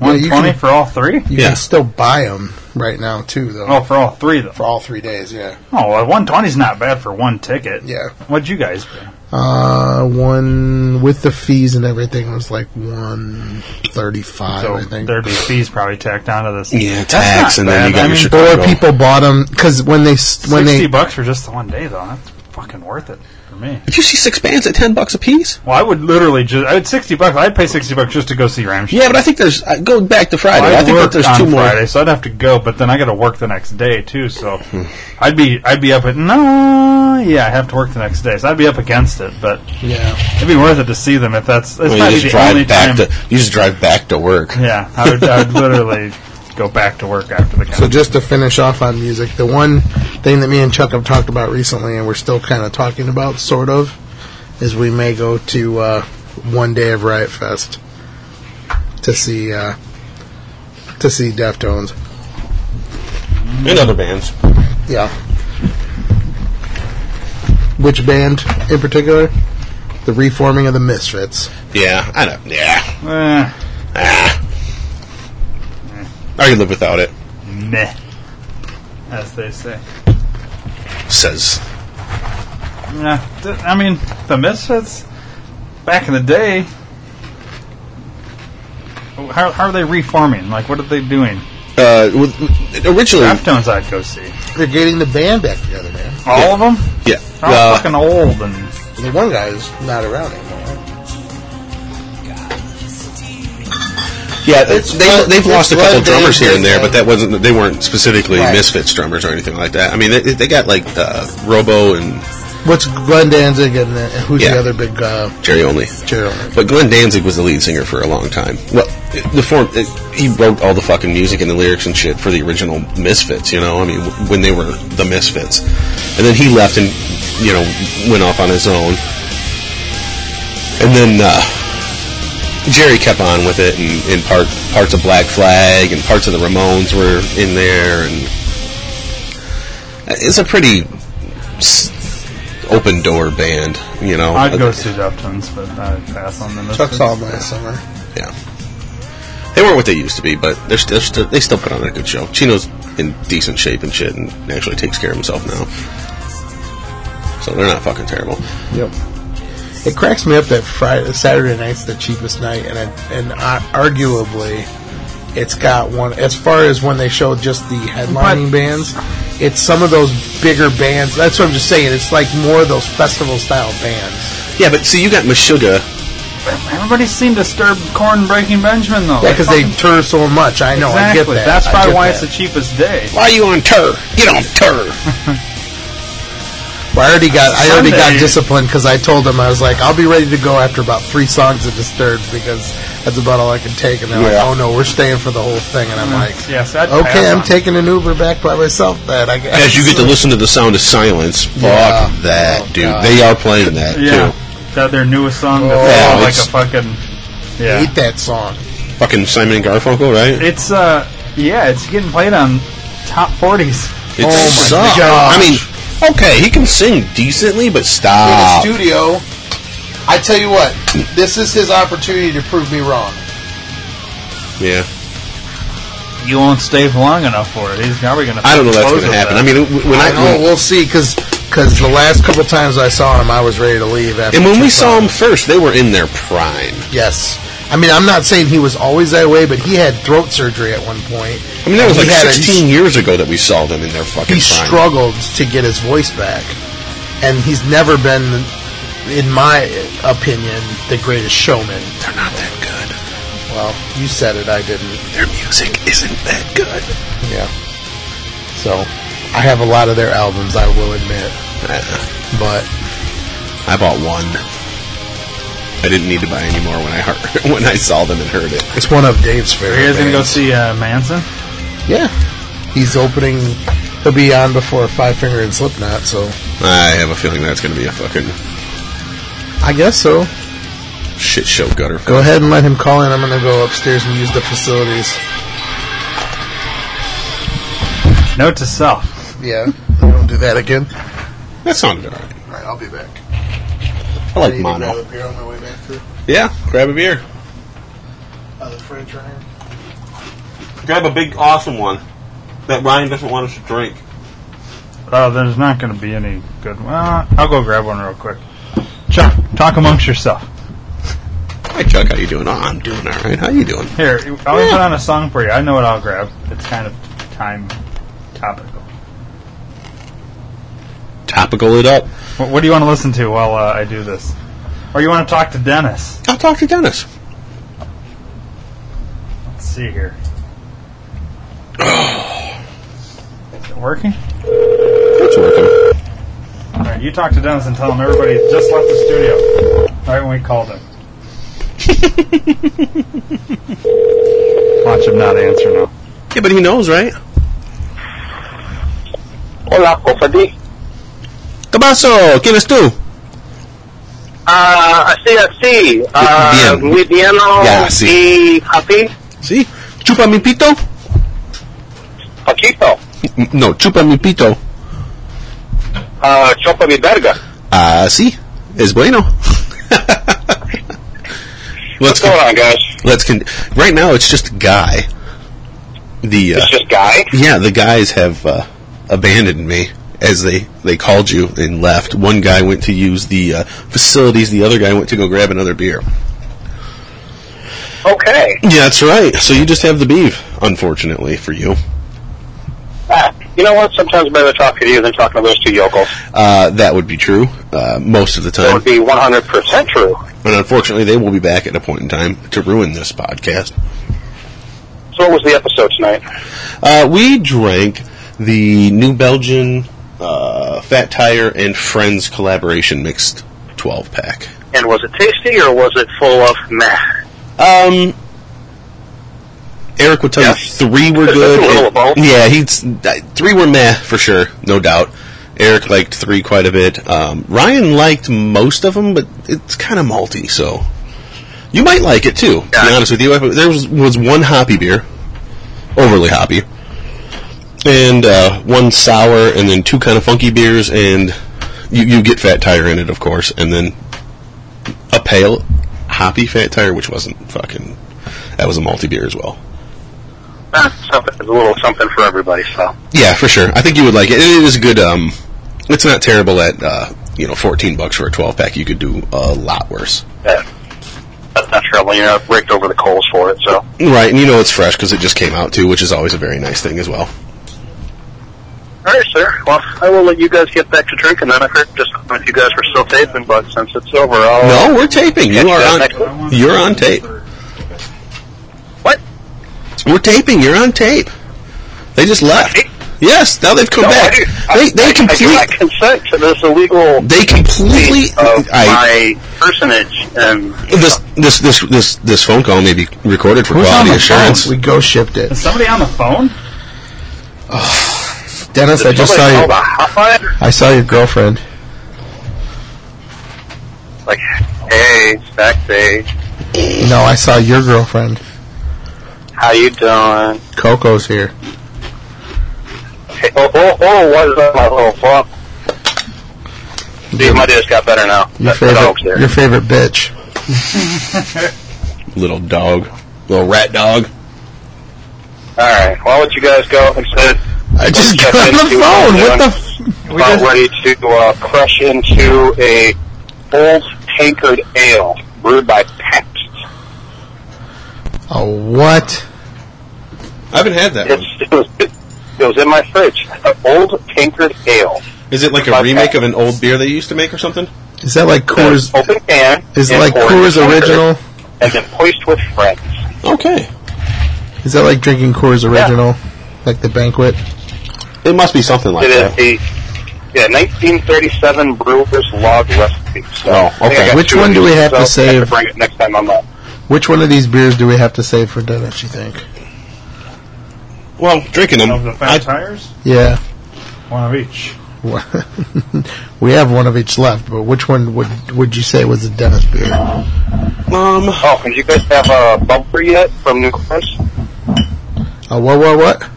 A: Yeah,
C: One
A: you
C: twenty
A: can-
C: for all three?
B: Yeah.
A: can still buy them right now too, though.
C: Oh, for all three though.
A: For all three days, yeah,
C: Oh, well, one twenty's not bad for one ticket.
A: yeah.
C: What'd you guys pay?
A: Uh, one with the fees and everything was like one thirty-five,
C: So
A: I think.
C: there'd be fees probably tacked onto this.
B: Yeah,
C: That's
B: tax,
C: not
B: and then you
C: bad.
B: got
C: I
B: your
C: mean,
B: Chicago.
A: Or people bought them because when they s- when
C: sixty
A: they
C: bucks for just the one day though. That's fucking worth it for me.
B: Did you see six bands at ten bucks a piece?
C: Well, I would literally just I would sixty bucks. I'd pay sixty bucks just to go see Rammstein.
B: Yeah, but I think there's uh, go back to Friday.
C: Well,
B: I, think that
C: worked
B: there's
C: on
B: two more.
C: Friday, so I'd have to go. But then I got to work the next day too, so I'd be I'd be up at no, yeah, I have to work the next day, so I'd be up against it. But
A: yeah
C: it'd be worth it to see them if that's.
B: I
C: It's
B: mean,
C: probably
B: you just
C: the only
B: drive back
C: time.
B: to you just drive back to work.
C: yeah, I would, I would literally go back to work after the concert.
A: so just to finish off on music the one thing that me and Chuck have talked about recently and we're still kind of talking about sort of is we may go to uh, one day of Riot Fest to see uh, to see Deftones
B: And other bands.
A: yeah which band in particular the reforming of the Misfits
B: Yeah, I know. Yeah,
C: Eh,
B: I could live without it.
C: meh, as they say.
B: Says
C: Yeah, th- I mean the Misfits back in the day. How, how are they reforming? Like, what are they doing?
B: uh, with- originally,
C: Deftones, I'd go see.
A: they're getting the band back together man
C: All of them?
B: yeah,
C: They're all
B: uh,
C: Oh, fucking old and
A: the one guy is not around anymore
B: Yeah, they,
A: It's
B: they,
A: Bud-
B: they've lost a
A: it's
B: couple
A: Bud
B: drummers here and there,
A: Davis
B: but that wasn't they weren't specifically
A: Right.
B: Misfits drummers or anything like that. I mean, they, they got like uh, Robo and
A: What's Glenn Danzig and uh, who's
B: Yeah.
A: the other big uh,
B: Jerry Only.
A: Gerald?
B: But Glenn Danzig was the lead singer for a long time. Well, the form it, he wrote all the fucking music and the lyrics and shit for the original Misfits. You know, I mean, w- when they were the Misfits, and then he left and you know went off on his own. And then uh, Jerry kept on with it, and, and part parts of Black Flag and parts of the Ramones were in there, and uh, it's a pretty s- open door band. You know,
C: I'd go see Deftones, but I'd pass on the
A: Chuck
C: Misfits.
A: saw him last summer.
B: Yeah. They weren't what they used to be, but they're still, still they still put on a good show. Chino's in decent shape and shit, and actually takes care of himself now. So they're not fucking terrible.
A: Yep. It cracks me up that Friday, Saturday night's the cheapest night, and I, and I, arguably, it's got one as far as when they show just the headlining bands. It's some of those bigger bands. That's what I'm just saying. It's like more of those festival style bands.
B: Yeah, but see, you got Meshuggah.
C: Everybody's seen Disturbed Corn Breaking Benjamin, though.
A: Yeah, because they
C: Fucking-
A: tour so much. I know. I get
C: Exactly.
A: that.
C: That's
A: I
C: probably
A: get
C: why
A: that.
C: it's the cheapest day.
B: Why are you on tur? Get on tur.
A: Well, I already got I already
C: Sunday.
A: got disciplined because I told them I was like I'll be ready to go after about three songs of Disturbed because that's about all I can take and they're
B: Yeah.
A: like oh no we're staying for the whole thing and I'm like
C: Mm-hmm. yeah, so I'd
A: okay
C: pass
A: I'm
C: on.
A: taking an Uber back by myself then I guess
B: *laughs* As you get to listen to the sound of silence, fuck
A: Yeah.
B: that,
A: Oh,
B: dude.
A: God.
B: They are playing that
C: Yeah.
B: too.
C: That their newest song that
A: Oh,
C: sounds like
B: it's-
C: a fucking. Yeah.
A: eat that song
B: Fucking Simon and Garfunkel, right?
C: It's, uh. Yeah, it's getting played on top 40s.
B: It
A: Oh my
B: sucks.
A: gosh.
B: I mean, okay, he can sing decently, but stop.
A: in the studio I tell you what this is his opportunity to prove me wrong
B: Yeah.
C: You won't stay long enough for it. He's probably going to.
B: I don't know that's going to happen. I mean, when I,
A: I know oh, we'll see because the last couple times I saw him I was ready to leave after
B: And when
A: two
B: we saw
A: songs.
B: them first, they were in their prime.
A: Yes. I mean, I'm not saying he was always that way, but he had throat surgery at one point.
B: I mean, that was
A: He
B: like
A: had a-
B: 16 years ago that we saw them in their fucking
A: He
B: prime.
A: struggled to get his voice back, and he's never been, in my opinion, the greatest showman.
B: They're not that
A: Well, you said it, I didn't.
B: good. Their music isn't that good.
A: Yeah. So, I have a lot of their albums, I will admit,
B: Uh,
A: but
B: I bought one. I didn't need to buy any more when I heard *laughs* when I saw them and heard it.
A: it's one of Dave's favorite.
C: Are you guys going to go
A: bands.
C: see uh, Manson?
A: Yeah. He's opening. He'll be on before Five Finger and Slipknot, so
B: I have a feeling that's going to be a fucking
A: I guess so.
B: shit show gutter.
A: Go ahead and let him call in. I'm going to go upstairs and use the facilities.
C: Note to self.
A: Yeah. Don't do that again.
B: That sounded alright.
A: All right, I'll be back.
B: I like mono. Yeah, grab a beer.
A: uh,
B: Grab a big awesome one that Ryan doesn't want us to drink.
C: Oh, there's not going to be any good. Well, I'll go grab one real quick. Chuck, talk amongst yourself.
B: Hi Chuck, how you doing? Oh, I'm doing all right. How you doing?
C: Here, I'll put on a song for you. I know what I'll grab. It's kind of time topical.
B: Topical it up.
C: What, what do you want to listen to while uh, I do this? Or you want to talk to Dennis?
B: I'll talk to Dennis.
C: Let's see here. Is it working?
B: It's working.
C: All right, you talk to Dennis and tell him everybody just left the studio right when we called him. Watch him not answer now.
B: Yeah, but he knows, right?
J: Hola, Cofati.
B: ¿Qué pasó? ¿Quién es tú?
J: Ah, así, así. Ah,
B: Bien.
J: muy bien. ¿no?
B: Ya, sí.
J: Y happy.
B: Sí. ¿Chupa mi pito?
J: Paquito.
B: No, chupa mi pito.
J: Ah, chopa mi verga.
B: Ah, sí. Es bueno. let's
J: What's going
B: con-
J: on, guys?
B: let's con- right now it's just a guy. The uh,
J: It's just Guy.
B: yeah, the guys have uh, abandoned me as they they called you and left. One guy went to use the uh, facilities, the other guy went to go grab another beer.
J: Okay.
B: Yeah, that's right. So you just have the beef, unfortunately for you.
J: Ah, you know what? Sometimes better talking to you than talking to those two yokels.
B: Uh, that would be true uh, most of the
J: That
B: time.
J: would be 100% true.
B: and unfortunately, they will be back at a point in time to ruin this podcast.
J: So what was the episode tonight?
B: Uh, we drank the New Belgian uh, Fat Tire and Friends collaboration mixed 12 pack.
J: And was it tasty or was it full of meh?
B: Um, Eric would tell you three were good.
J: A little of both.
B: Yeah, he's uh, three were meh for sure, no doubt. Eric liked three quite a bit. Um, Ryan liked most of them, but it's kind of malty, so you might like it too. To be honest with you, there was was one hoppy beer, overly hoppy, and uh, one sour, and then two kind of funky beers, and you you get Fat Tire in it, of course, and then a pale hoppy Fat Tire, which wasn't fucking. That was a malty beer as well.
J: Eh, something, there's a little something for everybody. So
B: Yeah, for sure. I think you would like it. It is a good. Um, it's not terrible at uh, you know fourteen bucks for a twelve pack. You could do a lot worse,
J: yeah, that's not trouble. You're not raked over the coals for it. So
B: right? And you know it's fresh because it just came out too, which is always a very nice thing as well.
J: all right, sir. Well, I will let you guys get back to drinking. Then I heard just if you guys were still taping, but since it's over, I'll
B: No, we're taping. You
J: Yeah,
B: are
J: next
B: on. You're on tape.
J: What?
B: We're taping. You're on tape. They just left. Yes, now they've come
J: No,
B: back.
J: I,
B: they they
J: I, I do
B: complete.
J: not consent to this illegal
B: they completely.
J: of
B: I,
J: my personage and
B: this this this this this phone call may be recorded for
A: Who's on
B: quality
A: the
B: assurance.
A: phone? We go shipped it.
C: Is somebody on the phone?
A: Dennis, I just saw
J: Somebody
A: your,
J: called a hotline?
A: I saw your girlfriend.
J: Like, hey, backstage,
A: No, I saw your girlfriend.
J: how you doing?
A: Coco's here.
J: Hey, oh, oh, oh, what is that? My little fuck. Dude, my dish got better now.
A: Your
J: that, that dog's
A: favorite,
J: there.
A: your favorite bitch.
B: little dog, little rat dog.
J: All right, why don't you guys go instead?
A: I just
J: check
A: got on
J: in,
A: the
J: see what
A: phone.
J: we're
A: What the?
J: doing.
A: F-
J: About ready to uh, crush into a old tankard ale brewed by Pabst.
A: oh, what?
B: I haven't had that one.
J: It's, it, was, it was in my fridge. An old tankard ale.
B: Is it like a
J: Like
B: remake
J: that.
B: of an old beer they used to make or something?
A: Is that like Coors?
J: open can.
A: Is it
J: and
A: like
J: poured
A: Coors
J: into tankard
A: Original?
J: And then poised with friends.
B: Okay.
A: Is that like drinking Coors Original? Like the banquet?
B: It must be something like
J: It is
B: that.
J: the yeah, 1937 Brewers Log Recipe. So
B: Oh,
J: I think I
B: okay.
J: got
A: Which
J: two
A: one
J: of
A: do we
J: these,
A: have to
J: so I
A: save?
J: bring it next time I'm up.
A: Which one of these beers do we have to save for Dennis, you think?
B: Well, drinking them.
C: Of the fat
B: I-
C: tires?
A: Yeah. *laughs*
C: One of each.
A: we have one of each left, but which one would would you say was the Dennis beer?
B: um,
J: Oh, and you guys have a bumper yet from New Glarus?
A: Uh, what, what, what?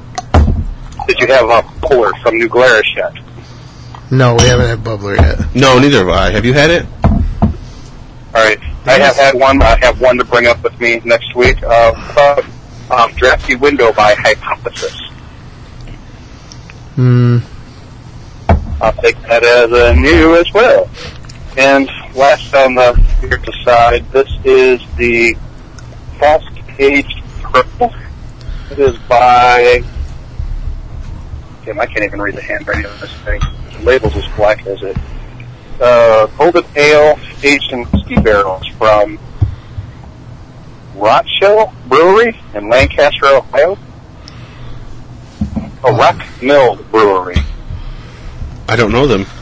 J: Did you have a puller from New Glarus yet?
A: No, we haven't had Bubbler yet.
B: no, neither have I. Have you had it?
J: All right, I have had one. I have one to bring up with me next week. Uh, um, Drafty Window by Hypothesis.
A: Hmm.
J: I'll take that as a new as well. And last on the beer side, this is the False Caged Purple. It is by. Damn, I can't even read the handwriting of this thing. The label's as black as it. Uh, Golden Ale aged in whiskey barrels from Rockshell Brewery in Lancaster, Ohio. A Rock Mill Brewery.
B: I don't know them. *laughs*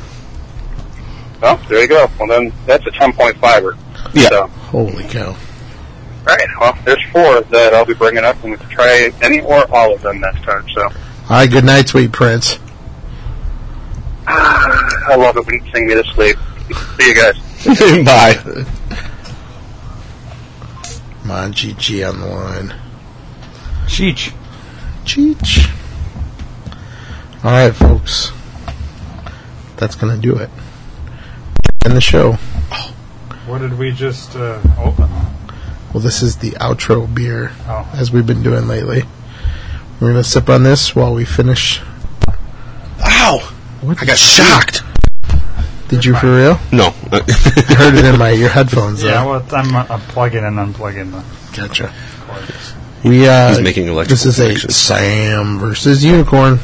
J: Well, there you go. Well, then that's a 10.5 fiber.
B: Yeah.
J: So, all
A: Holy cow.
J: right. Well, there's four that I'll be bringing up, and we can try any or all of them next time. So,
A: All right, good night, sweet prince.
J: I love it when you sing me to sleep. See you guys.
B: Bye.
A: Monji G on the line.
C: Cheech.
A: Cheech. All right, folks. That's going to do it. End the show.
C: What did we just uh, open?
A: Well, this is the outro beer,
C: Oh.
A: as we've been doing lately. We're going to sip on this while we finish.
B: Ow!
A: What?
B: I got shocked.
A: Did you for real?
B: No.
A: I heard it in my your headphones.
C: Yeah,
A: though.
C: well, I'm uh, unplugging and unplugging the
A: gotcha.
C: cords.
A: We uh,
B: He's making electrical
A: This is a
B: connections.
A: Sam versus Unicorn.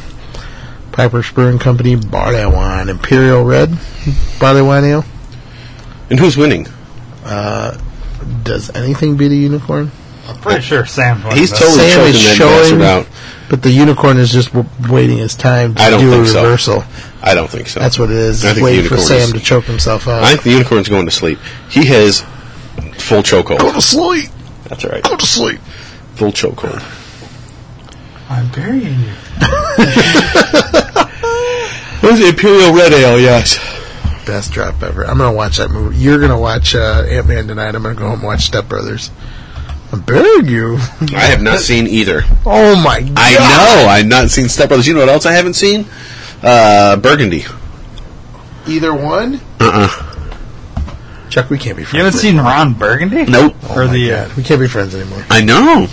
A: Piper's Brewing Company barley wine, Imperial Red barley wine ale.
B: *laughs* and who's winning?
A: Does anything beat a unicorn?
C: I'm pretty sure Sam.
B: He's totally
C: Sam.
A: Sam
B: choking
A: is
B: that
A: showing,
B: bastard out.
A: but the unicorn is just w- waiting his time to
B: I don't
A: do
B: think
A: a
B: so.
A: reversal.
B: I don't think so.
A: That's what it is.
B: I think the
A: waiting for
B: unicorn
A: Sam
B: is-
A: to choke himself out.
B: I think the unicorn's going to sleep. He has full chokehold.
A: sleep.
B: That's all right.
A: to sleep.
B: Full chokehold.
C: I'm burying you.
B: There's Imperial Red Ale, yes.
A: Best drop ever. I'm gonna watch that movie. You're gonna watch uh, Ant Man tonight. I'm gonna go home and watch Step Brothers. I'm begging you. *laughs*
B: I have not seen either.
A: Oh my god.
B: I know. I've not seen Step Brothers. You know what else I haven't seen? Uh, Burgundy.
A: Either one.
B: Uh-uh.
A: Chuck, we can't be friends.
C: You haven't seen Ron Burgundy?
B: Nope.
C: or the uh,
A: God, we can't be friends anymore.
B: I know.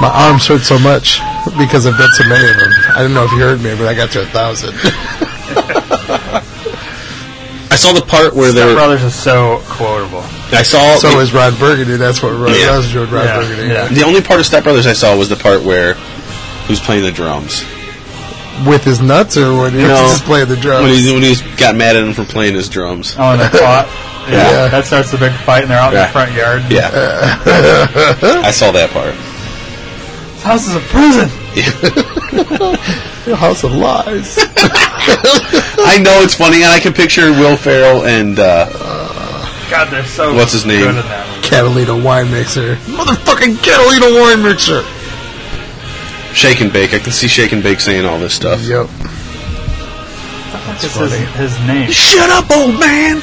A: My arms hurt so much *laughs* because I've done so many of them. I don't know if you heard me, but I got to a thousand.
B: I saw the part where
C: Step
B: there.
C: Brothers is so quotable.
B: I saw.
A: so is Ron Burgundy. That's what Ron,
B: Oh, Yeah.
A: that was Ron
C: Yeah,
A: Burgundy.
C: yeah.
B: the only part of Step Brothers I saw was the part where who's playing the drums.
A: With his nuts or when he
B: No.
A: was just playing the drums?
B: When he when he's got mad at him for playing his drums. *laughs*
C: Oh, and the plot. Yeah,
A: Yeah.
C: that starts the big fight, and they're out in
B: Yeah.
C: the front yard.
A: *laughs*
B: Yeah, I saw that part.
C: This house is a prison.
A: The House of Lies.
B: I know it's funny, and I can picture Will Ferrell and uh,
C: God, they're so.
B: What's his name?
C: Good in that movie.
A: Catalina wine mixer. Motherfucking Catalina wine mixer.
B: Shake and Bake. I can see Shake and Bake saying all this stuff.
A: Yep.
C: What's his, his
B: *laughs*
C: name?
B: Shut up, old man.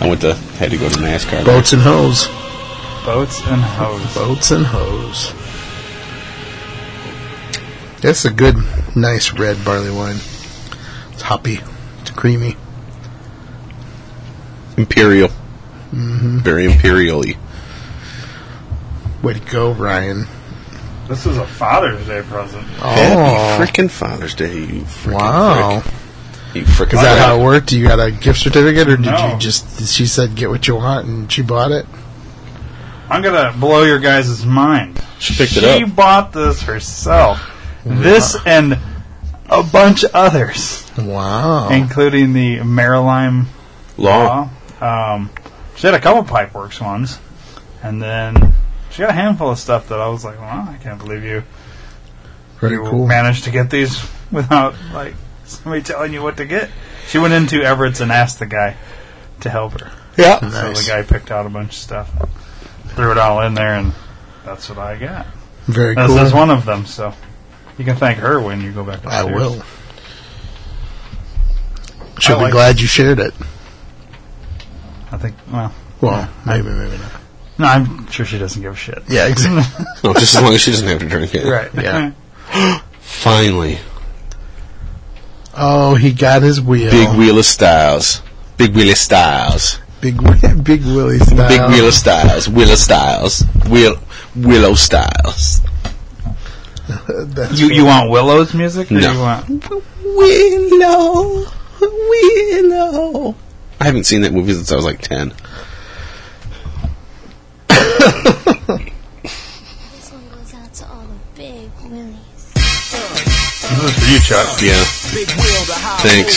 B: I went to had to go to NASCAR.
A: Boats and hoes.
C: Boats and Hoes.
A: Boats and hoes. That's a good, nice red barley wine. It's hoppy. It's creamy.
B: Imperial.
A: Mm-hmm.
B: Very imperially.
A: Way to go, Ryan.
C: This is a Father's Day present.
B: Happy
A: Oh,
B: frickin' Father's Day, you frickin'
A: wow.
B: frick. You frickin'
A: Is that
B: frick.
A: how it worked? You got a gift certificate, or did
C: No.
A: you just? She said, "Get what you want," and she bought it.
C: I'm gonna blow your guys' mind.
B: She picked
C: she
B: it up.
C: bought this herself. This and a bunch of others,
B: Oh.
A: Wow.
C: including the Marilime
B: Long.
C: Um, she had a couple Pipeworks ones, and then she got a handful of stuff that I was like, "Wow, I can't believe you
A: Very
C: you
A: cool.
C: managed to get these without like somebody telling you what to get." She went into Everett's and asked the guy to help her.
A: Yeah.
C: So the
A: Nice.
C: guy picked out a bunch of stuff, threw it all in there, and that's what I got.
A: Very
C: This
A: cool.
C: is one of them, so you can thank her when you go back.
A: I
C: Upstairs.
A: will. Should
C: I
A: be
C: like
A: glad you shared it.
C: I think. Well,
A: Well, maybe, maybe not.
C: no, I'm sure she doesn't give a shit.
A: Yeah, exactly.
B: Oh, just as long as she doesn't have to drink it.
C: Right. *laughs*
A: Yeah.
B: Finally.
A: oh, he got his wheel.
B: Big Wheel of Styles. Big Wheel of Styles.
A: Big, Wi- *laughs* big Willie style.
B: Big Wheel of Styles. Willow Styles. Will Willow Styles.
A: That's
C: You you want Willow's music? Or
B: No.
C: You want,
B: Willow. Willow. I haven't seen that movie since I was like 10. *laughs*
K: This one goes out to all the big willies.
C: this is for you, Chuck.
B: Yeah. Thanks.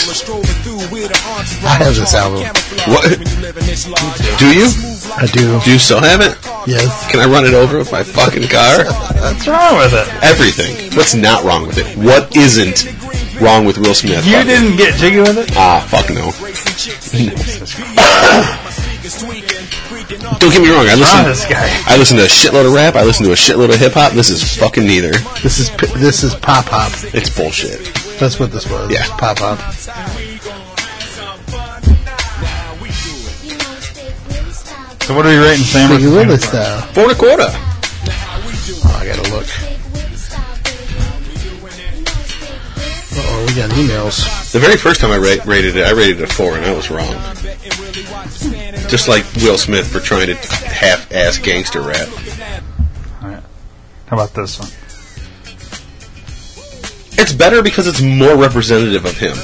D: I
A: have this album.
B: What? Do you?
A: I do.
B: Do you still have it?
A: Yes.
B: Can I run it over with my
A: *laughs*
B: fucking car?
C: What's wrong with it?
B: Everything. What's not wrong with it? What isn't wrong with Will Smith?
C: You didn't get jiggy with it.
B: Ah, fuck no. Don't get me wrong. I
C: Wrong
B: listen.
C: this guy.
B: I listen to a shitload of rap. I listen to a shitload of hip hop. This is fucking neither.
A: This is p- this is pop hop.
B: It's bullshit.
A: That's what this was.
B: Yeah.
A: Pop hop.
K: You know it's big willy style.
C: So what are we rating, Sam?
A: Big
C: versus
A: Willie
C: Unicorn?
A: style.
B: Four and a quarter.
A: Oh, I gotta look.
K: Big willy style, baby. You know it's big willy style.
A: Oh, we got emails.
B: The very first time I ra- rated it, I rated it a four, and I was wrong. Just like Will Smith for trying to half-ass gangster rap.
C: How about this one?
B: It's better because it's more representative of him.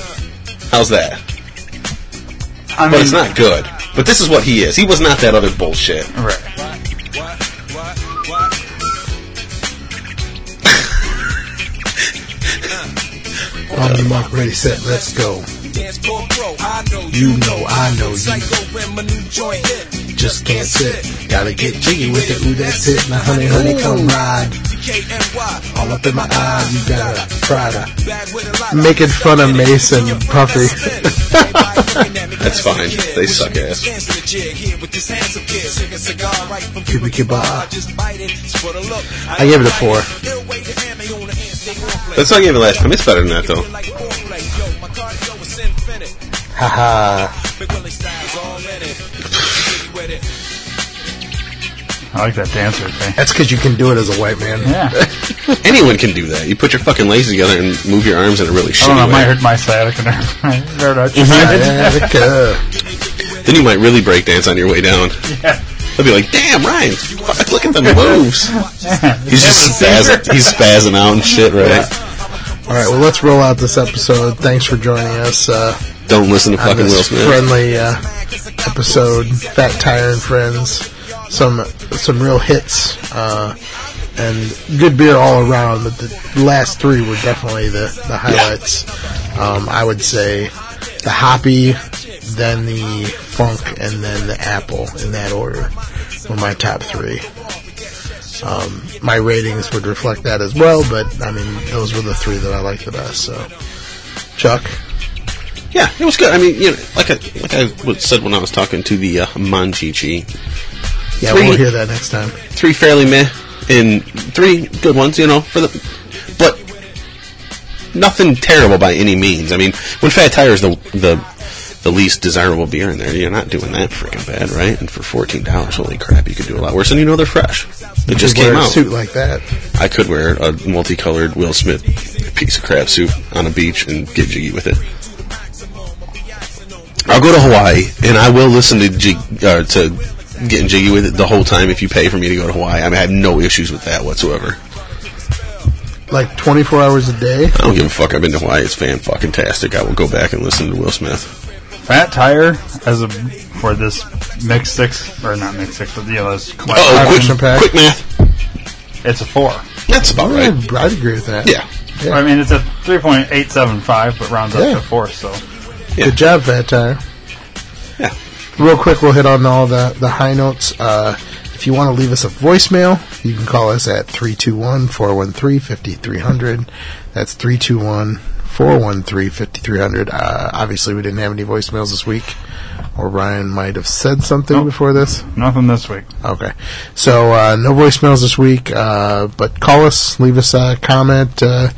B: How's that?
C: I mean,
B: But it's not good. But this is what he is. He was not that other bullshit.
C: Right.
A: On the mark, ready, set, let's go.
L: ass poor bro. I know
A: You know, I know you.
L: Psycho when my new joint hit.
A: You just can't sit. Gotta get jiggy with it. Ooh, that's it. Now, honey, honey, come ride.
L: DKNY.
A: All up in my eyes, you gotta try to. Making fun of Mason Puffy. *laughs*
B: That's fine. They suck ass.
L: Dancing the jig here with this handsome kid. Sick a cigar right from
A: Cuba Cuba.
L: Just bite it. It's for the look.
A: I gave it a four.
B: That's not even last time. It's better than that though.
A: Haha.
C: I like that dancer thing.
A: That's because you can do it as a white man.
C: Yeah.
B: Anyone can do that. You put your fucking legs together and move your arms in a really
C: I don't know,
B: shitty
C: it might
B: way.
C: hurt my sciatica nerve. *laughs* Nerd arch.
B: Mm-hmm.
A: Sciatica.
B: Then you might really break dance on your way down.
C: Yeah.
B: They'll be like, "Damn, Ryan, *laughs* fuck, look at them moves." He's just spazzing. He's spazzing out and shit. Right?
A: All right, well, let's roll out this episode. Thanks for joining us uh,
B: Don't listen to
A: on
B: fucking Will
A: this
B: Smith.
A: friendly uh, episode. Fat Tire and Friends. Some some real hits uh, and good beer all around. But the last three were definitely the the highlights. Um, I would say the hoppy, then the funk, and then the apple in that order were my top three. Um, my ratings would reflect that as well, but I mean, those were the three that I liked the best. So, Chuck,
B: Yeah, it was good. I mean, you know, like I like I was- said when I was talking to the uh, Manchichi,
A: yeah, we
B: Three.
A: we'll hear that next time.
B: three fairly meh and three good ones, you know, for the but nothing terrible by any means. I mean, when Fat Tire is the the the least desirable beer in there, you're not doing that freaking bad, right? And for fourteen dollars, holy crap, you could do a lot worse. And you know they're fresh. They just
A: You wear
B: came
A: a
B: out.
A: suit like that.
B: I could wear a multicolored Will Smith piece of crab soup on a beach and get jiggy with it. I'll go to Hawaii and I will listen to jig, uh, to getting jiggy with it the whole time if you pay for me to go to Hawaii. I, mean, I have no issues with that whatsoever.
A: Like 24 hours a day.
B: I don't give a fuck. I've been to Hawaii. It's fan fucking tastic. I will go back and listen to Will Smith.
C: *laughs* Fat Tire as a for this mix six or not mix six, but you know, this collection.
B: Oh,
A: Action
B: quick,
A: pack.
B: quick math.
C: it's a four.
B: That's about right.
A: I'd, I'd agree with that.
B: Yeah.
A: Yeah.
C: I mean, it's a three point eight seven five, but rounds
A: Yeah.
C: up to four. So
B: Yeah.
A: Good job, Fat Tire.
B: Yeah.
A: Real quick, we'll hit on all the, the high notes. Uh, if you want to leave us a voicemail, you can call us at 321 413 5300. That's 321 413 5300. Uh, Obviously, we didn't have any voicemails this week, or Ryan might have said something
C: Nope.
A: before this.
C: nothing this week.
A: Okay. So, uh, no voicemails this week, uh, but call us, leave us a comment, uh,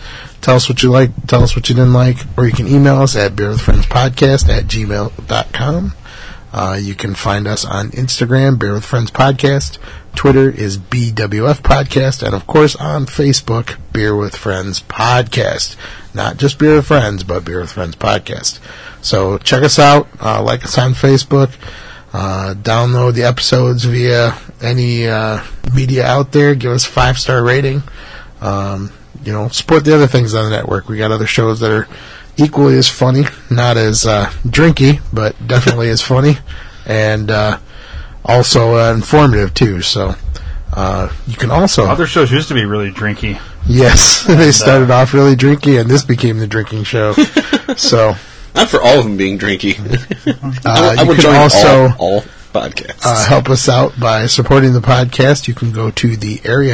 A: tell us what you like, tell us what you didn't like, or you can email us at beerwithfriendspodcast at gmail.com. Uh, you can find us on Instagram, Beer with Friends Podcast. Twitter is BWF Podcast. And of course on Facebook, Beer with Friends Podcast. Not just Beer with Friends, but Beer with Friends Podcast. So check us out, uh, like us on Facebook, uh, download the episodes via any uh, media out there. Give us five star rating. Um, you know, support the other things on the network. We got other shows that are equally as funny, not as uh, drinky, but definitely as funny, and uh, also uh, informative too. So uh, you can also
C: Other shows used to be really drinky.
A: yes, *laughs*
B: uh,
A: they started off really drinky, and this became the drinking
B: *laughs*
A: show. so
B: Not for all of them being drinky.
A: uh,
B: I
A: you
B: would
A: can
B: join
A: also.
B: all, all podcasts.
A: uh, help us out by supporting the podcast, you can go to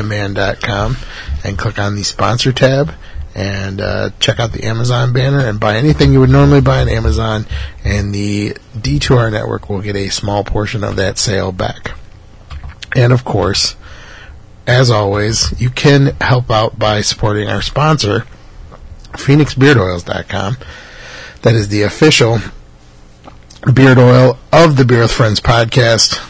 A: theareaman.com and click on the sponsor tab and uh, check out the Amazon banner and buy anything you would normally buy on Amazon. And the D2R network will get a small portion of that sale back. And of course, as always, you can help out by supporting our sponsor, PhoenixBeardOils.com. That is the official beard oil of the Beer with Friends podcast.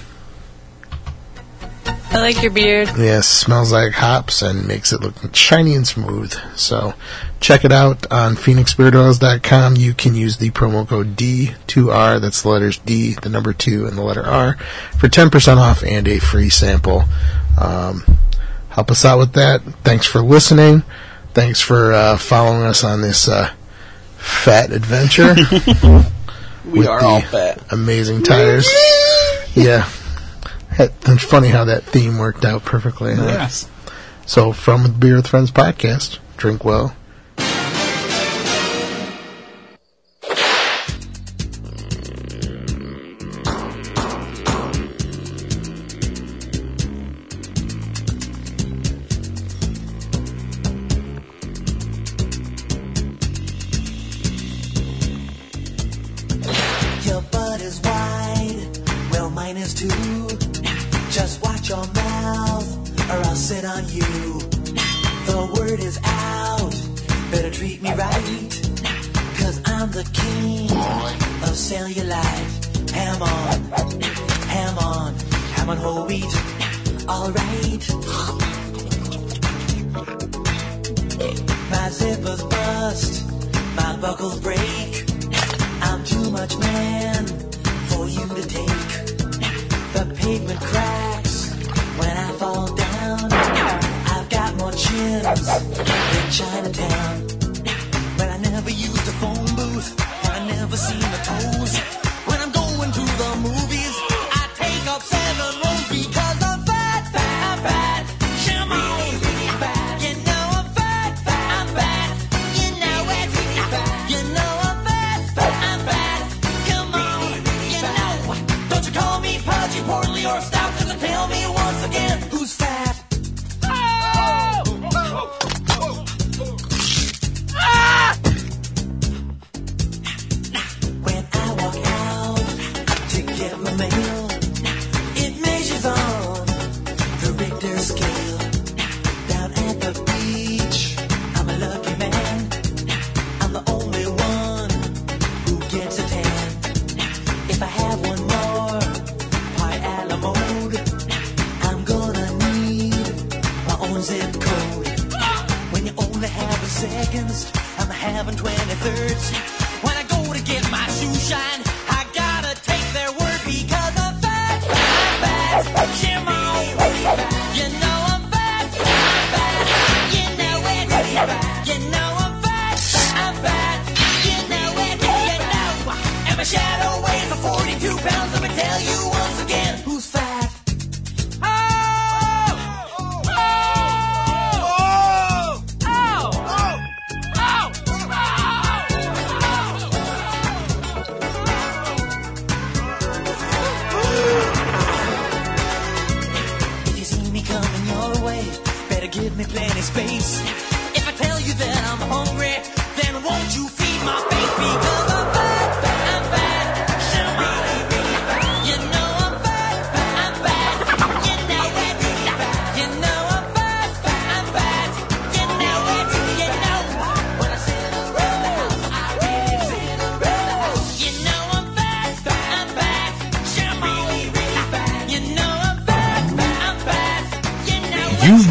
M: I like your beard.
A: Yes, smells like hops and makes it look shiny and smooth. So check it out on phoenixbeardoils.com. You can use the promo code D2R, that's the letters D, the number 2, and the letter R, for 10% off and a free sample. Um, help us out with that. Thanks for listening. Thanks for uh, following us on this uh, fat adventure. *laughs* we are all fat. Amazing *laughs* tires. yeah. *laughs* It's funny how that theme worked out perfectly. huh?
C: Yes.
A: So, from the Beer with Friends podcast, drink well.
M: you. The word is out. Better treat me right. Cause I'm the king of cellulite. Ham on, ham on, ham on whole wheat. Alright. My zippers bust, my buckles break. I'm too much man for you to take. The pavement cracks when I fall down. I've got more chins in Chinatown. But I never used a phone booth. I never seen the toes. When I'm going to the movies, I take up seven rows because I'm fat, fat, I'm fat. Come on, fat. You know I'm fat, fat, I'm fat. You know it, you know I'm fat, fat, I'm fat. Come on, you know. Don't you call me podgy, portly, or stout? Cause tell me once again who's fat. When I walk out to get my mail, it measures on the Richter scale. Down at the beach, I'm a lucky man. I'm the only one who gets a tan. If I have one more pie a la mode, I'm gonna need my own zip code. When you only having seconds, I'm having 20 thirds. When I go to get my shoe shine, I gotta take their word because I'm fat, fat, fat. Jim on, you know I'm fat, fat, fat. You know it, you know I'm fat, fat, I'm fat. You know it, you know. And my shadow weighs a 42 pounds. Let me tell you once again, who's fat? Oh! If you see me coming your way, better give me plenty space. If I tell you that I'm hungry, then won't you feed my face? Because I'm fat, fat, I'm fat. Somebody feed me. You know I'm fat, fat, I'm fat. You know it, you know I'm fat, fat, I'm fat. You know it, you know. When I sit around the house, I really sit around the house. You know I'm fat, fat, I'm fat. Somebody feed me. You know I'm fat, fat, I'm fat. You know it.
N: You've